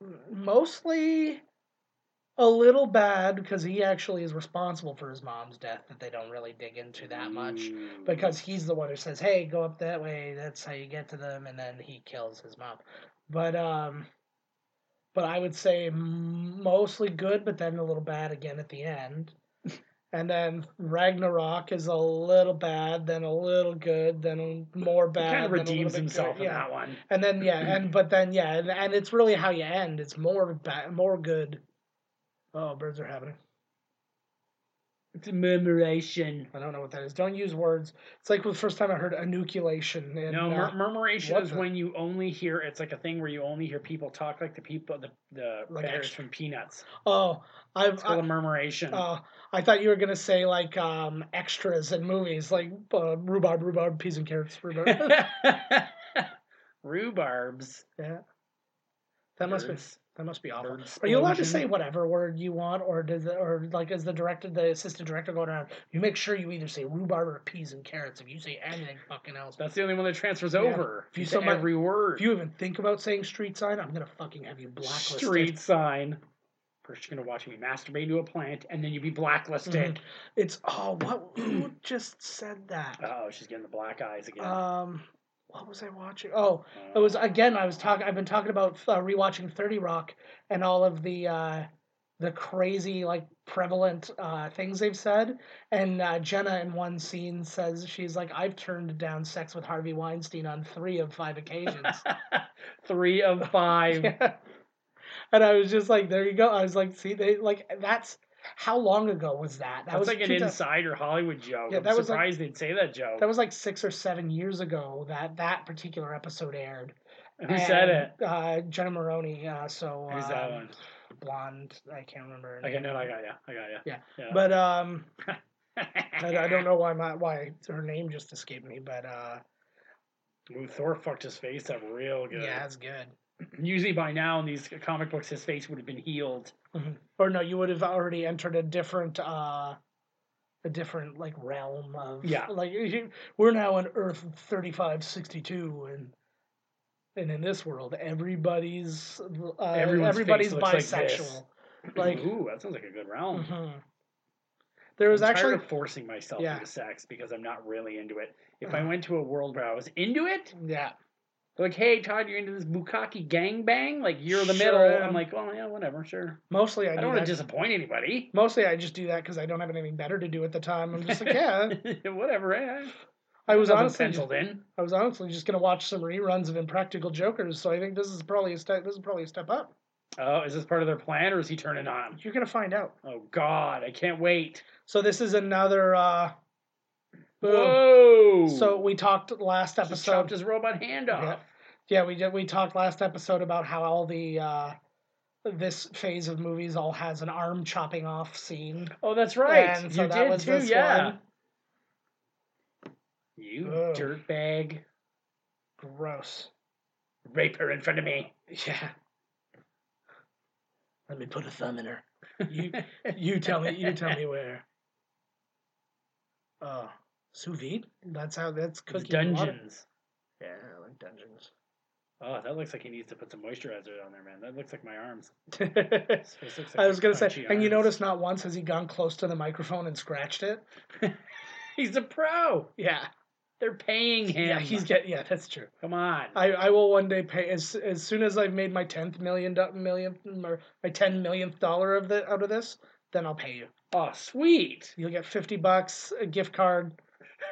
Speaker 2: m- mostly a little bad because he actually is responsible for his mom's death. That they don't really dig into that much
Speaker 1: Ooh.
Speaker 2: because he's the one who says, "Hey, go up that way. That's how you get to them." And then he kills his mom. But um, but I would say m- mostly good, but then a little bad again at the end. And then Ragnarok is a little bad, then a little good, then more
Speaker 1: he
Speaker 2: bad.
Speaker 1: kind of
Speaker 2: then a little
Speaker 1: redeems
Speaker 2: bit
Speaker 1: himself
Speaker 2: good.
Speaker 1: in
Speaker 2: Yeah.
Speaker 1: that one.
Speaker 2: And then yeah, and but then yeah, and, and it's really how you end. It's more bad, more good. Oh, birds are happening.
Speaker 1: It's a murmuration.
Speaker 2: I don't know what that is. Don't use words. It's like the first time I heard enuculation. In,
Speaker 1: No,
Speaker 2: uh,
Speaker 1: mur- murmuration
Speaker 2: what
Speaker 1: is
Speaker 2: the-
Speaker 1: when you only hear. It's like a thing where you only hear people talk like the people, the the
Speaker 2: Like
Speaker 1: bears
Speaker 2: extra-
Speaker 1: from Peanuts.
Speaker 2: Oh, I've
Speaker 1: It's called a
Speaker 2: I,
Speaker 1: murmuration.
Speaker 2: uh, I thought you were gonna say like um, extras in movies, like uh, rhubarb, rhubarb, peas and carrots, rhubarb. uh,
Speaker 1: Rhubarbs.
Speaker 2: yeah, that must be
Speaker 1: Birds.
Speaker 2: that must be awful.
Speaker 1: Bird
Speaker 2: Are you allowed to
Speaker 1: explosion.
Speaker 2: say whatever word you want, or does it, or like is the director, the assistant director going around? You make sure you either say rhubarb or peas and carrots. If you say anything fucking else,
Speaker 1: That's the only one that transfers
Speaker 2: Yeah.
Speaker 1: over.
Speaker 2: If you
Speaker 1: to
Speaker 2: somebody-
Speaker 1: every word.
Speaker 2: if you even think about saying street sign, I'm gonna fucking have you blacklisted.
Speaker 1: Street sign. First, you're gonna watch me masturbate into a plant, and then you'll be blacklisted.
Speaker 2: It's oh, what who just said that?
Speaker 1: Oh, she's getting the black eyes again.
Speaker 2: Um, what was I watching? Oh, it
Speaker 1: Uh,
Speaker 2: was again. I was talking. I've been talking about uh, rewatching Thirty Rock and all of the uh, the crazy like prevalent uh, things they've said. And uh, Jenna in one scene says she's like, "I've turned down sex with Harvey Weinstein on three of five occasions."
Speaker 1: three of five.
Speaker 2: Yeah. And I was just like, "There you go." I was like, "See, they like that's how long ago was that? That
Speaker 1: That's
Speaker 2: was
Speaker 1: like an
Speaker 2: 2000
Speaker 1: insider Hollywood joke.
Speaker 2: Yeah,
Speaker 1: I'm
Speaker 2: that was like-
Speaker 1: surprised they'd say that joke.
Speaker 2: That was like six or seven years ago that that particular episode aired."
Speaker 1: Who said
Speaker 2: And,
Speaker 1: it?
Speaker 2: Uh, Jenna Maroney. Uh, so
Speaker 1: Who's
Speaker 2: um,
Speaker 1: that one?
Speaker 2: Blonde. I can't remember. her
Speaker 1: Okay,
Speaker 2: name.
Speaker 1: no, I got you. I got you.
Speaker 2: But um, I, I
Speaker 1: I,
Speaker 2: don't know why my why her name just escaped me. But uh,
Speaker 1: Ooh, Thor fucked his face up real good.
Speaker 2: yeah, it's good.
Speaker 1: Usually by now in these comic books, his face would have been healed.
Speaker 2: Or no, you would have already entered a different uh, a different like realm of
Speaker 1: Yeah.
Speaker 2: Like you- we're now on Earth thirty five sixty two and. And in this world, everybody's uh,
Speaker 1: Everyone's face
Speaker 2: everybody's
Speaker 1: looks like this.
Speaker 2: bisexual. Like,
Speaker 1: ooh, that sounds like a good realm.
Speaker 2: mhm. there was
Speaker 1: I'm
Speaker 2: actually
Speaker 1: tired of forcing myself
Speaker 2: Yeah.
Speaker 1: into sex because I'm not really into it. If I
Speaker 2: Uh-huh.
Speaker 1: went to a world where I was into it,
Speaker 2: yeah.
Speaker 1: like, hey, Todd, you're into this Bukaki gangbang? Like, you're the
Speaker 2: Sure
Speaker 1: middle.
Speaker 2: am.
Speaker 1: I'm like, well, yeah, whatever, sure.
Speaker 2: Mostly I,
Speaker 1: I
Speaker 2: do
Speaker 1: don't want
Speaker 2: that.
Speaker 1: to disappoint anybody.
Speaker 2: Mostly I just do that because I don't have anything better to do at the time. I'm just like, yeah.
Speaker 1: whatever. eh,
Speaker 2: I was
Speaker 1: nothing
Speaker 2: honestly,
Speaker 1: penciled in.
Speaker 2: I was honestly just gonna watch some reruns of Impractical Jokers. So I think this is probably a step. This is probably a step up.
Speaker 1: Oh, is this part of their plan or is he turning on? him?
Speaker 2: You're gonna find out.
Speaker 1: Oh, God, I can't wait.
Speaker 2: So this is another. uh boom.
Speaker 1: Whoa!
Speaker 2: So we talked last
Speaker 1: he chopped
Speaker 2: episode.
Speaker 1: his robot hand off.
Speaker 2: Yeah. Yeah, we did. We talked last episode about how all the uh this phase of movies all has an arm chopping off scene.
Speaker 1: Oh, that's right.
Speaker 2: And so
Speaker 1: you
Speaker 2: that
Speaker 1: did
Speaker 2: was
Speaker 1: too,
Speaker 2: this
Speaker 1: yeah.
Speaker 2: one.
Speaker 1: You
Speaker 2: Oh.
Speaker 1: dirtbag,
Speaker 2: Gross.
Speaker 1: rape her in front of me.
Speaker 2: Yeah. Let me put a thumb in her. You you tell me you tell me where. Uh sous vide? That's how that's
Speaker 1: The
Speaker 2: cooking. in water.
Speaker 1: dungeons.
Speaker 2: Yeah, I like dungeons.
Speaker 1: Oh, that looks like he needs to put some moisturizer on there, man. That looks like my arms. This looks like
Speaker 2: I was gonna say,
Speaker 1: crunchy
Speaker 2: and you
Speaker 1: arms.
Speaker 2: notice not once has he gone close to the microphone and scratched it.
Speaker 1: he's a pro.
Speaker 2: Yeah,
Speaker 1: They're paying him.
Speaker 2: yeah, he's get Uh, yeah, that's true.
Speaker 1: Come on.
Speaker 2: I, I will one day pay as as soon as I've made my tenth million do- million or my ten millionth dollar of the out of this, then I'll pay you.
Speaker 1: oh, sweet.
Speaker 2: You'll get fifty bucks, a gift card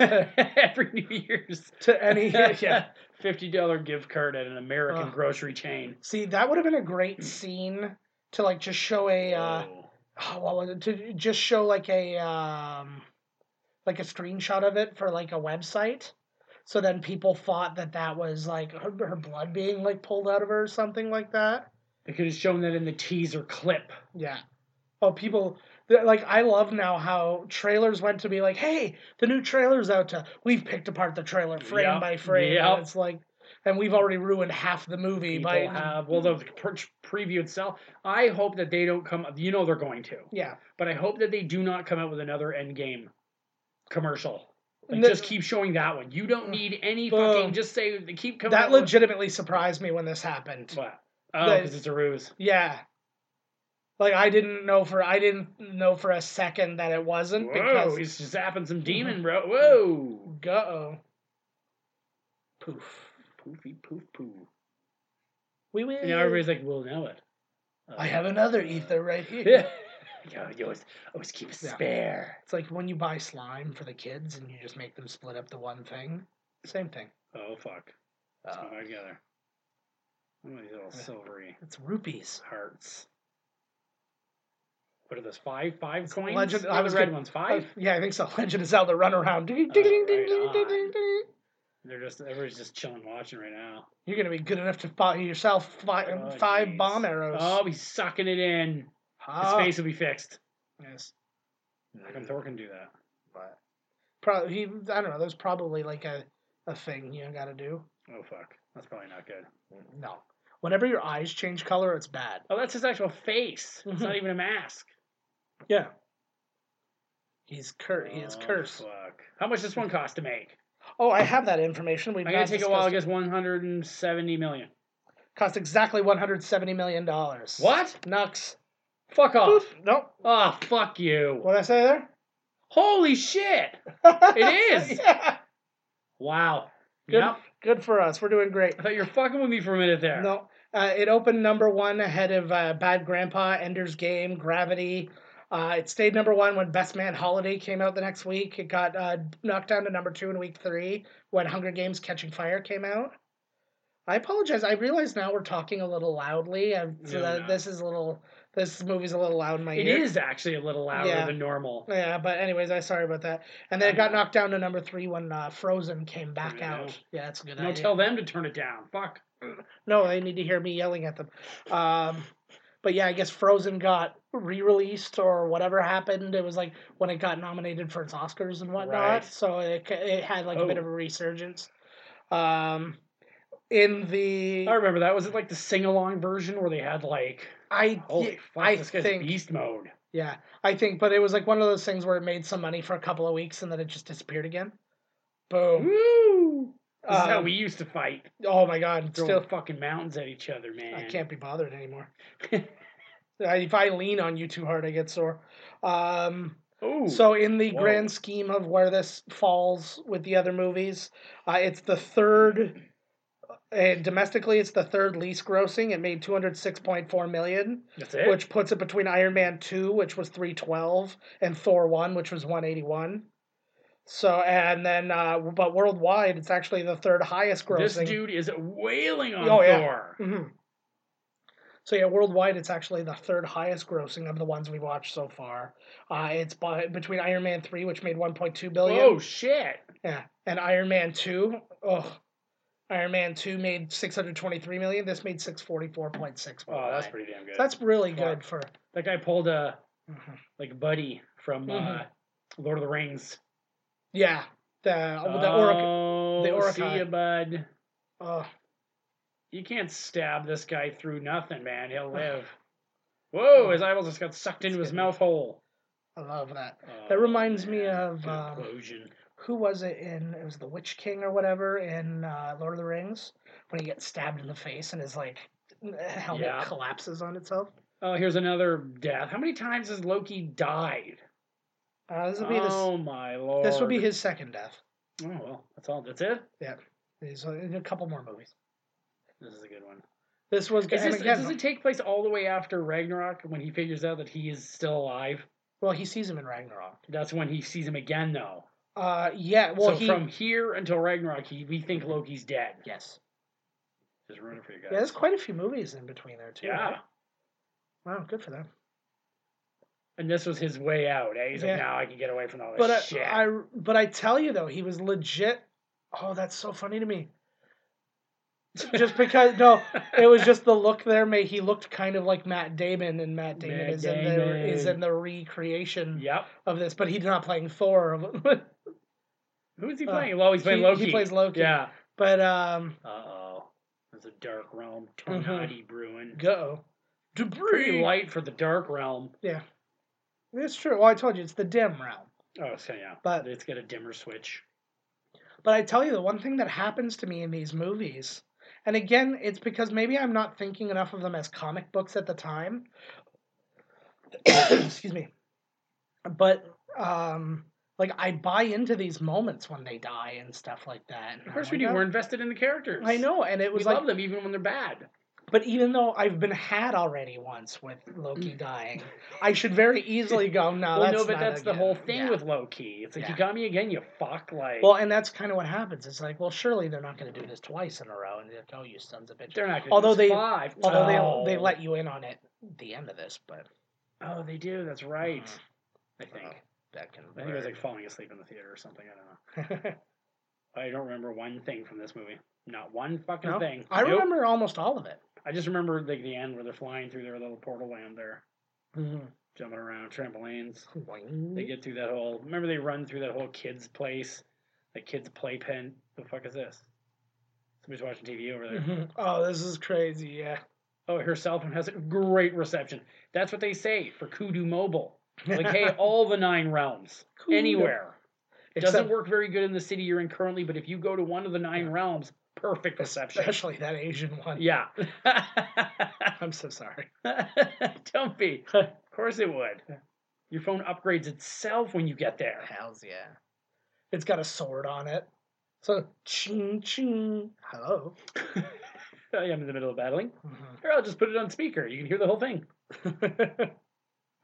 Speaker 1: Every New Year's.
Speaker 2: to any yeah.
Speaker 1: Fifty dollar gift card at an American
Speaker 2: Oh.
Speaker 1: grocery chain.
Speaker 2: See, that would have been a great scene to like just show a uh,
Speaker 1: Whoa.
Speaker 2: oh, what was it? to just show like a um like a screenshot of it for like a website. So then people thought that that was like her, her blood being like pulled out of her or something like that.
Speaker 1: They could have shown that in the teaser clip.
Speaker 2: Yeah. Oh, people th- like I love now how trailers went to be like, "Hey, the new trailer's out to." We've picked apart the trailer frame
Speaker 1: Yep,
Speaker 2: by frame.
Speaker 1: yep.
Speaker 2: And it's like and we've already ruined half the movie
Speaker 1: People
Speaker 2: by
Speaker 1: have well the pre- preview itself. I hope that they don't come. You know they're going to,
Speaker 2: yeah.
Speaker 1: but I hope that they do not come out with another Endgame commercial. Like,
Speaker 2: No-
Speaker 1: just keep showing that one. You don't need any
Speaker 2: Well,
Speaker 1: fucking. Just say keep coming.
Speaker 2: that
Speaker 1: out with-
Speaker 2: legitimately surprised me when this happened.
Speaker 1: What? Oh,
Speaker 2: That-
Speaker 1: because it's a ruse.
Speaker 2: Yeah. Like I didn't know for I didn't know for a second that it wasn't
Speaker 1: Whoa,
Speaker 2: because
Speaker 1: he's zapping
Speaker 2: Mm-hmm.
Speaker 1: some demon, bro. Whoa.
Speaker 2: go poof.
Speaker 1: Poofy poof poo.
Speaker 2: We will.
Speaker 1: And now everybody's like, we'll know it.
Speaker 2: I have another
Speaker 1: Uh,
Speaker 2: ether right here.
Speaker 1: Yeah. Yo, you always, always keep a
Speaker 2: Yeah.
Speaker 1: spare.
Speaker 2: It's like when you buy slime for the kids and you just make them split up the one thing. Same thing.
Speaker 1: Oh, fuck. It's not together. Look at these little silvery
Speaker 2: It's rupees.
Speaker 1: hearts. What are those? Five? Five
Speaker 2: It's
Speaker 1: coins?
Speaker 2: legend-
Speaker 1: What
Speaker 2: I
Speaker 1: are
Speaker 2: was
Speaker 1: the red
Speaker 2: gonna-
Speaker 1: ones. Five?
Speaker 2: Uh, yeah, I think so. Legend is how the runaround.
Speaker 1: They're just, everybody's just chilling watching right now.
Speaker 2: You're gonna be good enough to fire yourself fi-
Speaker 1: Oh,
Speaker 2: five
Speaker 1: jeez.
Speaker 2: bomb arrows.
Speaker 1: Oh, he's sucking it in. His
Speaker 2: Ah.
Speaker 1: face will be fixed.
Speaker 2: Yes.
Speaker 1: How
Speaker 2: Mm.
Speaker 1: come Thor can do that?
Speaker 2: But probably he, I don't know. There's probably like a, a thing you got to do.
Speaker 1: Oh, fuck. That's probably not good.
Speaker 2: No. Whenever your eyes change color, it's bad.
Speaker 1: Oh, that's his actual face. It's not
Speaker 2: Mhm.
Speaker 1: even a mask.
Speaker 2: Yeah. He's cur. He is
Speaker 1: Oh,
Speaker 2: cursed.
Speaker 1: Fuck. How much does one cost to make?
Speaker 2: Oh, I have that information. We've
Speaker 1: I'm gonna
Speaker 2: not
Speaker 1: take a while. I
Speaker 2: discussed it.
Speaker 1: guess 170 million.
Speaker 2: Cost exactly one hundred seventy million dollars.
Speaker 1: What?
Speaker 2: Nux.
Speaker 1: Fuck off.
Speaker 2: Boop. Nope.
Speaker 1: Ah, fuck you.
Speaker 2: What I say there?
Speaker 1: Holy shit. It is.
Speaker 2: Yeah.
Speaker 1: Wow.
Speaker 2: Good.
Speaker 1: Yep.
Speaker 2: Good for us. We're doing great.
Speaker 1: I thought you were fucking with me for a minute there.
Speaker 2: No, uh, it opened number one ahead of uh, Bad Grandpa, Ender's Game, Gravity. Uh, it stayed number one when Best Man Holiday came out the next week. It got uh, knocked down to number two in week three when Hunger Games Catching Fire came out. I apologize. I realize now we're talking a little loudly. i so
Speaker 1: No,
Speaker 2: that
Speaker 1: no.
Speaker 2: this is a little. This movie's a little loud in my
Speaker 1: It
Speaker 2: ear.
Speaker 1: is actually a little louder
Speaker 2: Yeah.
Speaker 1: than normal.
Speaker 2: Yeah, but anyways, I'm sorry about that. And then it got knocked down to number three when uh, Frozen came back
Speaker 1: Yeah.
Speaker 2: out. Yeah, that's a good
Speaker 1: Don't
Speaker 2: idea.
Speaker 1: tell them to turn it down. Fuck.
Speaker 2: No, they need to hear me yelling at them. Um, but yeah, I guess Frozen got re-released or whatever happened. It was like when it got nominated for its Oscars and whatnot,
Speaker 1: Right.
Speaker 2: so it ca- it had like a bit
Speaker 1: Oh.
Speaker 2: of a resurgence. Um, in the
Speaker 1: I remember that. Was it like the sing along version where they had like,
Speaker 2: I
Speaker 1: holy fuck,
Speaker 2: I
Speaker 1: this guy's
Speaker 2: think-
Speaker 1: beast mode?
Speaker 2: yeah I think, but it was like one of those things where it made some money for a couple of weeks and then it just disappeared again. Boom.
Speaker 1: Woo! This is how
Speaker 2: Oh. Um,
Speaker 1: we used to fight.
Speaker 2: Oh my god!
Speaker 1: Throwing
Speaker 2: Still,
Speaker 1: fucking mountains at each other, man.
Speaker 2: I can't be bothered anymore. I- if I lean on you too hard, I get sore. Um,
Speaker 1: Oh,
Speaker 2: So, in the
Speaker 1: Whoa.
Speaker 2: grand scheme of where this falls with the other movies, uh, it's the third, uh, and domestically, it's the third least grossing. It made 206.4 million,
Speaker 1: that's it.
Speaker 2: which puts it between Iron Man 2, which was 312, and Thor 1, which was 181. So, and then, uh, but worldwide, it's actually the third highest
Speaker 1: this
Speaker 2: grossing.
Speaker 1: dude is wailing on
Speaker 2: Oh, yeah.
Speaker 1: Thor.
Speaker 2: Mhm. So yeah, worldwide, it's actually the third highest grossing of the ones we watched so far. Uh, it's by, between Iron Man three, which made one point two billion,
Speaker 1: Oh shit!
Speaker 2: yeah, and Iron Man two. Oh, Iron Man two made six hundred twenty three million. This made six forty four point six.
Speaker 1: Oh, that's pretty damn good.
Speaker 2: that's really
Speaker 1: Fuck.
Speaker 2: good for.
Speaker 1: that guy pulled a
Speaker 2: Mhm.
Speaker 1: like buddy from uh,
Speaker 2: Mhm.
Speaker 1: Lord of the Rings.
Speaker 2: Yeah, the
Speaker 1: oh,
Speaker 2: the Oracle. the
Speaker 1: See
Speaker 2: Orokai.
Speaker 1: ya, bud.
Speaker 2: Oh,
Speaker 1: You can't stab this guy through nothing, man. He'll live. Whoa! His eyeballs just got sucked into
Speaker 2: It's
Speaker 1: his
Speaker 2: Oh, good.
Speaker 1: mouth hole.
Speaker 2: I love that.
Speaker 1: Oh,
Speaker 2: That reminds me
Speaker 1: man.
Speaker 2: of
Speaker 1: Good
Speaker 2: um,
Speaker 1: Implosion.
Speaker 2: who was it in it was the Witch King or whatever in uh, Lord of the Rings when he gets stabbed in the face and his like helmet
Speaker 1: Yeah.
Speaker 2: collapses on itself.
Speaker 1: Oh, here's another death. How many times has Loki died?
Speaker 2: Uh, this would be
Speaker 1: Oh my lord!
Speaker 2: this. This would be his second death.
Speaker 1: Oh well, that's all. That's it.
Speaker 2: He's uh, in a couple more movies.
Speaker 1: This is a good one.
Speaker 2: This was
Speaker 1: Is
Speaker 2: and
Speaker 1: this,
Speaker 2: again,
Speaker 1: does it take place all the way after Ragnarok when he figures out that he is still alive?
Speaker 2: well, he sees him in Ragnarok.
Speaker 1: That's when he sees him again, though.
Speaker 2: Uh, yeah. Well,
Speaker 1: so
Speaker 2: he
Speaker 1: from here until Ragnarok, he, we think Loki's dead.
Speaker 2: yes.
Speaker 1: Just ruin it for you guys.
Speaker 2: Yeah, there's quite a few movies in between there too.
Speaker 1: Yeah.
Speaker 2: right? Wow, good for them.
Speaker 1: And this was his way out. Eh? He's like,
Speaker 2: Yeah.
Speaker 1: now I can get away from all this
Speaker 2: But uh,
Speaker 1: shit.
Speaker 2: I, I, but I tell you though, he was legit. Oh, that's so funny to me. Just because no, it was just the look there. May he looked kind of like Matt Damon, and Matt Damon
Speaker 1: Matt
Speaker 2: is in the is
Speaker 1: Damon.
Speaker 2: in the recreation
Speaker 1: yep.
Speaker 2: of this, but he's not playing Thor.
Speaker 1: Who is he
Speaker 2: Uh,
Speaker 1: playing? well, he's playing
Speaker 2: he- he
Speaker 1: Loki.
Speaker 2: plays Loki.
Speaker 1: Yeah.
Speaker 2: but um,
Speaker 1: Uh oh. There's a dark realm. Tornado brewing.
Speaker 2: Mm-hmm. go
Speaker 1: Pretty
Speaker 2: debris.
Speaker 1: light for the dark realm.
Speaker 2: It's true. Well, I told you it's the dim realm.
Speaker 1: Oh, so yeah.
Speaker 2: But-
Speaker 1: it's got a dimmer switch.
Speaker 2: But I tell you, the one thing that happens to me in these movies, and again, it's because maybe I'm not thinking enough of them as comic books at the time. Excuse me. But um, like I buy into these moments when they die and stuff like that.
Speaker 1: Of course we do. We're invested in the characters.
Speaker 2: Oh, I know, and it
Speaker 1: We
Speaker 2: was like,
Speaker 1: love them even when they're bad.
Speaker 2: but even though I've been had already once with Loki dying, I should very easily go. No,
Speaker 1: Mm. well,
Speaker 2: Oh, that's
Speaker 1: no, but
Speaker 2: not
Speaker 1: that's
Speaker 2: a
Speaker 1: the
Speaker 2: good-"
Speaker 1: whole thing
Speaker 2: Yeah.
Speaker 1: with low key. It's like you
Speaker 2: Yeah.
Speaker 1: got me again, you fuck. Like
Speaker 2: Well, and that's kind of what happens. It's like, well, surely they're not going to do this twice in a row, and they're like, oh, you sons of bitches.
Speaker 1: they're not. Gonna
Speaker 2: although
Speaker 1: do this
Speaker 2: they-
Speaker 1: five.
Speaker 2: Although
Speaker 1: Oh.
Speaker 2: they they let you in on it at the end of this, but
Speaker 1: Oh, they do. That's right.
Speaker 2: Mhm.
Speaker 1: I think.
Speaker 2: that can.
Speaker 1: Oh. I think I was like falling asleep in the theater or something. I don't know. I don't remember one thing from this movie. Not one fucking
Speaker 2: No?
Speaker 1: thing.
Speaker 2: I
Speaker 1: Nope.
Speaker 2: remember almost all of it.
Speaker 1: I just remember the, the end where they're flying through their little portal land there, jumping around trampolines. Mm-hmm.
Speaker 2: Mm-hmm.
Speaker 1: They get through that whole. Remember they run through that whole kids' place, the kids' playpen. The fuck is this? Somebody's watching TV over there.
Speaker 2: Mhm. Oh, this is crazy. Yeah.
Speaker 1: Oh, her cell phone has a great reception. That's what they say for Kudu Mobile. Like, hey, all the nine realms,
Speaker 2: Kudu.
Speaker 1: anywhere. It
Speaker 2: Except-
Speaker 1: doesn't work very good in the city you're in currently, but if you go to one of the nine realms, perfect reception.
Speaker 2: Especially that Asian one.
Speaker 1: Yeah.
Speaker 2: I'm so sorry.
Speaker 1: Don't be. Of course it would. Your phone upgrades itself when you get there.
Speaker 5: Hells yeah.
Speaker 2: It's got a sword on it. So ching ching. Hello.
Speaker 1: I am in the middle of battling.
Speaker 2: Mhm.
Speaker 1: Here, I'll just put it on speaker. You can hear the whole thing.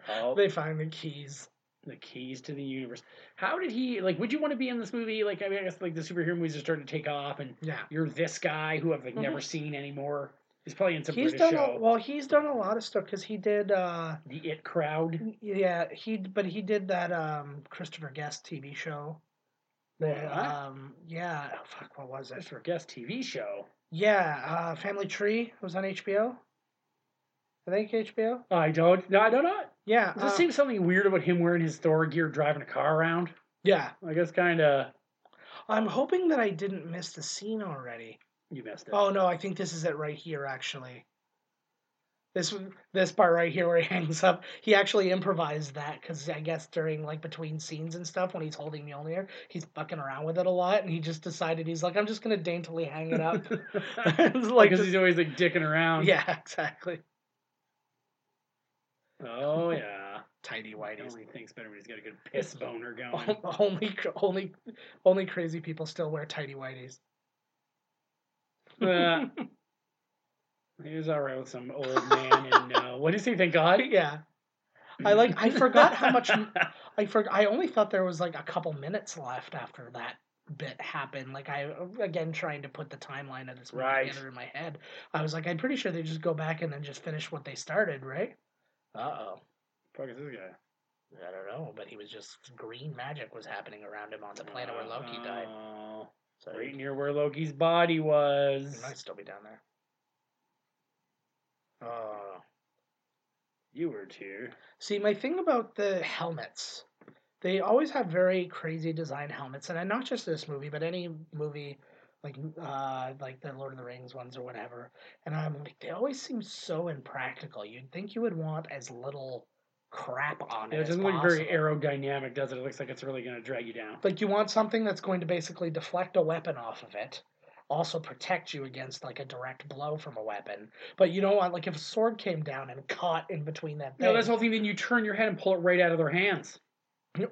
Speaker 1: oh,
Speaker 2: They find the keys.
Speaker 1: the keys to the universe. How did he like? Would you want to be in this movie? Like, I mean, I guess like the superhero movies are starting to take off, and
Speaker 2: Yeah.
Speaker 1: you're this guy who I've like never seen anymore. He's probably in some
Speaker 2: he's
Speaker 1: British
Speaker 2: done
Speaker 1: show.
Speaker 2: a, well. He's done a lot of stuff because he did. uh
Speaker 1: the It crowd.
Speaker 2: Yeah, he but he did that um Christopher Guest TV show. That,
Speaker 1: What?
Speaker 2: um yeah, oh, fuck, what was it?
Speaker 1: Christopher Guest TV show.
Speaker 2: Yeah, uh, Family Tree was on HBO. I think HBO.
Speaker 1: I don't. No, I don't know.
Speaker 2: Yeah,
Speaker 1: Does this
Speaker 2: uh,
Speaker 1: seem something weird about him wearing his Thor gear driving a car around?
Speaker 2: yeah.
Speaker 1: I guess kind of.
Speaker 2: I'm hoping that I didn't miss the scene already.
Speaker 1: You missed it.
Speaker 2: Oh no, I think this is it right here actually. This this part right here where he hangs up, he actually improvised that because I guess during like between scenes and stuff when he's holding Mjolnir, he's fucking around with it a lot, and he just decided he's like, I'm just gonna daintily hang it up. it's
Speaker 1: like
Speaker 2: like
Speaker 1: because
Speaker 2: just-
Speaker 1: he's always like dicking around.
Speaker 2: yeah, exactly.
Speaker 1: Oh yeah.
Speaker 2: Tidy
Speaker 1: He
Speaker 2: whities.
Speaker 1: only thinks better when he's got a good piss boner
Speaker 2: Oh
Speaker 1: going.
Speaker 2: only only only crazy people still wear tidy whities.
Speaker 1: Uh, he was all right with some old man and uh, what does he think? God.
Speaker 2: Yeah, I like. I forgot how much. I forgot. I only thought there was like a couple minutes left after that bit happened. Like I again trying to put the timeline of this movie
Speaker 1: Right.
Speaker 2: together in my head. I was like, I'm pretty sure they just go back and then just finish what they started, right? Uh oh.
Speaker 1: Fuck is this guy?
Speaker 2: I don't know, but he was just green magic was happening around him on the planet where Loki died.
Speaker 1: Oh,
Speaker 2: So
Speaker 1: Right
Speaker 2: he
Speaker 1: near where Loki's body was.
Speaker 2: might still be down there. Oh.
Speaker 1: You were too.
Speaker 2: See, my thing about the helmets, they always have very crazy design helmets, and uh, not just this movie, but any movie like uh, like the Lord of the Rings ones or whatever. And I'm like, they always seem so impractical. You'd think you would want as little crap on it.
Speaker 1: Yeah, it
Speaker 2: as
Speaker 1: doesn't look very
Speaker 2: possible.
Speaker 1: aerodynamic, does it? It looks like it's really going to drag you down.
Speaker 2: Like you want something that's going to basically deflect a weapon off of it, also protect you against like a direct blow from a weapon. But you don't want like if a sword came down and caught in between that.
Speaker 1: No, that's the
Speaker 2: thing,
Speaker 1: whole thing. Then you turn your head and pull it right out of their hands.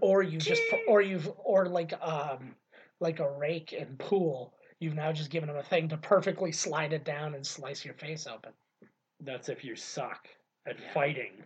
Speaker 2: or you just or you've or like um like a rake and pool you've now just given him a thing to perfectly slide it down and slice your face open
Speaker 1: That's if you suck at
Speaker 2: Yeah.
Speaker 1: fighting.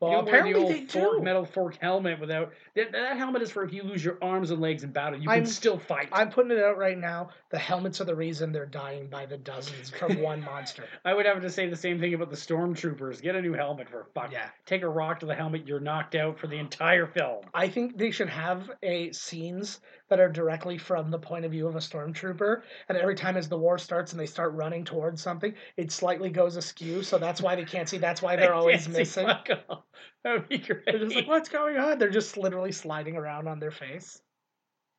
Speaker 2: well
Speaker 1: You don't wear the
Speaker 2: apparently
Speaker 1: old
Speaker 2: they
Speaker 1: fork-
Speaker 2: do
Speaker 1: metal fork helmet without that, that helmet is for if you lose your arms and legs in battle, you
Speaker 2: I'm-
Speaker 1: can still fight. i
Speaker 2: i'm putting it out right now the helmets are the reason they're dying by the dozens from one monster
Speaker 1: would have to say the same thing about the stormtroopers. Get a new helmet for fuck.
Speaker 2: yeah
Speaker 1: Take a rock to the helmet, you're knocked out for the entire film.
Speaker 2: i think they should have a scenes that are directly from the point of view of a stormtrooper and every time as the war starts and they start running towards something it slightly goes askew so that's why they can't see that's why they're always missing
Speaker 1: That would be great.
Speaker 2: They're just like, what's going on? They're just literally sliding around on their face.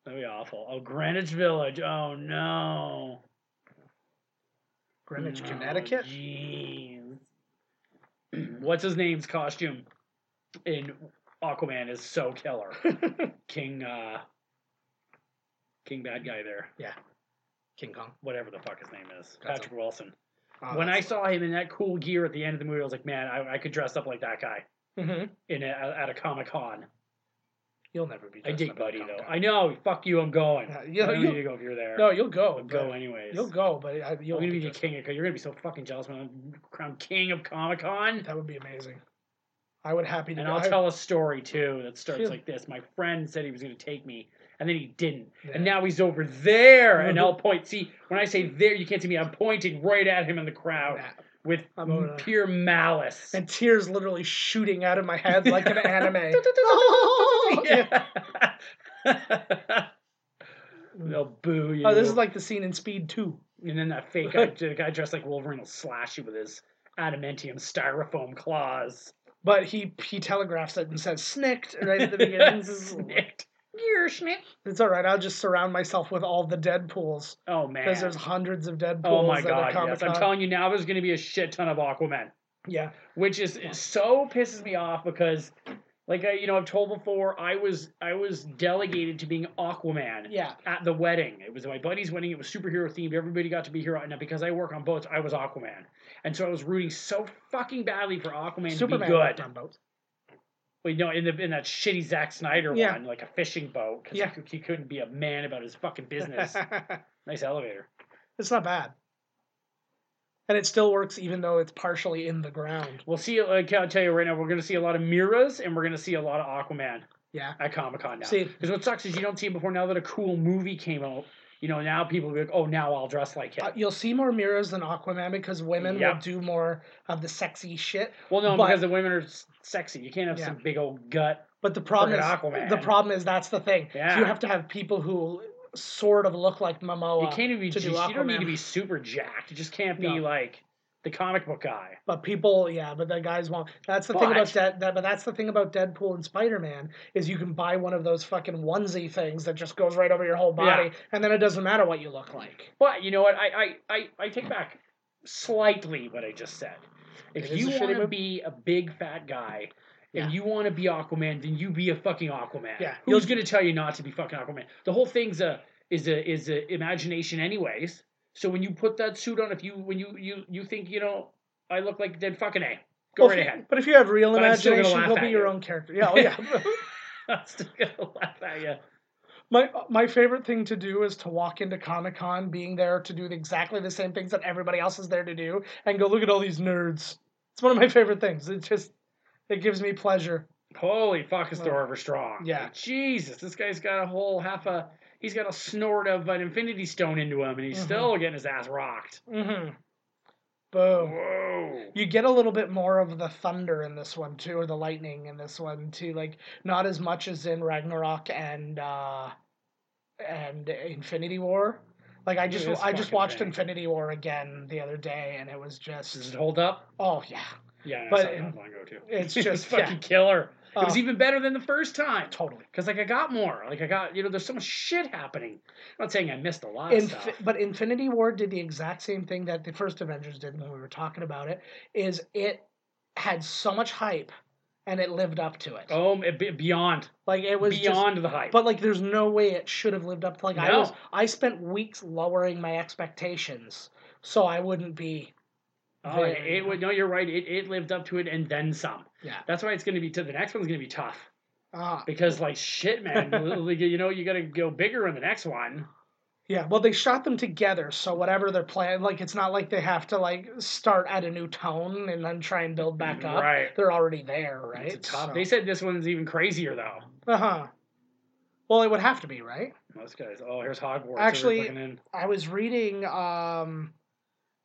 Speaker 1: That'd be awful. Oh, Greenwich Village. Oh no.
Speaker 2: Greenwich,
Speaker 1: No,
Speaker 2: Connecticut.
Speaker 1: Jeez. What's his name's costume in Aquaman is so killer. King uh King bad guy there.
Speaker 2: King Kong.
Speaker 1: Whatever the fuck his name is.
Speaker 2: That's
Speaker 1: Patrick Wilson.
Speaker 2: Oh,
Speaker 1: when I
Speaker 2: that's-
Speaker 1: saw him in that cool gear at the end of the movie, I was like, man, I, I could dress up like that guy
Speaker 2: Mhm.
Speaker 1: in a, at a Comic Con.
Speaker 2: you'll never be.
Speaker 1: I
Speaker 2: dressed
Speaker 1: dig
Speaker 2: up as
Speaker 1: Buddy
Speaker 2: Kong
Speaker 1: though.
Speaker 2: Kong.
Speaker 1: I know. Fuck you. I'm going.
Speaker 2: Yeah,
Speaker 1: I
Speaker 2: you'll,
Speaker 1: don't
Speaker 2: you'll-
Speaker 1: need to go if you're there.
Speaker 2: no, you'll go.
Speaker 1: I'm
Speaker 2: but-
Speaker 1: go anyways.
Speaker 2: You'll go, but I, you'll
Speaker 1: I'm gonna be the
Speaker 2: be dressed-
Speaker 1: king. Of, you're gonna be so fucking jealous when I'm crowned king of Comic Con.
Speaker 2: That would be amazing. I would happy to.
Speaker 1: And
Speaker 2: go.
Speaker 1: I'll
Speaker 2: I-
Speaker 1: tell a story too that starts
Speaker 2: Phew.
Speaker 1: like this. My friend said he was going to take me, and then he didn't. And
Speaker 2: Yeah.
Speaker 1: now he's over there, and
Speaker 2: Mhm.
Speaker 1: I'll point. See, when I say there, you can't see me. I'm pointing right at him in the crowd
Speaker 2: Yeah.
Speaker 1: with
Speaker 2: I'm over there.
Speaker 1: pure malice.
Speaker 2: And tears literally shooting out of my head like an anime.
Speaker 1: Yeah. They'll boo you.
Speaker 2: Oh, this is like the scene in Speed Two.
Speaker 1: and then that fake guy, the guy dressed like Wolverine will slash you with his adamantium styrofoam claws.
Speaker 2: But he he telegraphs it and says "snicked" right at the beginning. This is-
Speaker 1: Snicked. You're snicked.
Speaker 2: it's all right. I'll just surround myself with all the Deadpool's
Speaker 1: Oh man.
Speaker 2: because there's hundreds of Deadpool's.
Speaker 1: Oh my
Speaker 2: at a
Speaker 1: god, yes.
Speaker 2: Comic-Con.
Speaker 1: I'm telling you now there's gonna be a shit ton of Aquaman.
Speaker 2: Yeah.
Speaker 1: Which is is so pisses me off because like I, you know, I've told before, I was I was delegated to being Aquaman
Speaker 2: Yeah.
Speaker 1: at the wedding. It was my buddy's wedding. It was superhero themed. Everybody got to be hero. And because I work on boats, I was Aquaman, and so I was rooting so fucking badly for Aquaman
Speaker 2: Superman
Speaker 1: to be
Speaker 2: worked
Speaker 1: good.
Speaker 2: on boats.
Speaker 1: Well, you know, in the in that shitty Zack Snyder
Speaker 2: Yeah.
Speaker 1: one, like a fishing boat, because
Speaker 2: Yeah.
Speaker 1: he, couldn't be a man about his fucking business. nice elevator.
Speaker 2: it's not bad. And it still works even though it's partially in the ground.
Speaker 1: We'll see. Like I'll tell you right now, we're gonna see a lot of Miras and we're gonna see a lot of Aquaman
Speaker 2: Yeah.
Speaker 1: at Comic Con now.
Speaker 2: See-
Speaker 1: because what sucks is you don't see it before. Now that a cool movie came out, you know, now people be like, "Oh, now I'll dress like him."
Speaker 2: Uh, you'll see more mirrors than Aquaman because women
Speaker 1: Yeah.
Speaker 2: will do more of the sexy shit.
Speaker 1: well, no,
Speaker 2: but-
Speaker 1: because the women are s- sexy. You can't have
Speaker 2: Yeah.
Speaker 1: some big old gut.
Speaker 2: But the problem is
Speaker 1: Forget Aquaman.
Speaker 2: the problem is that's the thing.
Speaker 1: Yeah.
Speaker 2: You have to have people who sort of look like Momoa.
Speaker 1: You can't even be.
Speaker 2: to
Speaker 1: You
Speaker 2: do
Speaker 1: don't need
Speaker 2: Aquaman.
Speaker 1: to be super jacked. You just can't be
Speaker 2: No.
Speaker 1: like the comic book guy.
Speaker 2: But people, yeah, but the guys won't. That's the thing
Speaker 1: But-
Speaker 2: about Dead. That, but that's the thing about Deadpool and Spider Man is you can buy one of those fucking onesie things that just goes right over your whole body,
Speaker 1: Yeah.
Speaker 2: and then it doesn't matter what you look like.
Speaker 1: But you know what? I I, I, I take back slightly what I just said. If
Speaker 2: It is
Speaker 1: you
Speaker 2: a shitty
Speaker 1: want to
Speaker 2: movie.
Speaker 1: be a big fat guy
Speaker 2: Yeah.
Speaker 1: and you want to be Aquaman, then you be a fucking Aquaman.
Speaker 2: Yeah.
Speaker 1: Who's gonna tell you not to be fucking Aquaman? The whole thing's a is a is a imagination, anyways. So when you put that suit on, if you when you you you think you know I look like dead fucking a, go
Speaker 2: Well,
Speaker 1: right
Speaker 2: if-
Speaker 1: ahead.
Speaker 2: But if you have real
Speaker 1: But I'm still gonna
Speaker 2: imagination,
Speaker 1: laugh
Speaker 2: go
Speaker 1: at
Speaker 2: be
Speaker 1: you.
Speaker 2: your own character. Yeah, oh, yeah.
Speaker 1: I'm still gonna laugh at you.
Speaker 2: my my favorite thing to do is to walk into Comic Con, being there to do exactly the same things that everybody else is there to do, and go look at all these nerds. It's one of my favorite things. It just it gives me pleasure.
Speaker 1: Holy fuck, is
Speaker 2: Well,
Speaker 1: Thor ever strong?
Speaker 2: yeah.
Speaker 1: Like, Jesus, this guy's got a whole half a. He's got a snort of an Infinity Stone into him, and he's
Speaker 2: Mhm.
Speaker 1: still getting his ass rocked.
Speaker 2: Mm-hmm. Boom.
Speaker 1: Whoa.
Speaker 2: you get a little bit more of the thunder in this one too, or the lightning in this one too. Like not as much as in Ragnarok and uh, and Infinity War. Like I just
Speaker 1: This
Speaker 2: I just
Speaker 1: fucking
Speaker 2: watched
Speaker 1: thing.
Speaker 2: Infinity War again the other day, and it was
Speaker 1: Does
Speaker 2: just
Speaker 1: it hold up?
Speaker 2: oh yeah,
Speaker 1: Yeah, I
Speaker 2: But-
Speaker 1: saw it not long ago too.
Speaker 2: it's
Speaker 1: It was
Speaker 2: just-
Speaker 1: fucking killer. it was
Speaker 2: Oh.
Speaker 1: even better than the first time.
Speaker 2: totally.
Speaker 1: Because like I got more. Like I got you know, there's so much shit happening. I'm not saying I missed a lot of
Speaker 2: Inf-
Speaker 1: stuff.
Speaker 2: but Infinity War did the exact same thing that the first Avengers did when we were talking about it. Is it had so much hype, and it lived up to it.
Speaker 1: Oh, it- be- beyond,
Speaker 2: like it was just-
Speaker 1: beyond the hype.
Speaker 2: But like, there's no way it should have lived up to like I
Speaker 1: No.
Speaker 2: was. I spent weeks lowering my expectations so I wouldn't be.
Speaker 1: oh, it,
Speaker 2: there.
Speaker 1: it would. No, you're right. It, it lived up to it and then some.
Speaker 2: Yeah.
Speaker 1: That's why it's going to be. T- the next one's going to be tough.
Speaker 2: Ah.
Speaker 1: Because like shit, man, li- you know you got to go bigger in the next one.
Speaker 2: Yeah. Well, they shot them together, so whatever they're playing, like it's not like they have to like start at a new tone and then try and build back up.
Speaker 1: Right.
Speaker 2: They're already there, right?
Speaker 1: It's a top. They said this one's even crazier though.
Speaker 2: Uh huh. Well, it would have to be, right?
Speaker 1: Most guys. Oh, here's Hogwarts.
Speaker 2: Actually-
Speaker 1: Everyone's looking in.
Speaker 2: I was reading um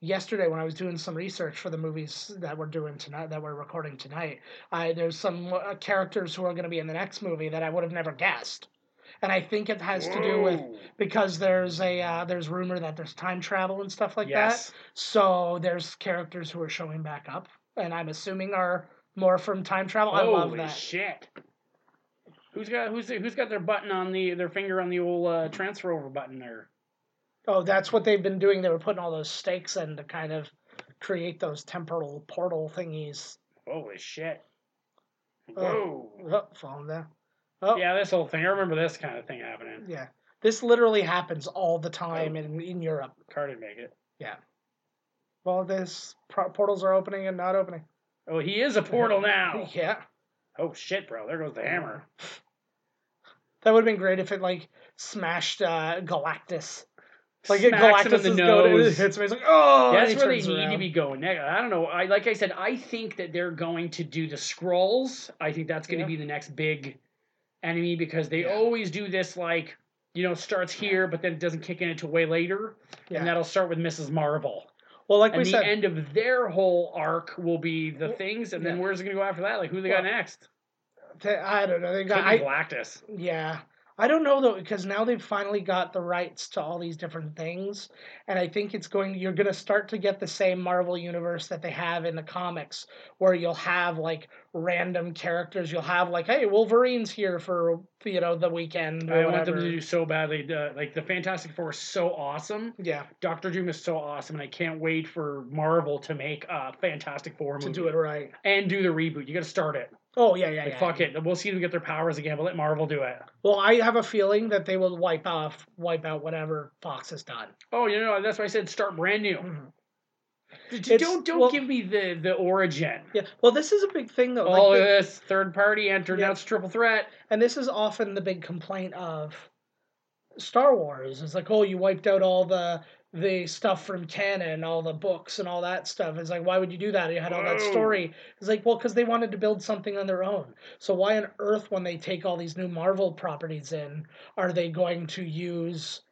Speaker 2: yesterday when I was doing some research for the movies that we're doing tonight that we're recording tonight. I there's some uh, characters who are going to be in the next movie that I would have never guessed. And I think it has to do with
Speaker 1: Whoa.
Speaker 2: because there's a uh, there's rumor that there's time travel and stuff like
Speaker 1: yes.
Speaker 2: that. So there's characters who are showing back up and I'm assuming are more from time travel. Oh, I love
Speaker 1: Holy
Speaker 2: that.
Speaker 1: shit. Who's got who's who's got their button on the their finger on the old uh, transfer over button there?
Speaker 2: Oh, that's what they've been doing. They were putting all those stakes in to kind of create those temporal portal thingies.
Speaker 1: Holy shit.
Speaker 2: Oh.
Speaker 1: Whoa.
Speaker 2: Oh, falling down. Oh, yeah.
Speaker 1: Yeah, this whole thing. I remember this kind of thing happening.
Speaker 2: This literally happens all the
Speaker 1: Oh.
Speaker 2: time in, in Europe.
Speaker 1: Car didn't make it.
Speaker 2: Well, this pro- portals are opening and not opening.
Speaker 1: Oh, he is a portal now.
Speaker 2: Yeah.
Speaker 1: Oh shit, bro! There goes the hammer.
Speaker 2: That would have been great if it like smashed uh, Galactus. Like
Speaker 1: Smacks
Speaker 2: Galactus
Speaker 1: him in the
Speaker 2: is going, it
Speaker 1: nose.
Speaker 2: hits me. It's like, oh, and
Speaker 1: Uh, That's
Speaker 2: he
Speaker 1: where they
Speaker 2: turns
Speaker 1: need to
Speaker 2: around.
Speaker 1: be going. next. I don't know. I like I said, I think that they're going to do the scrolls. I think that's going to be
Speaker 2: Yeah.
Speaker 1: the next big enemy because they
Speaker 2: Yeah.
Speaker 1: always do this like you know starts here, but then it doesn't kick in until way later,
Speaker 2: Yeah.
Speaker 1: and that'll start with Mrs. Marvel.
Speaker 2: well, like
Speaker 1: And
Speaker 2: we
Speaker 1: the
Speaker 2: said,
Speaker 1: end of their whole arc will be the
Speaker 2: Well,
Speaker 1: things, and then
Speaker 2: yeah.
Speaker 1: where's it going to go after that? Like who they got
Speaker 2: Well,
Speaker 1: next?
Speaker 2: th- I don't know. They
Speaker 1: Could
Speaker 2: got,
Speaker 1: be
Speaker 2: I,
Speaker 1: Galactus.
Speaker 2: Yeah. I don't know though, because now they've finally got the rights to all these different things. And I think it's going, you're going to start to get the same Marvel universe that they have in the comics, where you'll have like random characters. You'll have like, hey, Wolverine's here for, you know, the weekend. Or
Speaker 1: I want them to
Speaker 2: whatever.
Speaker 1: do so badly. Uh, like the Fantastic Four is so awesome.
Speaker 2: Yeah,
Speaker 1: Doctor Doom is so awesome, and I can't wait for Marvel to make a Fantastic Four movie
Speaker 2: to do it right.
Speaker 1: and do the reboot. You got to start it.
Speaker 2: Oh, yeah, yeah,
Speaker 1: Like
Speaker 2: yeah.
Speaker 1: fuck it, we'll see them get their powers again, but let Marvel do it.
Speaker 2: Well, I have a feeling that they will wipe off, wipe out whatever Fox has done.
Speaker 1: Oh, you know that's why I said start brand new. D-
Speaker 2: Mm-hmm. It's-
Speaker 1: don't don't
Speaker 2: well-
Speaker 1: give me the the origin.
Speaker 2: Yeah. Well, this is a big thing though.
Speaker 1: All
Speaker 2: Like the-
Speaker 1: this third party entered.
Speaker 2: Yeah.
Speaker 1: Now it's triple threat.
Speaker 2: and this is often the big complaint of Star Wars. It's like, oh, you wiped out all the the stuff from canon, all the books and all that stuff. It's like, why would you do that? You had all that
Speaker 1: Whoa.
Speaker 2: story. It's like, well, because they wanted to build something on their own. So why on earth, when they take all these new Marvel properties in, are they going to use?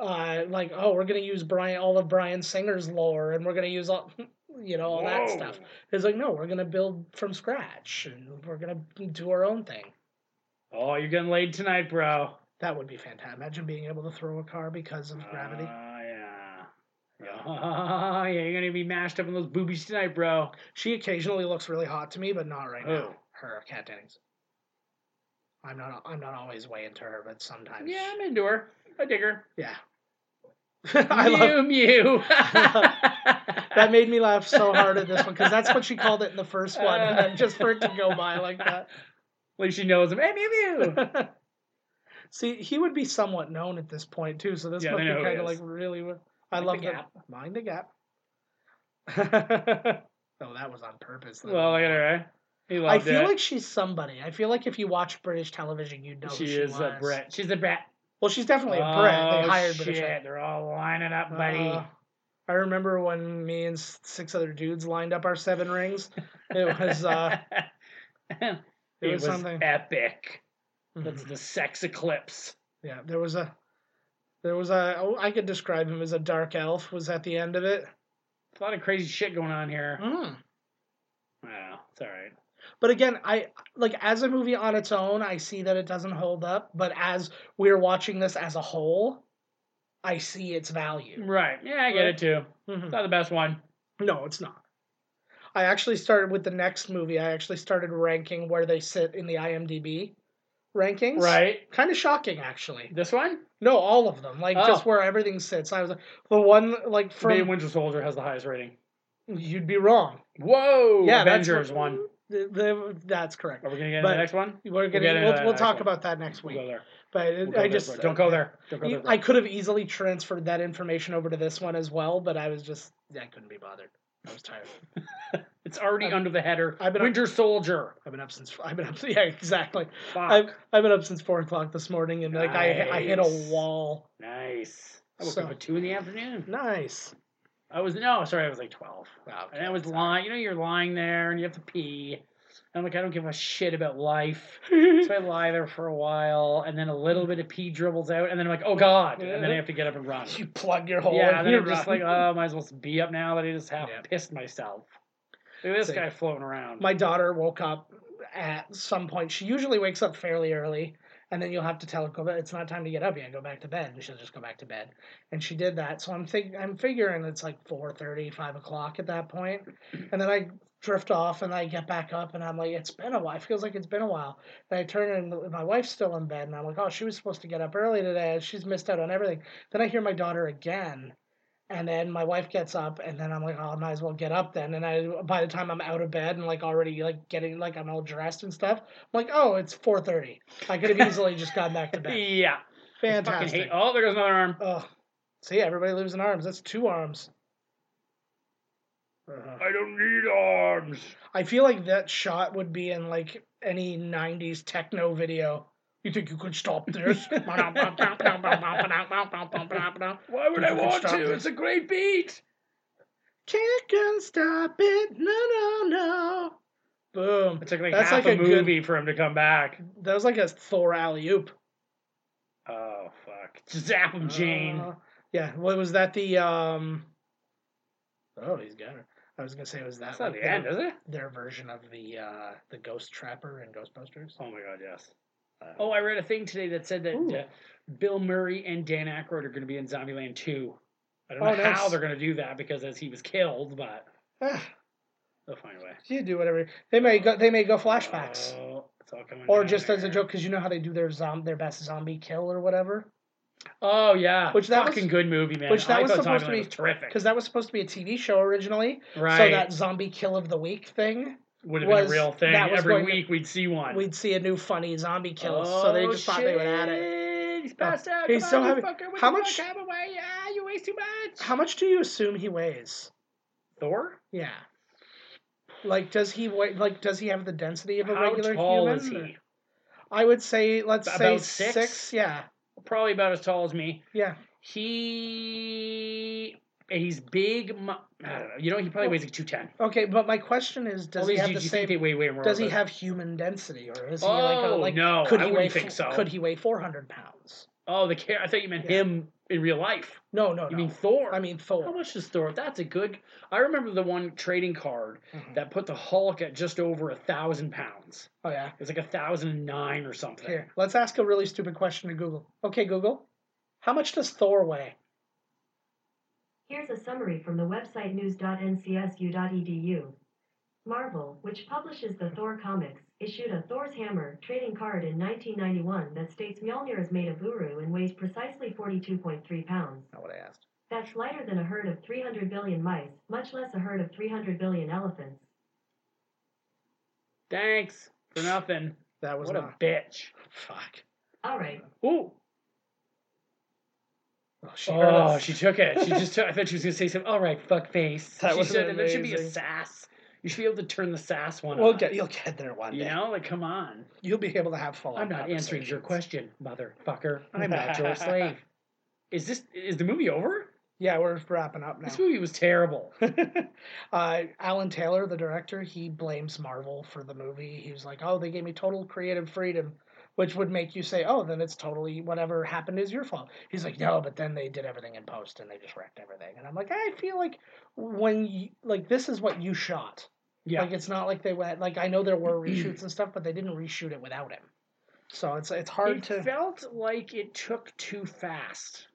Speaker 2: Uh, like oh we're gonna use Brian all of Brian Singer's lore and we're gonna use all you know all that
Speaker 1: Whoa.
Speaker 2: stuff. It's like no we're gonna build from scratch and we're gonna do our own thing.
Speaker 1: Oh, you're getting laid tonight, bro.
Speaker 2: That would be fantastic. Imagine being able to throw a car because of gravity.
Speaker 1: Ah, yeah. Yeah, you're gonna be mashed up in those boobies tonight, bro.
Speaker 2: She occasionally looks really hot to me, but not right now.
Speaker 1: Who?
Speaker 2: Her cat Dennings. I'm not. I'm not always way into her, but sometimes.
Speaker 1: Yeah, I'm into her. I dig her.
Speaker 2: Yeah. I
Speaker 1: mew,
Speaker 2: love.
Speaker 1: mew.
Speaker 2: That made me laugh so hard at this one because that's what she called it in the first one, and
Speaker 1: Uh.
Speaker 2: then just for it to go by like
Speaker 1: At least she knows him. Hey, mew, mew.
Speaker 2: that. See, he would be somewhat known at this point too, so this
Speaker 1: Yeah,
Speaker 2: must
Speaker 1: they
Speaker 2: be
Speaker 1: know who he
Speaker 2: kind of like
Speaker 1: is.
Speaker 2: really. I
Speaker 1: Mind the
Speaker 2: love that.
Speaker 1: gap.
Speaker 2: Mind the gap. oh, that was on purpose. that
Speaker 1: well,
Speaker 2: one.
Speaker 1: look at her. eh? He
Speaker 2: I
Speaker 1: loved
Speaker 2: feel
Speaker 1: it.
Speaker 2: like she's somebody. I feel like if you watch British television, you'd know
Speaker 1: she,
Speaker 2: who she
Speaker 1: is
Speaker 2: was.
Speaker 1: a Brit. She's a Brit.
Speaker 2: Well, she's definitely a Brit.
Speaker 1: Oh,
Speaker 2: they hired
Speaker 1: shit.
Speaker 2: British. actors.
Speaker 1: They're all lining up, buddy.
Speaker 2: Uh, I remember when me and s- six other dudes lined up our seven rings. It was uh,
Speaker 1: it,
Speaker 2: it
Speaker 1: was,
Speaker 2: was something.
Speaker 1: epic. That's
Speaker 2: mhm.
Speaker 1: the sex eclipse.
Speaker 2: yeah. There was a there was a oh, I could describe him as a dark elf. Was at the end of it.
Speaker 1: There's a lot of crazy shit going on here.
Speaker 2: Mm.
Speaker 1: Wow, it's all right.
Speaker 2: But again, I like as a movie on its own, I see that it doesn't hold up. But as we're watching this as a whole, I see its value.
Speaker 1: Right. Yeah, I get
Speaker 2: Right.
Speaker 1: it too.
Speaker 2: Mhm.
Speaker 1: It's not the best one.
Speaker 2: No, it's not. I actually started with the next movie. I actually started ranking where they sit in the IMDb rankings.
Speaker 1: Right.
Speaker 2: Kind of shocking, actually.
Speaker 1: This one?
Speaker 2: No, all of them, like just
Speaker 1: Oh.
Speaker 2: where everything sits. I was like, the one like
Speaker 1: From...
Speaker 2: from
Speaker 1: Winter Soldier has the highest rating.
Speaker 2: you'd be wrong.
Speaker 1: Whoa!
Speaker 2: yeah, that's
Speaker 1: Avengers
Speaker 2: what-
Speaker 1: one.
Speaker 2: The, the, that's correct.
Speaker 1: Are we gonna get into
Speaker 2: But-
Speaker 1: the next one?
Speaker 2: We're gonna
Speaker 1: get into
Speaker 2: we'll,
Speaker 1: that
Speaker 2: we'll
Speaker 1: next
Speaker 2: talk
Speaker 1: one.
Speaker 2: about that next
Speaker 1: We'll
Speaker 2: week.
Speaker 1: go there.
Speaker 2: but
Speaker 1: We'll
Speaker 2: it
Speaker 1: go
Speaker 2: I
Speaker 1: there,
Speaker 2: just
Speaker 1: bro. don't go there. Don't go there.
Speaker 2: You-
Speaker 1: bro.
Speaker 2: I could have easily transferred that information over to this one as well, but I was just I couldn't be bothered. I was tired.
Speaker 1: It's already
Speaker 2: I've-
Speaker 1: under the header.
Speaker 2: I've been-
Speaker 1: Winter Soldier.
Speaker 2: I've been up since I've been up. Yeah, exactly.
Speaker 1: Fuck.
Speaker 2: I've I've been up since four o'clock this morning, and like I I hit a
Speaker 1: Nice.
Speaker 2: wall.
Speaker 1: Nice. I woke
Speaker 2: So-
Speaker 1: up at two in the afternoon.
Speaker 2: Nice.
Speaker 1: I was no, sorry, I was like twelve. And I was lying. You know, you're lying there and you have to pee. And I'm like, I don't give a shit about life. So I lie there for a while, and then a little bit of pee dribbles out, and then I'm like, oh god, and then I have to get up and run.
Speaker 2: you plug your hole.
Speaker 1: yeah,
Speaker 2: Yeah,
Speaker 1: and
Speaker 2: in
Speaker 1: then
Speaker 2: your
Speaker 1: I'm just like, oh, might as well be up now that I just half
Speaker 2: Yeah.
Speaker 1: pissed myself. Look at this
Speaker 2: Same.
Speaker 1: guy floating around.
Speaker 2: My daughter woke up at some point. She usually wakes up fairly early, and then you'll have to tell her go. ba- It's not time to get up yet. Go back to bed, and she'll just go back to bed. And she did that. So I'm think I'm figuring it's like 4:30, 5 o'clock at that point, and then I drift off and I get back up and I'm like, it's been a while. It feels like it's been a while. And I turn and my wife's still in bed and I'm like, oh, she was supposed to get up early today. She's missed out on everything. Then I hear my daughter again. And then my wife gets up, and then I'm like, oh, I might as well get up then. And I, by the time I'm out of bed and like already like getting like I'm all dressed and stuff, I'm like, oh, it's 4:30. I could have easily just gone back to bed.
Speaker 1: yeah, I fucking hate.
Speaker 2: Fantastic.
Speaker 1: Oh, there goes another arm.
Speaker 2: Oh, see, everybody losing arms. That's two arms. Uh-huh.
Speaker 1: I don't need arms.
Speaker 2: I feel like that shot would be in like any '90s techno video. You think you could stop this? Can't
Speaker 1: Why would I
Speaker 2: Fucking
Speaker 1: want
Speaker 2: stop
Speaker 1: to?
Speaker 2: this.
Speaker 1: It's a great beat.
Speaker 2: can stop it. No, no, no. Boom.
Speaker 1: It took like
Speaker 2: That's
Speaker 1: half
Speaker 2: like
Speaker 1: a,
Speaker 2: a good-
Speaker 1: movie for him to come back.
Speaker 2: That was like a Thor alley oop.
Speaker 1: Oh fuck! Zap him, Jane.
Speaker 2: Uh, yeah. What was that? The um. Oh, he's got her. I was gonna say, was that
Speaker 1: That's not
Speaker 2: like
Speaker 1: the
Speaker 2: their,
Speaker 1: end, is it?
Speaker 2: their version of the uh the Ghost Trapper and Ghostbusters?
Speaker 1: Oh my god, yes.
Speaker 2: Uh,
Speaker 1: Oh, I read a thing today that said that
Speaker 2: Ooh.
Speaker 1: uh, Bill Murray and Dan Aykroyd are going to be in Zombieland 2. I don't know
Speaker 2: Oh,
Speaker 1: how
Speaker 2: nice.
Speaker 1: they're going to do that because as he was killed, but
Speaker 2: Ah,
Speaker 1: they'll find a way.
Speaker 2: you do whatever. They may go. They may go flashbacks.
Speaker 1: Oh, it's all coming
Speaker 2: or
Speaker 1: down
Speaker 2: just as a
Speaker 1: there.
Speaker 2: joke because you know how they do their zom- their best zombie kill or whatever
Speaker 1: Oh yeah,
Speaker 2: Which that was-
Speaker 1: fucking good movie, man.
Speaker 2: which that
Speaker 1: I
Speaker 2: was
Speaker 1: thought
Speaker 2: supposed
Speaker 1: Zombieland
Speaker 2: to be-
Speaker 1: was terrific.
Speaker 2: because that was supposed to be a tv show originally
Speaker 1: Right,
Speaker 2: so that zombie kill of the week thing
Speaker 1: would have been a
Speaker 2: was-
Speaker 1: real thing.
Speaker 2: that was
Speaker 1: Every
Speaker 2: going to-
Speaker 1: week we'd see one.
Speaker 2: we'd see a new funny zombie kill so
Speaker 1: Oh,
Speaker 2: they just thought they would add it Oh.
Speaker 1: shit, He's passed out.
Speaker 2: He's
Speaker 1: Come
Speaker 2: so
Speaker 1: on, you
Speaker 2: heavy.
Speaker 1: fucker. What
Speaker 2: How
Speaker 1: the
Speaker 2: much-
Speaker 1: Fuck? Have away. Yeah, you waste too much.
Speaker 2: how much do you assume he weighs
Speaker 1: Thor?
Speaker 2: Yeah. Like, does he wa- like does he have the density of a
Speaker 1: How
Speaker 2: regular
Speaker 1: tall
Speaker 2: human?
Speaker 1: is he?
Speaker 2: I would say let's say
Speaker 1: About six?
Speaker 2: six. Yeah,
Speaker 1: Probably about as tall as me.
Speaker 2: yeah.
Speaker 1: He he's big. mu- I don't know. You know, he probably weighs like two ten.
Speaker 2: Okay, but my question is, does
Speaker 1: All
Speaker 2: he
Speaker 1: these
Speaker 2: have
Speaker 1: dudes,
Speaker 2: the
Speaker 1: you think they
Speaker 2: same?
Speaker 1: weigh way more.
Speaker 2: Does he
Speaker 1: but-
Speaker 2: have human density, or is he like a,
Speaker 1: Oh,
Speaker 2: like?
Speaker 1: no,
Speaker 2: could
Speaker 1: I
Speaker 2: he weigh?
Speaker 1: wouldn't think
Speaker 2: f-
Speaker 1: so.
Speaker 2: Could he weigh four hundred pounds?
Speaker 1: Oh, the care. I thought you meant
Speaker 2: Yeah.
Speaker 1: him in real life.
Speaker 2: No, no, no.
Speaker 1: You mean Thor?
Speaker 2: I mean Thor.
Speaker 1: How much does Thor? That's a good. I remember the one trading card
Speaker 2: Mhm.
Speaker 1: that put the Hulk at just over a thousand pounds.
Speaker 2: Oh yeah.
Speaker 1: It was like a thousand and nine or something.
Speaker 2: Here, let's ask a really stupid question to Google. Okay, Google, how much does Thor weigh?
Speaker 5: Here's a summary from the website news.ncsu.edu. E Marvel, which publishes the Thor comics, issued a Thor's Hammer trading card in 1991 that states Mjolnir is made of Uru and weighs precisely 42.3 pounds.
Speaker 2: Not what I asked.
Speaker 5: That's lighter than a herd of 300 billion mice, much less a herd of 300 billion elephants.
Speaker 1: Thanks for nothing.
Speaker 2: That was
Speaker 1: What a
Speaker 2: not.
Speaker 1: bitch. Fuck.
Speaker 5: Alright,
Speaker 1: Ooh.
Speaker 2: Oh, she heard
Speaker 1: oh,
Speaker 2: us.
Speaker 1: she took it. She just took. I thought she was gonna say something. All right, fuck face.
Speaker 2: That
Speaker 1: she
Speaker 2: would've
Speaker 1: said
Speaker 2: been
Speaker 1: there should be a
Speaker 2: amazing.
Speaker 1: sass. You should be able to turn the sass one.
Speaker 2: We'll
Speaker 1: on.
Speaker 2: get. You'll get there one
Speaker 1: You
Speaker 2: day.
Speaker 1: know, like come on.
Speaker 2: You'll be able to have fun.
Speaker 1: I'm not answering your question, motherfucker. I'm not your slave. Is this is the movie over?
Speaker 2: Yeah, we're wrapping up now.
Speaker 1: This movie was terrible.
Speaker 2: uh, Alan Taylor, the director, he blames Marvel for the movie. He was like, "Oh, they gave me total creative freedom," which would make you say, "Oh, then it's totally whatever happened is your fault." He's like, "No, but then they did everything in post and they just wrecked everything." And I'm like, I feel like when you, like this is what you shot.
Speaker 1: Yeah.
Speaker 2: Like it's not like they went like I know there were reshoots and stuff, but they didn't reshoot it without him. So it's it's hard
Speaker 1: it
Speaker 2: to
Speaker 1: felt like it took too fast.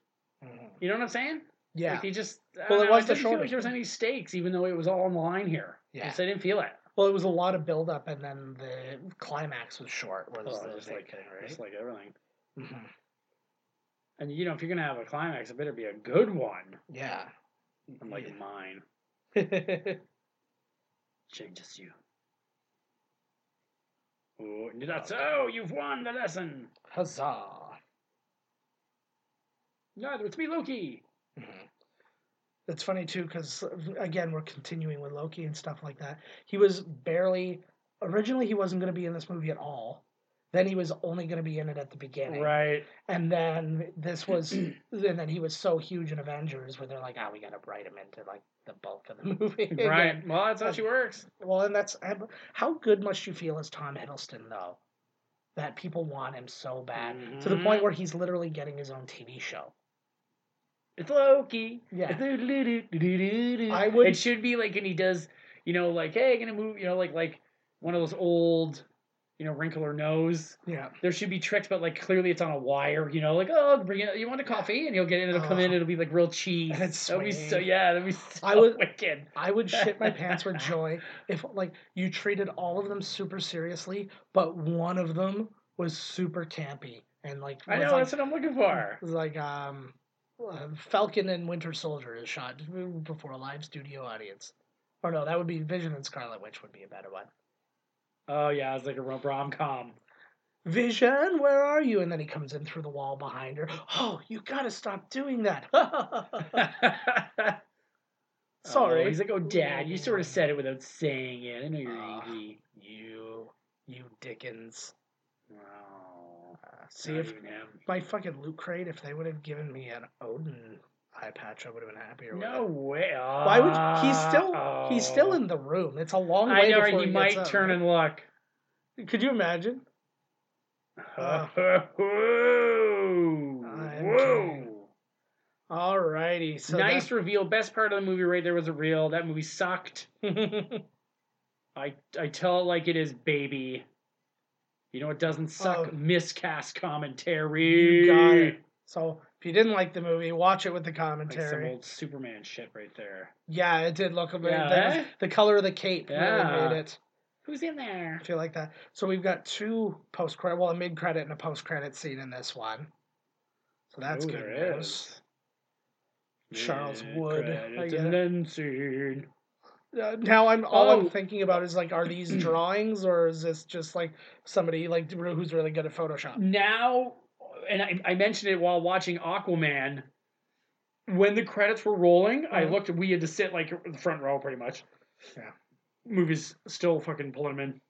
Speaker 2: Mhm.
Speaker 1: You know what I'm saying?
Speaker 2: yeah.
Speaker 1: Like they just I
Speaker 2: Well,
Speaker 1: don't
Speaker 2: it
Speaker 1: know,
Speaker 2: was
Speaker 1: I
Speaker 2: the
Speaker 1: didn't feel
Speaker 2: shorter.
Speaker 1: like there was any stakes, even though it was all on the line here.
Speaker 2: Yeah.
Speaker 1: Yes, I didn't feel it.
Speaker 2: Well, it was a lot of build up, and then the climax was short. Was
Speaker 1: Oh,
Speaker 2: the
Speaker 1: just
Speaker 2: big
Speaker 1: like-
Speaker 2: thing,
Speaker 1: Just like everything.
Speaker 2: Mhm.
Speaker 1: And you know, if you're gonna have a climax, it better be a good one.
Speaker 2: Yeah.
Speaker 1: Unlike mine. Changes you. Oh, and that's oh, you've won the lesson.
Speaker 2: Huzzah!
Speaker 1: Neither it's me, Loki.
Speaker 2: Mm-hmm. It's funny too, because again, we're continuing with Loki and stuff like that. He was barely originally he wasn't going to be in this movie at all. Then he was only going to be in it at the beginning,
Speaker 1: Right.
Speaker 2: And then this was, and then he was so huge in Avengers where they're like, "Ah, we got to write him into like the bulk of the movie." again."
Speaker 1: Right. Well, that's how she works.
Speaker 2: Well, and that's how good must you feel as Tom Hiddleston though, that people want him so bad to the point
Speaker 1: Mhm.
Speaker 2: where he's literally getting his own TV show.
Speaker 1: It's Loki.
Speaker 2: Yeah.
Speaker 1: Do-do-do-do-do-do-do.
Speaker 2: I would-
Speaker 1: It should be like, and he does, you know, like, hey, gonna move, you know, like, like one of those old, you know, wrinkle or nose.
Speaker 2: Yeah,
Speaker 1: There should be tricks, but like clearly it's on a wire, you know, like, oh, bring it, you want a coffee? And he'll get it, it'll come in,
Speaker 2: Oh.
Speaker 1: it'll be like real cheese.
Speaker 2: And it's
Speaker 1: that'd be so,
Speaker 2: swinging.
Speaker 1: yeah, that'd be so
Speaker 2: I would-
Speaker 1: wicked.
Speaker 2: I would shit my pants with joy if like you treated all of them super seriously, but one of them was super campy and like
Speaker 1: I
Speaker 2: was
Speaker 1: know,
Speaker 2: like,
Speaker 1: that's what I'm looking for.
Speaker 2: was like um, uh, Falcon and Winter Soldier is shot before a live studio audience. Or no, that would be Vision and Scarlet Witch would be a better one.
Speaker 1: Oh, yeah, it's like a rom com.
Speaker 2: Vision, where are you? And then he comes in through the wall behind her. Oh, you gotta stop doing that. Sorry.
Speaker 1: Oh, he's like, oh, dad, you sort of said it without saying it. I know you're
Speaker 2: Ah.
Speaker 1: angry.
Speaker 2: you, you Dickens.
Speaker 1: Oh,
Speaker 2: Uh, see
Speaker 1: not
Speaker 2: if
Speaker 1: even him.
Speaker 2: my fucking loot crate, if they would have given me an Odin eye patch, I would have been happier.
Speaker 1: No
Speaker 2: With it.
Speaker 1: way.
Speaker 2: Why would he's still he's still
Speaker 1: Oh.
Speaker 2: in the room? It's a long way
Speaker 1: I know
Speaker 2: before
Speaker 1: he, might turn and look.
Speaker 2: and. Could you imagine? Uh,
Speaker 1: Whoa.
Speaker 2: I'm
Speaker 1: Whoa.
Speaker 2: kidding. Alrighty, so
Speaker 1: nice reveal. Best part of the movie right there was a reel. That movie sucked.
Speaker 2: that-
Speaker 1: I I tell it like it is, baby. You know it doesn't suck.
Speaker 2: Oh.
Speaker 1: Miscast commentary.
Speaker 2: you got it. So if you didn't like the movie, watch it with the
Speaker 1: Like some
Speaker 2: commentary.
Speaker 1: old Superman shit right there.
Speaker 2: Yeah, it did look a bit.
Speaker 1: Yeah,
Speaker 2: that
Speaker 1: eh?
Speaker 2: was- the color of the cape
Speaker 1: Yeah.
Speaker 2: really made it
Speaker 1: Who's in there?
Speaker 2: feel like that. So we've got two post credit, well, a mid credit and a post credit scene in this one. So that's
Speaker 1: Ooh,
Speaker 2: good
Speaker 1: there
Speaker 2: news.
Speaker 1: is.
Speaker 2: Charles
Speaker 1: Yeah,
Speaker 2: Wood. Oh,
Speaker 1: credits
Speaker 2: I get
Speaker 1: and
Speaker 2: it.
Speaker 1: then scene.
Speaker 2: Uh, now I'm all
Speaker 1: Oh.
Speaker 2: I'm thinking about is like, are these drawings or is this just like somebody like who's really good at
Speaker 1: Mm.
Speaker 2: Photoshop?
Speaker 1: Now, and I, I mentioned it while watching Aquaman. when the credits were rolling, I
Speaker 2: Mhm.
Speaker 1: looked. We had to sit like in the front row, pretty much.
Speaker 2: Yeah.
Speaker 1: Movies still fucking pulling them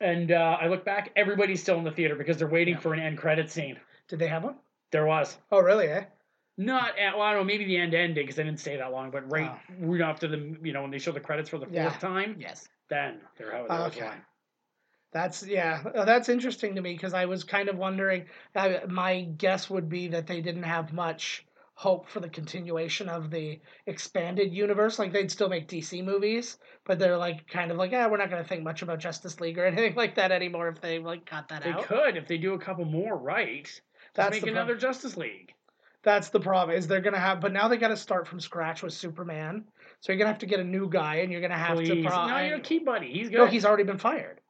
Speaker 1: in, and uh, I look back. Everybody's still in the theater because they're waiting
Speaker 2: Yeah.
Speaker 1: for an end credit scene.
Speaker 2: Did they have one?
Speaker 1: There was
Speaker 2: Oh, really? Eh?
Speaker 1: not at well, I don't know, maybe the end ending because I didn't stay that long, but right right after the you know when they show the credits for the fourth
Speaker 2: Uh. Yeah.
Speaker 1: time,
Speaker 2: Yes.
Speaker 1: then they're how
Speaker 2: Oh,
Speaker 1: there was
Speaker 2: okay.
Speaker 1: one.
Speaker 2: That's yeah. uh, That's interesting to me because I was kind of wondering. Uh, my guess would be that they didn't have much hope for the continuation of the expanded universe. Like they'd still make DC movies, but they're like kind of like, yeah, we're not going to think much about Justice League or anything like that anymore if they like cut that
Speaker 1: They
Speaker 2: out.
Speaker 1: could if they do a couple more right. Just
Speaker 2: That's
Speaker 1: make
Speaker 2: the prob-
Speaker 1: another Justice League.
Speaker 2: That's the problem is they're gonna have, but now they got to start from scratch with Superman. So you're gonna have to get a new guy, and you're gonna have
Speaker 1: Please.
Speaker 2: to. Pro-
Speaker 1: no, you're a key buddy. He's good.
Speaker 2: no, he's already been fired.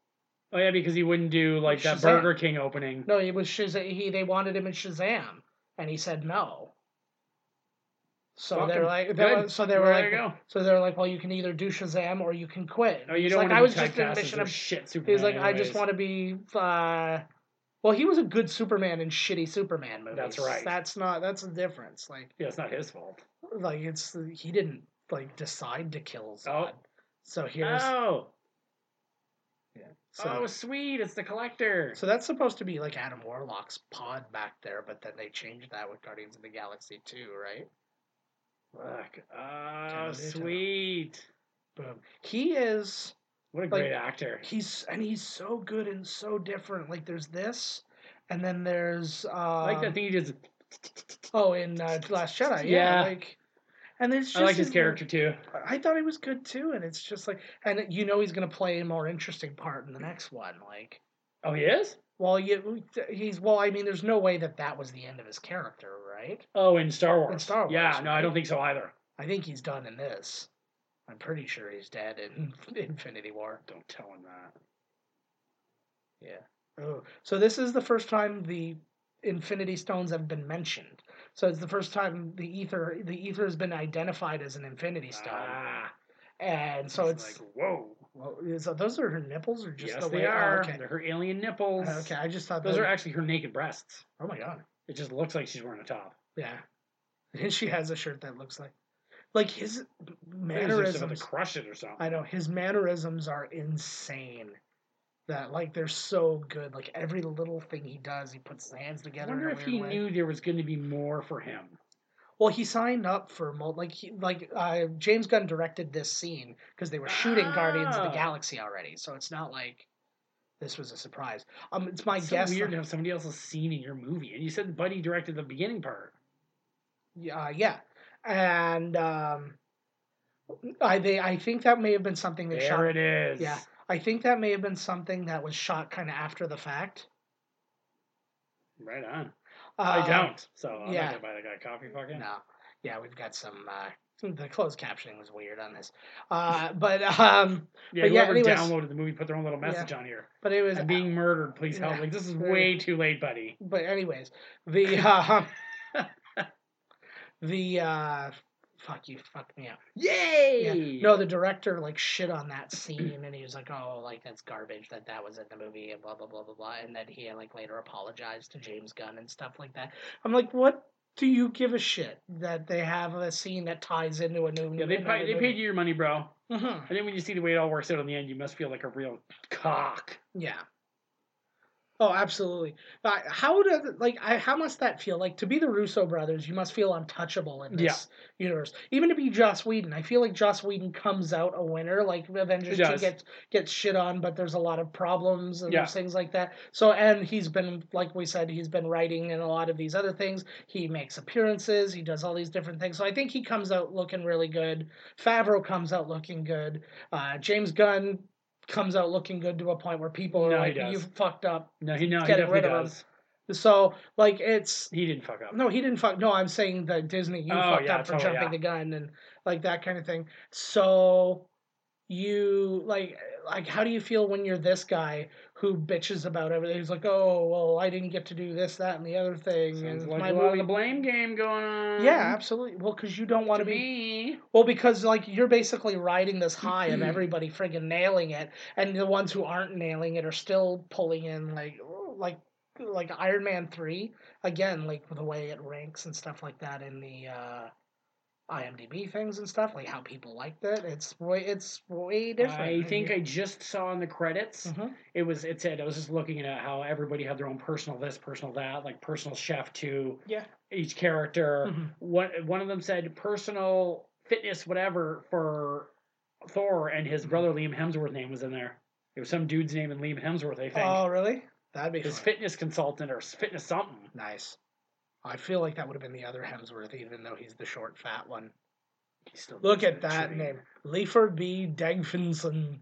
Speaker 1: oh yeah, because he wouldn't do like that
Speaker 2: Shazam.
Speaker 1: Burger King opening.
Speaker 2: No, it was Shazam. He they wanted him in Shazam, and he said no. So
Speaker 1: Fuck
Speaker 2: they're
Speaker 1: him.
Speaker 2: like, they
Speaker 1: Good.
Speaker 2: were, so they were
Speaker 1: There
Speaker 2: like,
Speaker 1: you go.
Speaker 2: so they're like, well, you can either do Shazam or you can quit.
Speaker 1: Oh, you
Speaker 2: He's
Speaker 1: don't
Speaker 2: like,
Speaker 1: want
Speaker 2: I
Speaker 1: to
Speaker 2: was
Speaker 1: be
Speaker 2: just in
Speaker 1: typecast as
Speaker 2: Mission
Speaker 1: their
Speaker 2: of.
Speaker 1: shit. Superman
Speaker 2: He's like, I just
Speaker 1: anyways.
Speaker 2: want to be. Uh, well, he was a good Superman in shitty Superman movies.
Speaker 1: That's right.
Speaker 2: That's not. That's the difference. Like.
Speaker 1: Yeah, it's not his fault.
Speaker 2: like it's he didn't like decide to kill Zod. So here's
Speaker 1: Oh,
Speaker 2: so,
Speaker 1: oh, sweet! It's the collector.
Speaker 2: so that's supposed to be like Adam Warlock's pod back there, but then they changed that with Guardians of the Galaxy too, right?
Speaker 1: Fuck. Oh,
Speaker 2: Tell me, tell me.
Speaker 1: sweet!
Speaker 2: Boom. He is
Speaker 1: What a
Speaker 2: Like-
Speaker 1: great actor.
Speaker 2: he's and he's so good and so different. Like there's this, and then there's uh
Speaker 1: I like that thing he does.
Speaker 2: oh in uh, Last Jedi, yeah,
Speaker 1: Yeah.
Speaker 2: like and there's just
Speaker 1: I like his
Speaker 2: little-
Speaker 1: character too.
Speaker 2: I thought he was good too, and it's just like and you know he's gonna play a more interesting part in the next one, like.
Speaker 1: Oh, he is.
Speaker 2: Well, you, he's well. I mean, there's no way that that was the end of his character, right?
Speaker 1: Oh, in Star Wars.
Speaker 2: Star Wars,
Speaker 1: Yeah, no, I don't
Speaker 2: right?
Speaker 1: think so either.
Speaker 2: I think he's done in this. I'm pretty sure he's dead in Infinity War.
Speaker 1: Don't tell him that.
Speaker 2: Yeah. Oh, so this is the first time the Infinity Stones have been mentioned. So it's the first time the ether, the ether has been identified as an Infinity Stone,
Speaker 1: Ah,
Speaker 2: and so
Speaker 1: he's
Speaker 2: it's.
Speaker 1: like whoa.
Speaker 2: well, is, are those are her nipples, or just
Speaker 1: yes,
Speaker 2: the way?
Speaker 1: they
Speaker 2: oh,
Speaker 1: are.
Speaker 2: okay.
Speaker 1: They're her alien nipples.
Speaker 2: Okay, I just thought
Speaker 1: Those are
Speaker 2: that-
Speaker 1: actually her naked breasts.
Speaker 2: Oh my god.
Speaker 1: It just looks like she's wearing a top.
Speaker 2: Yeah. And she has a shirt that looks like like his
Speaker 1: Maybe she's just about to
Speaker 2: mannerisms.
Speaker 1: crush it or something.
Speaker 2: I know his mannerisms are insane. That like they're so good. Like every little thing he does, he puts his hands
Speaker 1: I
Speaker 2: together.
Speaker 1: wonder
Speaker 2: in a
Speaker 1: if he
Speaker 2: weird way.
Speaker 1: knew there was going to be more for him.
Speaker 2: Well, he signed up for mul- like he, like uh, James Gunn directed this scene because they were shooting Guardians of the
Speaker 1: Ah.
Speaker 2: Galaxy already, so it's not like this was a surprise. Um, it's my
Speaker 1: It's so
Speaker 2: guess.
Speaker 1: weird to have somebody else's scene in your movie, and you said Buddy directed the beginning part.
Speaker 2: Yeah, uh, yeah, and um, I they I think that may have been something they
Speaker 1: There
Speaker 2: shot.
Speaker 1: it is.
Speaker 2: Yeah, I think that may have been something that was shot kind of after the fact.
Speaker 1: right on.
Speaker 2: Uh,
Speaker 1: I don't, so I'm
Speaker 2: yeah.
Speaker 1: not gonna buy that guy coffee fucking.
Speaker 2: No, yeah, we've got some. Uh, the closed captioning was weird on this, uh, but um,
Speaker 1: Yeah,
Speaker 2: But yeah,
Speaker 1: whoever
Speaker 2: anyways-
Speaker 1: downloaded the movie put their own little
Speaker 2: Yeah.
Speaker 1: message on here.
Speaker 2: but it was
Speaker 1: I'm being murdered. Please help!
Speaker 2: Yeah.
Speaker 1: Like this is
Speaker 2: There-
Speaker 1: way too late, buddy.
Speaker 2: But anyways, the uh, the uh, fuck you, fucked me up. Yeah.
Speaker 1: Yay!
Speaker 2: No, the director like shit on that scene, and he was like, "Oh, like that's garbage that that was in the movie," and blah blah blah blah blah. And then he like later apologized to James Gunn and stuff like that. I'm like, what do you give a shit that they have a scene that ties into a new?
Speaker 1: yeah, they
Speaker 2: another
Speaker 1: paid, they paid
Speaker 2: movie?
Speaker 1: you your money, bro.
Speaker 2: Mhm.
Speaker 1: And then when you see the way it all works out in the end, you must feel like a real cock.
Speaker 2: Yeah. Oh, absolutely. Uh, how does it- like I, how must that feel like to be the Russo brothers? You must feel untouchable in this universe. Even to be Joss Whedon, I feel like Joss Whedon comes out a winner. Like Avengers
Speaker 1: He
Speaker 2: two
Speaker 1: does.
Speaker 2: gets gets shit on, but there's a lot of problems and
Speaker 1: Yeah.
Speaker 2: things like that. So and he's been like we said, he's been writing and a lot of these other things. He makes appearances. He does all these different things. So I think he comes out looking really good. Favreau comes out looking good. Uh, James Gunn comes out looking good to a point where people are
Speaker 1: No, he
Speaker 2: like,
Speaker 1: does.
Speaker 2: "You fucked up."
Speaker 1: No, he no, he
Speaker 2: Get
Speaker 1: definitely
Speaker 2: rid of him.
Speaker 1: does.
Speaker 2: So like it's
Speaker 1: He didn't fuck up.
Speaker 2: no, he didn't fuck. No, I'm saying that Disney, you
Speaker 1: Oh,
Speaker 2: fucked
Speaker 1: yeah,
Speaker 2: up for
Speaker 1: totally,
Speaker 2: jumping
Speaker 1: yeah.
Speaker 2: the gun and like that kind of thing. So you like like how do you feel when you're this guy who bitches about everything? He's like, oh well, I didn't get to do this, that, and the other thing,
Speaker 1: Sounds
Speaker 2: and
Speaker 1: like
Speaker 2: my
Speaker 1: a lot of
Speaker 2: movie.
Speaker 1: the blame game going on.
Speaker 2: yeah, absolutely. Well, because you don't want
Speaker 1: to
Speaker 2: to be
Speaker 1: me.
Speaker 2: well, because like you're basically riding this high
Speaker 1: Mm-hmm.
Speaker 2: of everybody friggin' nailing it, and the ones who aren't nailing it are still pulling in like like like Iron Man three again, like the way it ranks and stuff like that in the uh, IMDb things and stuff, like how people liked it. It's way it's way different.
Speaker 1: I think I Mm-hmm. just saw in the credits
Speaker 2: Mhm.
Speaker 1: it was it said I was just looking at how everybody had their own personal this, personal that, like personal chef to
Speaker 2: Yeah.
Speaker 1: each character.
Speaker 2: Mhm.
Speaker 1: One one of them said personal fitness whatever for Thor and
Speaker 2: Mm-hmm.
Speaker 1: his brother Liam Hemsworth name was in there. It was some dude's name in Liam Hemsworth, I think.
Speaker 2: Oh really? That'd be
Speaker 1: his
Speaker 2: fun.
Speaker 1: fitness consultant or fitness something.
Speaker 2: nice. I feel like that would have been the other Hemsworth, even though he's the short, fat one.
Speaker 1: He still
Speaker 2: Look
Speaker 1: needs
Speaker 2: at
Speaker 1: to
Speaker 2: that
Speaker 1: train.
Speaker 2: name, Leifer B. Dagfinson.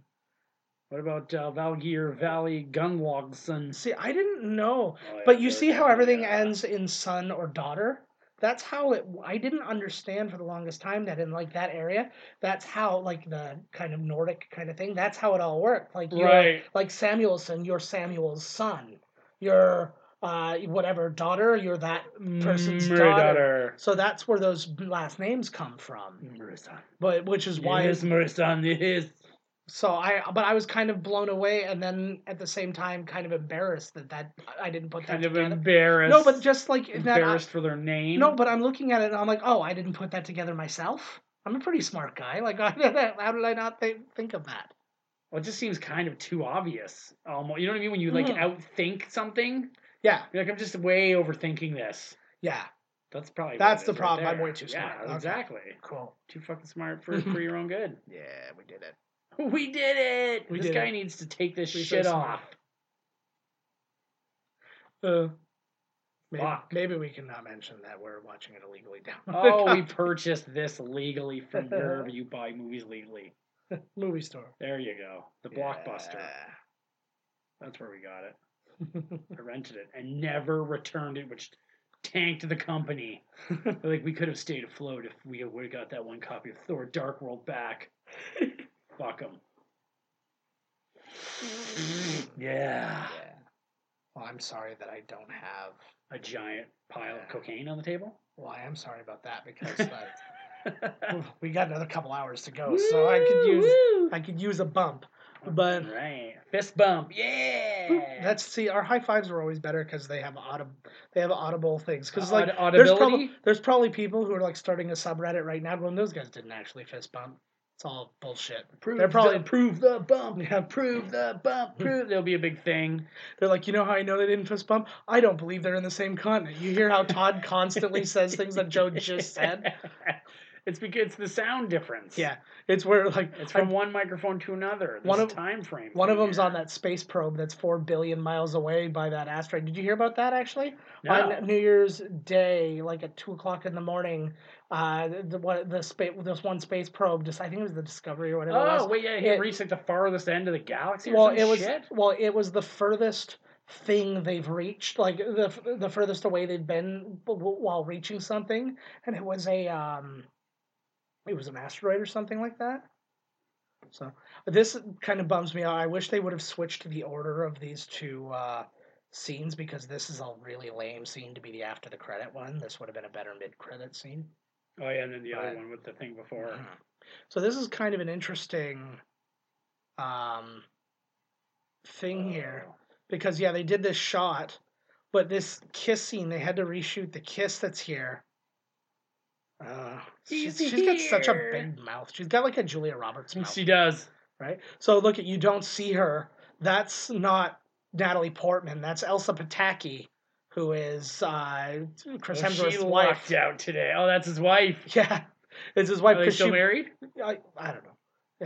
Speaker 1: What about uh, Valgir Valley Gunlogson?
Speaker 2: See, I didn't know, but you see how everything ends in son or daughter. That's how it. I didn't understand for the longest time that in like that area, that's how like the kind of Nordic kind of thing. That's how it all worked. Like you're
Speaker 1: Right.
Speaker 2: like Samuelson, you're Samuel's son. You're uh, whatever daughter. You're that person's
Speaker 1: Murray
Speaker 2: daughter. So that's where those last names come from.
Speaker 1: Marissa.
Speaker 2: But which is why
Speaker 1: Why is Marissa? It is.
Speaker 2: so I but I was kind of blown away and then at the same time kind of embarrassed that that I didn't put
Speaker 1: Kind
Speaker 2: that
Speaker 1: of
Speaker 2: together.
Speaker 1: embarrassed.
Speaker 2: No, but just like in that I,
Speaker 1: embarrassed for their name.
Speaker 2: No, but I'm looking at it and I'm like, "Oh, I didn't put that together myself." I'm a pretty smart guy. Like how did I, how did I not think, think of that?
Speaker 1: well, it just seems kind of too obvious. Almost, you know what I mean? When you like
Speaker 2: Mhm.
Speaker 1: outthink something,
Speaker 2: Yeah.
Speaker 1: you're like, I'm just way overthinking this.
Speaker 2: Yeah.
Speaker 1: That's probably what
Speaker 2: That's
Speaker 1: it
Speaker 2: the
Speaker 1: is
Speaker 2: problem. I'm
Speaker 1: there.
Speaker 2: way too smart.
Speaker 1: Yeah,
Speaker 2: Okay.
Speaker 1: exactly.
Speaker 2: Cool.
Speaker 1: Too fucking smart for for your own good.
Speaker 2: Yeah, we did it.
Speaker 1: We did it.
Speaker 2: We
Speaker 1: this
Speaker 2: did
Speaker 1: guy
Speaker 2: it.
Speaker 1: needs to take this
Speaker 2: We so
Speaker 1: shit
Speaker 2: smart.
Speaker 1: off.
Speaker 2: Uh Maybe,
Speaker 1: Fuck.
Speaker 2: maybe we can not mention that we're watching it illegally down.
Speaker 1: Oh, we purchased this legally from wherever you buy movies legally.
Speaker 2: movie store.
Speaker 1: There you go. The Blockbuster. That's where we got it.
Speaker 2: Yeah.
Speaker 1: I rented it and never returned it, which tanked the company. like we could have stayed afloat if we would have got that one copy of Thor: Dark World back. Fuck them. Yeah.
Speaker 2: Well, I'm sorry that I don't have.
Speaker 1: A giant pile of cocaine on the table.
Speaker 2: Well, I am sorry about that because uh, we got another couple hours to
Speaker 1: Oh,
Speaker 2: go, so I could use I could use a bump. But
Speaker 1: right, fist bump. Yeah.
Speaker 2: that's see, our high fives are always better because they have audible they have audible things. Because
Speaker 1: Uh, Aud-
Speaker 2: like there's probably
Speaker 1: audibility?
Speaker 2: there's probably people who are like starting a subreddit right now going, those guys didn't actually fist bump. It's all bullshit.
Speaker 1: Prove
Speaker 2: they're probably
Speaker 1: the, prove the bump.
Speaker 2: Yeah.
Speaker 1: Prove the bump. Prove. There'll be a big thing.
Speaker 2: They're like, you know how I know they didn't fist bump? I don't believe they're in the same continent. You hear how Todd constantly says things that Joe just said?
Speaker 1: it's because it's the sound difference.
Speaker 2: Yeah, it's where like
Speaker 1: It's
Speaker 2: I-
Speaker 1: from one microphone to another. There's
Speaker 2: One
Speaker 1: a
Speaker 2: of-
Speaker 1: time frame.
Speaker 2: One of them's on
Speaker 1: here.
Speaker 2: that space probe that's four billion miles away by that asteroid. Did you hear about that actually?
Speaker 1: No.
Speaker 2: On New Year's Day, like at two o'clock in the morning, uh, the- the what the space this one space probe just I think it was the Discovery or whatever. it
Speaker 1: Oh
Speaker 2: was.
Speaker 1: wait, yeah, he
Speaker 2: It-
Speaker 1: reached like the farthest end of the galaxy. Or
Speaker 2: well,
Speaker 1: some
Speaker 2: it was
Speaker 1: shit?
Speaker 2: well, it was the furthest thing they've reached, like the f- the furthest away they've been w- w- while reaching something, and it was a um, it was an asteroid or something like that. So this kind of bums me out. I wish they would have switched the order of these two uh, scenes because this is a really lame scene to be the after the credit one. This would have been a better mid credit scene.
Speaker 1: Oh yeah, and then the
Speaker 2: But-
Speaker 1: other one with the thing before.
Speaker 2: So this is kind of an interesting um, thing here
Speaker 1: Oh.
Speaker 2: because yeah, they did this shot, but this kiss scene they had to reshoot the kiss that's here. Uh, she's,
Speaker 1: He's
Speaker 2: she's got such a
Speaker 1: here.
Speaker 2: big mouth. She's got like a Julia Roberts
Speaker 1: Oh.
Speaker 2: mouth,
Speaker 1: She does.
Speaker 2: right? So look at you don't see her. That's not Natalie Portman. That's Elsa Pataki, who is uh, Chris
Speaker 1: Well, Oh, she
Speaker 2: Hemsworth's wife.
Speaker 1: lucked out today. Oh, that's his wife.
Speaker 2: Yeah, it's his wife
Speaker 1: Are they
Speaker 2: because
Speaker 1: still
Speaker 2: she
Speaker 1: married?
Speaker 2: I, I don't know.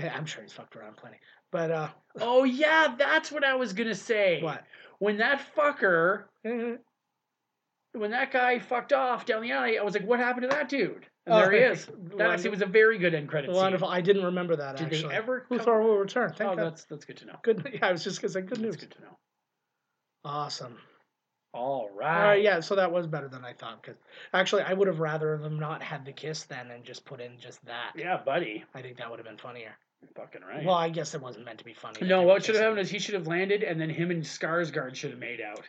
Speaker 2: Yeah, I'm sure he's fucked around plenty. But uh,
Speaker 1: Oh yeah, that's what I was gonna say.
Speaker 2: what?
Speaker 1: When that fucker,
Speaker 2: Eh,
Speaker 1: when that guy fucked off down the alley, I was like, what happened to that dude? And
Speaker 2: Oh,
Speaker 1: there he is. That actually
Speaker 2: wonderful.
Speaker 1: was a very good end credit scene.
Speaker 2: Wonderful. I didn't remember that
Speaker 1: Did
Speaker 2: actually.
Speaker 1: they ever?
Speaker 2: Who
Speaker 1: come-
Speaker 2: Thor will return? Thank
Speaker 1: Oh,
Speaker 2: God.
Speaker 1: that's that's good to know.
Speaker 2: good. Yeah, I was just gonna say good
Speaker 1: That's
Speaker 2: news.
Speaker 1: good to know.
Speaker 2: Awesome.
Speaker 1: All
Speaker 2: All
Speaker 1: right.
Speaker 2: right. Yeah. So that was better than I thought. Because actually, I would have rather them not had the kiss then and just put in just that.
Speaker 1: Yeah, buddy.
Speaker 2: I think that would have been funnier.
Speaker 1: Fucking right.
Speaker 2: Well, I guess it wasn't meant to be funny.
Speaker 1: no, what should have happened
Speaker 2: is
Speaker 1: is he should have landed, and then him and Skarsgård should have made out.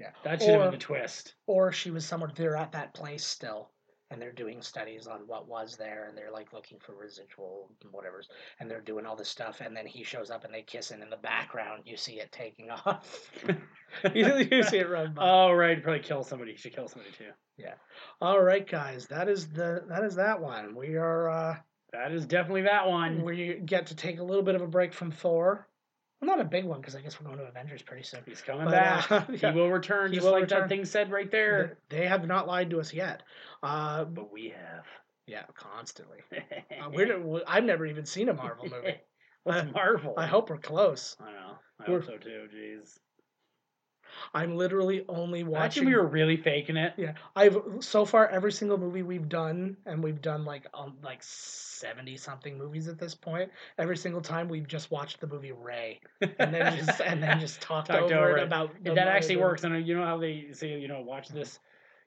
Speaker 2: Yeah.
Speaker 1: That should have
Speaker 2: Or-
Speaker 1: been the twist.
Speaker 2: or she was somewhere. They're at that place still, and they're doing studies on what was there, and they're like looking for residual whatever's, and they're doing all this stuff, and then he shows up and they kiss, and in the background you see it taking off. you see it run by.
Speaker 1: Oh right, probably kill somebody. She kill somebody too.
Speaker 2: All right, guys, that is the that is that one. We are uh,
Speaker 1: That is definitely that one.
Speaker 2: we get to take a little bit of a break from Thor. Well, not a big one because I guess we're going to Avengers pretty soon.
Speaker 1: He's coming
Speaker 2: But,
Speaker 1: back.
Speaker 2: uh, yeah.
Speaker 1: He will return,
Speaker 2: He
Speaker 1: just
Speaker 2: will
Speaker 1: like
Speaker 2: return.
Speaker 1: that thing said right there.
Speaker 2: They have not lied to us yet. Uh,
Speaker 1: But we have.
Speaker 2: yeah, constantly. Uh, we're, we- I've never even seen a Marvel movie. Uh,
Speaker 1: Let's Marvel.
Speaker 2: Mm. I hope we're close.
Speaker 1: I know. I
Speaker 2: We're-
Speaker 1: hope so too. Jeez.
Speaker 2: I'm literally only watching.
Speaker 1: Imagine we were really faking it.
Speaker 2: Yeah, I've so far every single movie we've done, and we've done like um, like seventy something movies at this point. Every single time we've just watched the movie Ray, and then just and then just talked,
Speaker 1: Talked
Speaker 2: over,
Speaker 1: over
Speaker 2: it
Speaker 1: it.
Speaker 2: about the
Speaker 1: If that actually
Speaker 2: movie.
Speaker 1: works, and you know how they say, you know, watch this,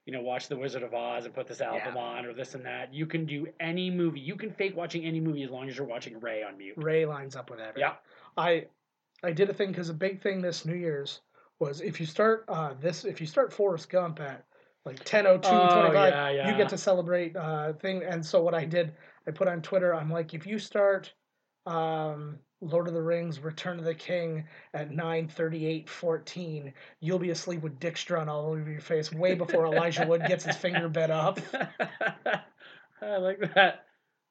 Speaker 1: you know, watch The Wizard of Oz and put this album
Speaker 2: Yeah.
Speaker 1: on or this and that. You can do any movie. You can fake watching any movie as long as you're watching Ray on mute.
Speaker 2: Ray lines up with everything.
Speaker 1: Yeah.
Speaker 2: I I did a thing because a big thing this New Year's was if you start uh this if you start Forrest Gump at like 10:02
Speaker 1: Oh,
Speaker 2: 25
Speaker 1: yeah, yeah.
Speaker 2: you get to celebrate uh thing and so what I did I put on Twitter I'm like if you start um Lord of the Rings Return of the King at 9:38:14 you'll be asleep with Dijkstra all over your face way before Elijah Wood gets his finger bit up.
Speaker 1: I like that.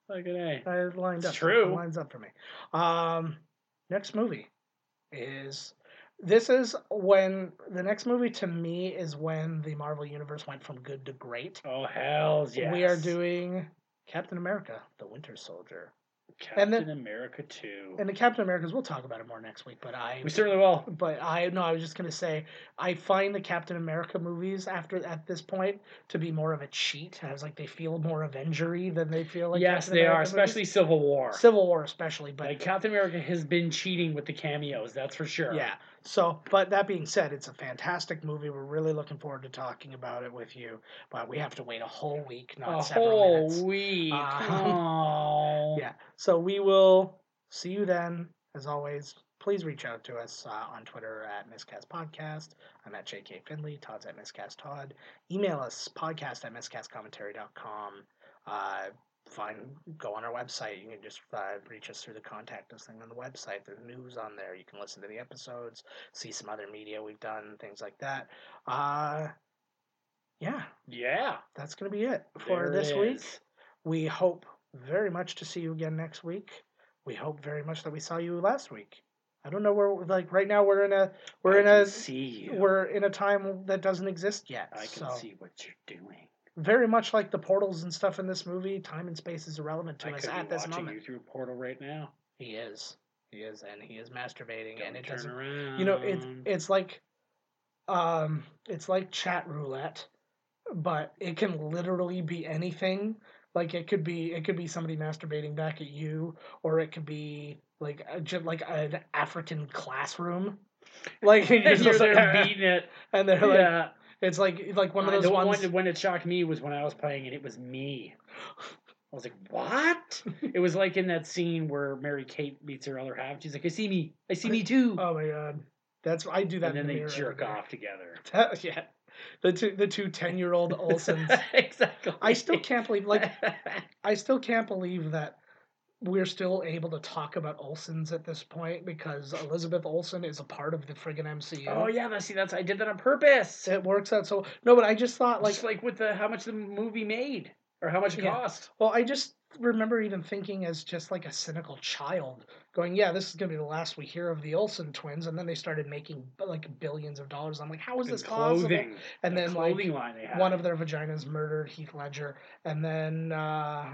Speaker 1: Like an A.
Speaker 2: I lined
Speaker 1: It's
Speaker 2: up.
Speaker 1: true.
Speaker 2: It lines up for me. Um, next movie is this is when the next movie to me is when the Marvel universe went from good to great.
Speaker 1: Oh hell's yes.
Speaker 2: We are doing Captain America: The Winter Soldier,
Speaker 1: Captain
Speaker 2: then-
Speaker 1: America two.
Speaker 2: and the Captain Americas. We'll talk about it more next week, but I.
Speaker 1: we certainly will.
Speaker 2: But I no, I was just gonna say I find the Captain America movies after at this point to be more of a cheat. I was like they feel more Avengery than they feel like
Speaker 1: yes,
Speaker 2: Captain
Speaker 1: they are,
Speaker 2: America movies.
Speaker 1: especially Civil War.
Speaker 2: Civil War, especially. But
Speaker 1: like Captain America has been cheating with the cameos, that's for sure.
Speaker 2: Yeah. So, but that being said, it's a fantastic movie. We're really looking forward to talking about it with you, but we have to wait a whole week, not
Speaker 1: a
Speaker 2: several
Speaker 1: whole
Speaker 2: minutes.
Speaker 1: week.
Speaker 2: Uh,
Speaker 1: oh.
Speaker 2: Yeah. So we will see you then. As always, please reach out to us uh, on Twitter at Miscast Podcast. I'm at JK Finley. Todd's at Miscast Todd. Email us podcast at miscastcommentary.com. Uh, find go on our website. You can just uh, reach us through the contact us thing on the website. There's news on there. You can listen to the episodes, see some other media we've done, things like that. Uh, yeah,
Speaker 1: Yeah.
Speaker 2: that's gonna be it for
Speaker 1: there it
Speaker 2: this week.
Speaker 1: is.
Speaker 2: We hope very much to see you again next week. We hope very much that we saw you last week. I don't know where like right now we're in a we're
Speaker 1: I
Speaker 2: in
Speaker 1: can
Speaker 2: a
Speaker 1: see you.
Speaker 2: we're in a time that doesn't exist yet.
Speaker 1: I can
Speaker 2: so
Speaker 1: see what you're doing.
Speaker 2: very much like the portals and stuff in this movie, time and space is irrelevant to
Speaker 1: I
Speaker 2: us
Speaker 1: could
Speaker 2: at
Speaker 1: be
Speaker 2: this
Speaker 1: watching
Speaker 2: moment.
Speaker 1: you through a portal right now.
Speaker 2: He is. He is and he is masturbating
Speaker 1: Don't
Speaker 2: and it
Speaker 1: turn
Speaker 2: doesn't
Speaker 1: around.
Speaker 2: you know it's
Speaker 1: Mm.
Speaker 2: it's like um it's like chat roulette but it can literally be anything like it could be it could be somebody masturbating back at you or it could be like a, ju- like an african classroom like you're
Speaker 1: and you're
Speaker 2: just like,
Speaker 1: there beating it.
Speaker 2: and they're like
Speaker 1: Yeah.
Speaker 2: it's like like one of
Speaker 1: Uh,
Speaker 2: those
Speaker 1: the
Speaker 2: ones
Speaker 1: one when it shocked me was when I was playing and it was me. I was like, "What?" it was like in that scene where Mary Kate meets her other half. She's like, "I see me. I see me too."
Speaker 2: oh my god that's i do that
Speaker 1: and then
Speaker 2: in the
Speaker 1: they
Speaker 2: mirror every
Speaker 1: jerk
Speaker 2: day.
Speaker 1: off together.
Speaker 2: yeah the two the two 10 year old olsons
Speaker 1: exactly.
Speaker 2: i still can't believe like I still can't believe that we're still able to talk about Olsen's at this point because Elizabeth Olsen is a part of the friggin' MCU.
Speaker 1: oh yeah, that's see, that's I did that on purpose.
Speaker 2: It works out so no, but I just thought like
Speaker 1: Just like with the how much the movie made or how much it
Speaker 2: Yeah.
Speaker 1: cost.
Speaker 2: well, I just remember even thinking as just like a cynical child, going, Yeah, this is gonna be the last we hear of the Olsen twins and then they started making like billions of dollars. I'm like, how is
Speaker 1: And
Speaker 2: this possible? And
Speaker 1: the
Speaker 2: then like
Speaker 1: clothing line they had.
Speaker 2: one of their vaginas murdered Heath Ledger, and then uh,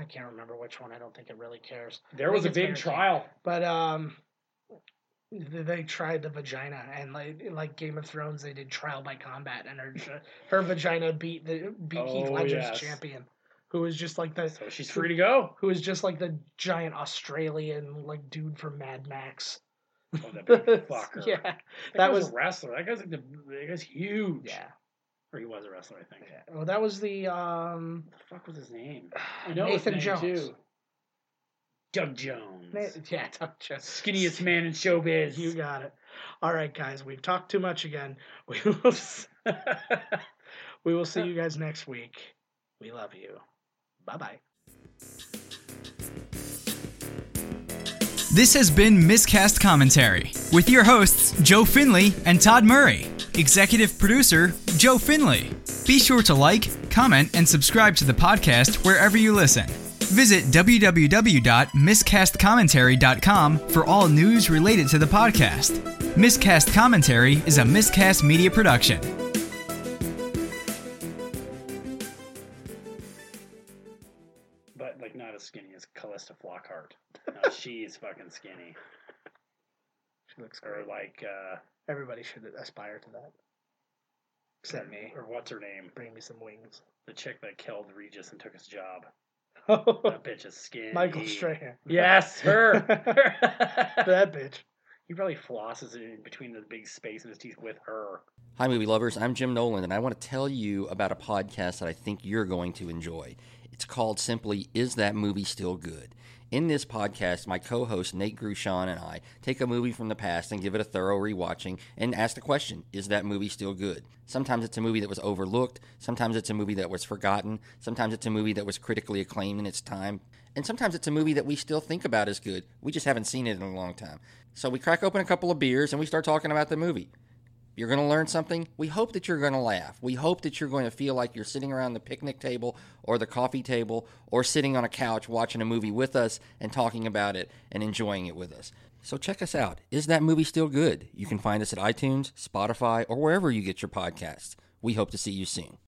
Speaker 2: I can't remember which one. I don't think it really cares.
Speaker 1: there
Speaker 2: I
Speaker 1: was a
Speaker 2: think it's
Speaker 1: big
Speaker 2: Mary Kate.
Speaker 1: trial.
Speaker 2: But um, th- they tried the vagina, and like like Game of Thrones, they did trial by combat, and her her vagina beat the beat Heath
Speaker 1: Oh,
Speaker 2: Ledger's
Speaker 1: yes.
Speaker 2: champion, who was just like the
Speaker 1: So she's free to go.
Speaker 2: who was just like the giant Australian like dude from Mad Max.
Speaker 1: Oh, that big fucker.
Speaker 2: yeah,
Speaker 1: that,
Speaker 2: that
Speaker 1: guy's
Speaker 2: was-
Speaker 1: a wrestler. That guy's like the that guy's huge.
Speaker 2: yeah.
Speaker 1: or he was a wrestler, I think.
Speaker 2: yeah. Well, that was the um
Speaker 1: What the fuck was his name?
Speaker 2: Nathan
Speaker 1: his
Speaker 2: Jones.
Speaker 1: Doug Jones,
Speaker 2: Na- yeah, Doug Jones.
Speaker 1: skinniest man in showbiz.
Speaker 2: You got it. All right, guys, we've talked too much again. We will, s- we will see you guys next week. We love you. Bye bye.
Speaker 6: This has been Miscast Commentary with your hosts, Joe Finley and Todd Murray. Executive producer, Joe Finley. Be sure to like, comment, and subscribe to the podcast wherever you listen. Visit www.miscastcommentary.com for all news related to the podcast. Miscast Commentary is a miscast media production.
Speaker 1: but like not as skinny as Callista Flockhart. No, she's fucking skinny.
Speaker 2: She looks
Speaker 1: Or
Speaker 2: great.
Speaker 1: like, uh,
Speaker 2: Everybody should aspire to that. Except me.
Speaker 1: or what's her name?
Speaker 2: Bring me some wings.
Speaker 1: The chick that killed Regis and took his job.
Speaker 2: Oh,
Speaker 1: That bitch is skinny.
Speaker 2: Michael Strahan.
Speaker 1: Yes, her.
Speaker 2: that bitch.
Speaker 1: he probably flosses it in between the big space in his teeth with her.
Speaker 7: Hi, movie lovers. I'm Jim Nolan, and I want to tell you about a podcast that I think you're going to enjoy. It's called simply Is That Movie Still Good? In this podcast, my co host Nate Grushon and I take a movie from the past and give it a thorough rewatching and ask the question Is that movie still good? Sometimes it's a movie that was overlooked, sometimes it's a movie that was forgotten, sometimes it's a movie that was critically acclaimed in its time. And sometimes it's a movie that we still think about as good. We just haven't seen it in a long time. So we crack open a couple of beers and we start talking about the movie. You're going to learn something. We hope that you're going to laugh. We hope that you're going to feel like you're sitting around the picnic table or the coffee table or sitting on a couch watching a movie with us and talking about it and enjoying it with us. So check us out. Is that movie still good? You can find us at iTunes, Spotify, or wherever you get your podcasts. We hope to see you soon.